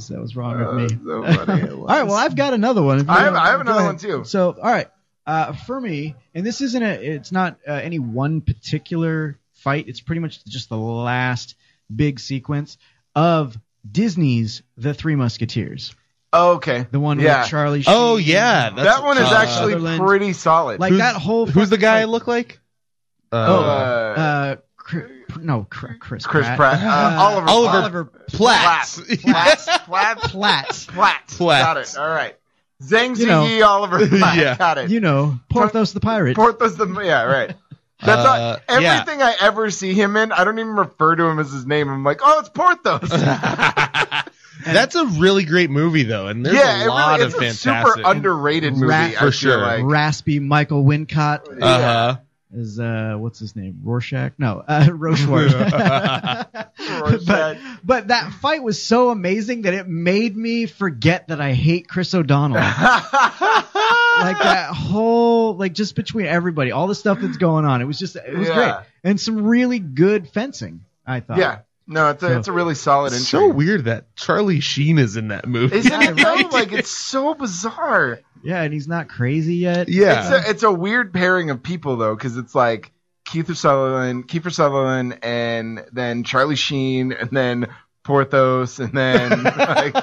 That was wrong with me.
so funny.
all right, well, I've got another one. If you
I have-
don't-
I have
go
another
ahead.
one, too.
So, all right, uh, for me, and this isn't a, it's not uh, any one particular fight. It's pretty much just the last big sequence of Disney's The Three Musketeers.
Oh, Okay.
The one
yeah.
with Charlie. Sheen
Oh, yeah,
and-
that's-
that one is
uh,
actually
Sutherland.
pretty solid.
Like that whole.
Who's the guy I look like?
oh,
Uh,
uh, Chris, no, Cr- Chris.
Chris
Pratt.
Pratt. Uh, Oliver Platt.
Platt.
Platts. Platts.
Platts.
Platts. Got it. All right. Zhang
You know.
Ziyi, Oliver Platt. Got it.
You know, Porthos the pirate.
Porthos the yeah, right. That's all,
Uh, yeah.
everything I ever see him in. I don't even refer to him as his name. I'm like, oh, it's Porthos.
That's a really great movie though, and there's
yeah,
a lot
it really, it's
of
a
fantastic.
super underrated movie.
Rat-
I feel Like.
Raspy Michael Wincott.
Uh-huh.
Is uh what's his name? Rorschach? No, uh Rochward. but, but that fight was so amazing that it made me forget that I hate Chris O'Donnell. like that whole like just between everybody, all the stuff that's going on. It was just it was
Yeah.
great. And some really good fencing, I thought.
Yeah. No, it's a,
So-
it's a really solid
It's
intro.
so weird that Charlie Sheen is in that movie.
Isn't it though? Like it's so bizarre.
Yeah, and he's not crazy yet.
It's a, it's a weird pairing of people though, because it's like Keith Sutherland, Kiefer Sutherland, and then Charlie Sheen, and then Porthos, and then like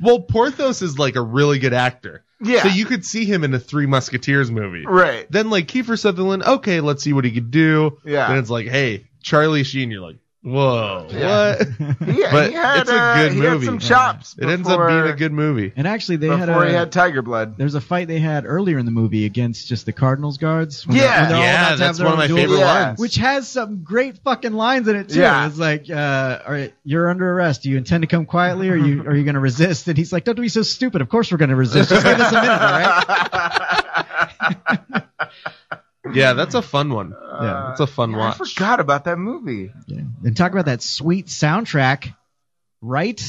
Well, Porthos is like a really good actor.
Yeah.
So you could see him in a Three Musketeers movie.
Right.
Then like Kiefer Sutherland, okay, let's see what he could do.
Yeah.
Then it's like, hey, Charlie Sheen, you're like, whoa,
Yeah.
what?
Yeah,
but
he had,
it's a
uh,
good
he had
movie.
some chops
It ends up being
before-
a good movie.
And actually, they had
Before
a,
he had Tiger Blood.
There's a fight they had earlier in the movie against just the Cardinals guards. when
Yeah.
they're- when they're all
Yeah,
about to have
that's
their
one
own
of my
duel.
favorite Yeah. ones.
Which has some great fucking lines in it too.
Yeah.
It's like, uh, all right, you're under arrest. Do you intend to come quietly, or you are you going to resist? And he's like, don't be so stupid. Of course we're going to resist. Just give us a minute, all right?
Yeah, that's a fun one.
Yeah.
That's a fun
Uh, I
watch.
forgot about that movie.
Yeah. And talk about that sweet soundtrack, right?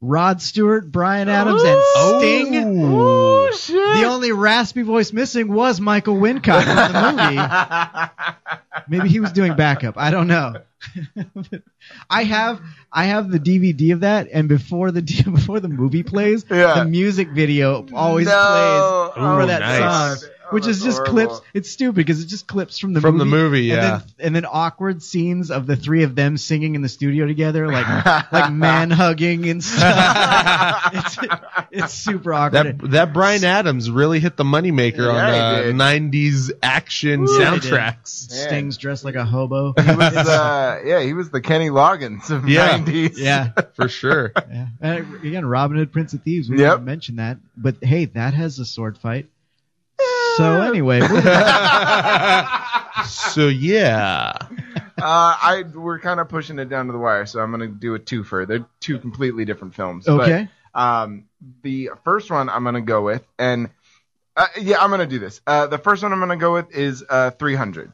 Rod Stewart, Brian Adams, and Sting.
Oh, shit.
The only raspy voice missing was Michael Wincott in the movie. Maybe he was doing backup. I don't know. I have I have the DVD of that, and before the before the movie plays,
Yeah.
the music video always
No.
plays for
Ooh,
that
nice.
song,
Oh,
which is
that's
just
horrible.
clips. It's stupid because it's just clips from the
From the
movie,
movie, yeah.
and then, and then awkward scenes of the three of them singing in the studio together, like like man hugging and stuff. it's, it's super awkward.
That that Brian Adams really hit the moneymaker
Yeah, he
on uh,
did.
90s action
Yeah, they did.
soundtracks.
Sting's dressed like a hobo.
He was, uh, yeah, he was the Kenny Loggins of
Yeah.
90s.
Yeah.
For sure.
And again, Robin Hood, Prince of Thieves. We
Yep.
didn't mention that, but hey, that has a sword fight. So anyway, we're-
So yeah.
Uh, I we're kind of pushing it down to the wire, so I'm gonna do a twofer. They're two completely different films.
Okay.
But, um, the first one I'm gonna go with, and uh, yeah, I'm gonna do this. Uh, the first one I'm gonna go with is uh 300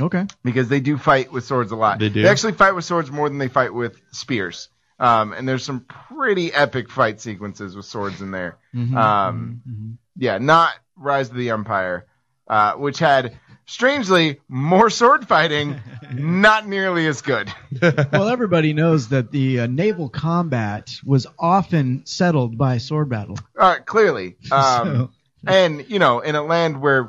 okay.
because they do fight with swords a lot.
They do.
They actually fight with swords more than they fight with spears. Um, and there's some pretty epic fight sequences with swords in there.
Mhm,
um, yeah, not Rise of the Empire, uh, which had strangely more sword fighting, not nearly as good.
well, everybody knows that the uh, naval combat was often settled by sword battle.
Uh, clearly, um, and you know, in a land where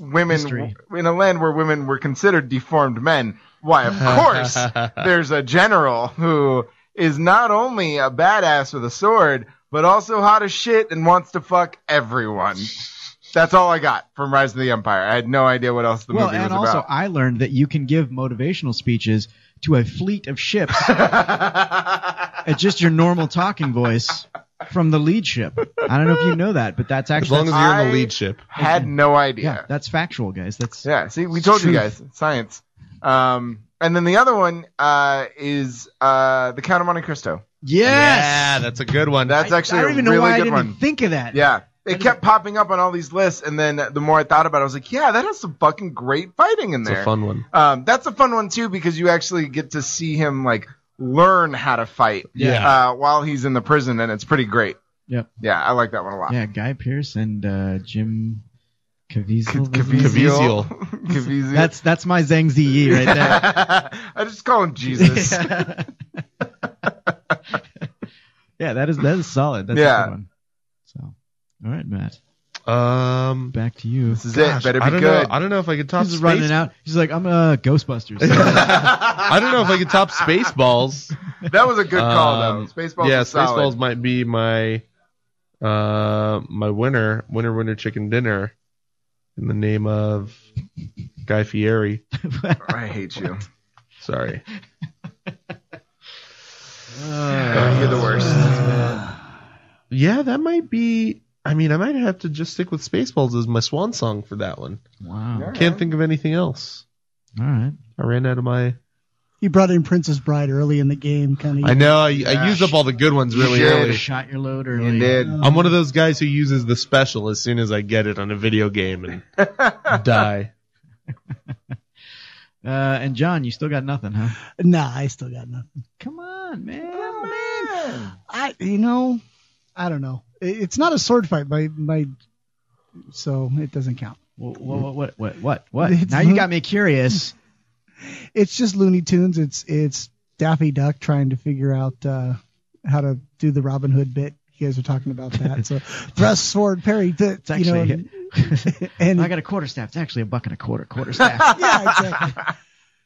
women,
history.
in a land where women were considered deformed men, why, of course, there's a general who is not only a badass with a sword, but also hot as shit and wants to fuck everyone. That's all I got from Rise of the Empire. I had no idea what else the
well,
movie was
and also
about.
I learned that you can give motivational speeches to a fleet of ships at just your normal talking voice from the lead ship. I don't know if you know that, but that's actually
long as you're on the I lead
ship.
Had no idea.
Yeah, that's factual, guys. That's
yeah. See, we told you
truth.
guys science. Um, and then the other one uh, is uh, the Count of Monte Cristo.
Yes.
Yeah, that's a good one.
That's actually
I don't even
a
know
really
why I
good
didn't
one.
think of that.
Yeah. It kept popping up on all these lists, and then the more I thought about it, I was like, "Yeah, that has some fucking great fighting in
It's
there."
a fun one.
Um, that's a fun one too because you actually get to see him like learn how to fight.
Yeah.
Uh, while he's in the prison, and it's pretty great.
Yep.
Yeah, I like that one a lot.
Yeah, Guy Pierce and uh, Jim Caviezel.
Caviezel. Caviezel.
That's that's my Zhang Ziyi right there.
I just call him Jesus.
yeah, that is that is solid. That's
Yeah.
a good one. So, all right, Matt.
Um,
back to you. This
is it. Gosh, Better be
I don't
good.
Know, I don't know if I could top.
He's running
Space-
out. He's like, I'm uh, Ghostbusters.
I don't know if I could top Spaceballs.
That was a good call,
Um,
though. Spaceballs.
Yeah,
is solid.
Spaceballs might be my uh my winner, winner, winner, chicken dinner, in the name of Guy Fieri.
I hate you.
Sorry.
Oh, you're the worst.
Yeah, that might be. I mean, I might have to just stick with Spaceballs as my swan song for that one.
Wow.
Can't think of anything else.
All right.
I ran out of my.
You brought in Princess Bride early in the game, kind of.
I know. I, I used up all the good ones really early.
shot your load
You did. I'm one of those guys who uses the special as soon as I get it on a video game and die.
Uh, and John, you still got nothing, huh?
Nah, I still got nothing.
Come on, man.
I, you know, I don't know. It- It's not a sword fight, by my, so it doesn't count.
What? What? What? What? What? what?
It's
Now you
not-
got me curious.
It's just Looney Tunes. It's it's Daffy Duck trying to figure out uh, how to do the Robin Hood bit. You guys are talking about that. So thrust, sword, parry. Th-
It's actually.
you know, and
I got a quarter staff. It's actually a buck and a quarter quarter staff.
yeah, exactly.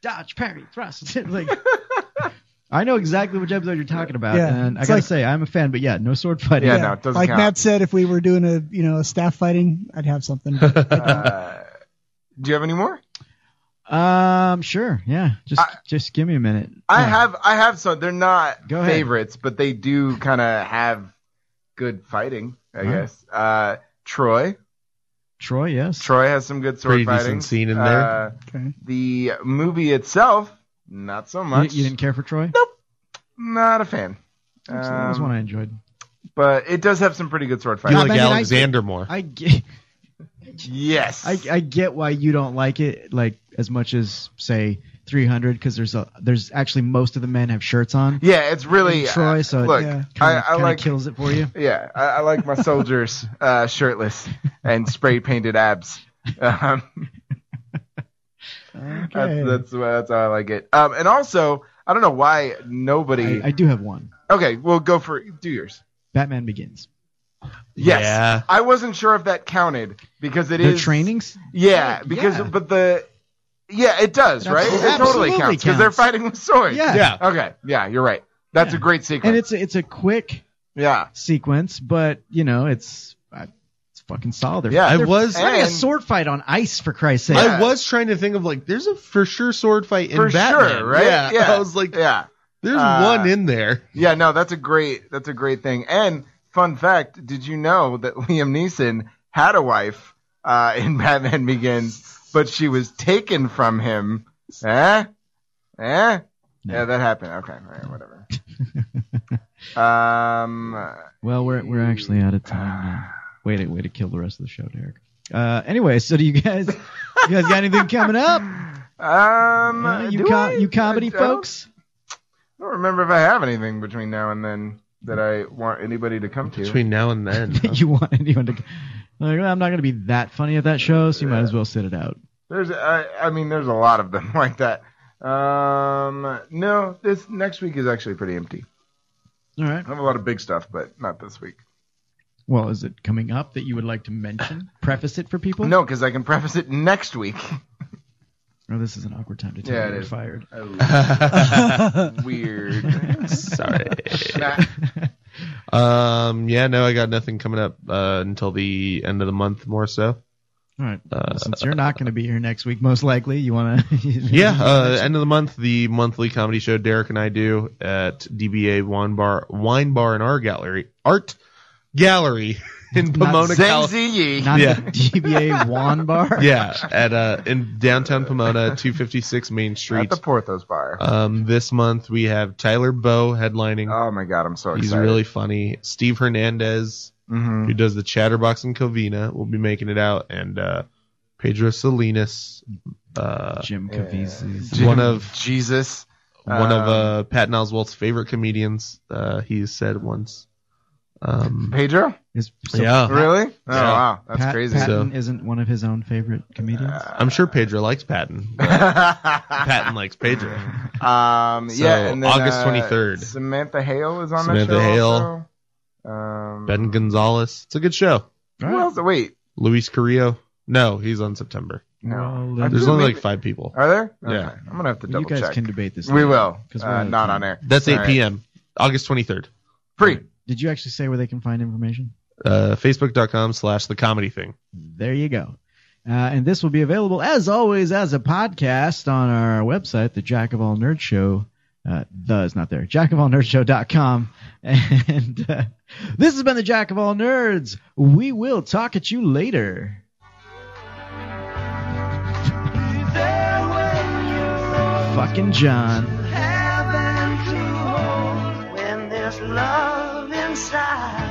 Dodge, parry, thrust. like, I know exactly which episode you're talking about,
Yeah.
and I
It's
gotta
like-
say, I'm a fan. But yeah, no sword fighting.
like Matt said, if we were doing a you know a staff fighting, I'd have something.
Uh, do you have any more?
Um, sure. Yeah. Just, just give me a minute.
I have. I have some. They're not
ahead.
favorites, but they do kind of have good fighting. I
Alright.
guess. Uh, Troy.
Troy, yes.
Troy has some good sword
Pretty decent
fighting.
scene in there.
Uh,
okay.
The movie itself, not so
You,
much.
you didn't care for Troy? Nope.
Not a fan.
that was
Um,
one I enjoyed.
But it does have some pretty good sword fighting.
I mean, I get- I get,
yes.
I, I get why you don't like it, like as much as say 300, because there's a there's actually most of the men have shirts on.
Yeah, it's really
And Troy, so it
look,
kinda-
I, I
kinda
like
kills it for you.
Yeah, I, I like my soldiers uh, shirtless and spray painted abs. Um, that's that's uh, that's how I like it. Um, and also, I don't know why nobody.
I do have one.
okay, we'll go for do yours.
Batman Begins.
Yes,
Yeah.
I wasn't sure if that counted because it is
Their trainings.
Yeah, because but the yeah, it does
It
right. It
absolutely
totally counts because
counts.
they're fighting with swords.
Yeah. Yeah.
Okay. Yeah, you're right. That's a great sequence.
And it's a, it's a quick
yeah
sequence, but you know it's I- it's fucking solid. They're-
Yeah, I
they're
was-
fighting a
and-
sword fight on ice for Christ's sake.
I was trying to think of like, there's a for sure sword fight in
for
Batman,
sure, right?
Yeah. I was
like, yeah.
There's
Uh,
one in there.
Yeah, no, that's a great that's a great thing. And fun fact, did you know that Liam Neeson had a wife uh, in Batman Begins, but she was taken from him? Eh? Eh? Yeah, that happened. Okay, all right, whatever. um,
Well, we're we're actually out of time. Now. Way to way to kill the rest of the show, Derek. Uh, anyway, so do you guys you guys got anything coming up?
um,
Uh, you
do
co-
I-
you comedy
I don't-
folks?
I don't remember if I have anything between now and then that I want anybody to come to.
Between now and then, huh?
you want anyone to? Like, well, I'm not going to be that funny at that show, so you might as well sit it out.
There's, I, I mean, there's a lot of them like that. Um, no, this next week is actually pretty empty.
All right.
I have a lot of big stuff, but not this week.
Well, is it coming up that you would like to mention? Preface it for people.
No, because I can preface it next week.
Oh, this is an awkward time to tell
Yeah,
you
it
you're
is.
fired.
Oh. Weird.
Sorry.
Nah.
Um, yeah, no, I got nothing coming up uh, until the end of the month, more so.
All right. Well, since you're not going to be here next week, most likely, you want to.
Yeah, uh, end of the month, the monthly comedy show Derek and I do at DBA Wine Bar, Wine Bar and Art Gallery, Art Gallery in Pomona, California.
Not the DBA Wan Bar.
yeah, at uh, in downtown Pomona, 256 Main Street.
At the Porthos Bar.
Um, this month we have Tyler Bow headlining.
Oh my God, I'm so
He's
excited.
really funny. Steve Hernandez,
Mhm.
who does the Chatterbox in Covina, will be making it out, and uh, Pedro Salinas, uh,
Jim Caviezel,
one of
Jesus,
one of
Um,
uh, Patton Oswalt's favorite comedians. Uh, he said once. Um,
Pedro?
So-
yeah.
Really? Oh,
Yeah.
wow. That's
Pat-
crazy.
Patton isn't one of his own favorite comedians.
I'm sure Pedro likes Patton. but Patton likes Pedro.
Um,
So,
yeah, and then,
August
uh,
23rd.
Samantha Hale is on
Samantha
that show.
Hale.
also. Um,
Ben Gonzalez. It's a good show.
who else? Wait,
Luis Carrillo. No, he's on September.
No.
There's
I feel
only
maybe-
like five people.
Are there?
Yeah.
Okay. I'm gonna have to
You
double
guys
check.
can debate this
We
later,
will.
'cause we're
Uh,
out of
not
time.
on air.
That's 8
All right.
p.m. August 23rd.
Free.
Did you actually say where they can find information?
Uh, Facebook.com slash the comedy thing.
There you go. Uh, and this will be available, as always, as a podcast on our website, the Jack of All Nerd Show. Uh, the is not there. Jackofallnerdshow.com. And uh, this has been the Jack of All Nerds. We will talk at you later. Fucking John.
heaven to hold when there's love inside.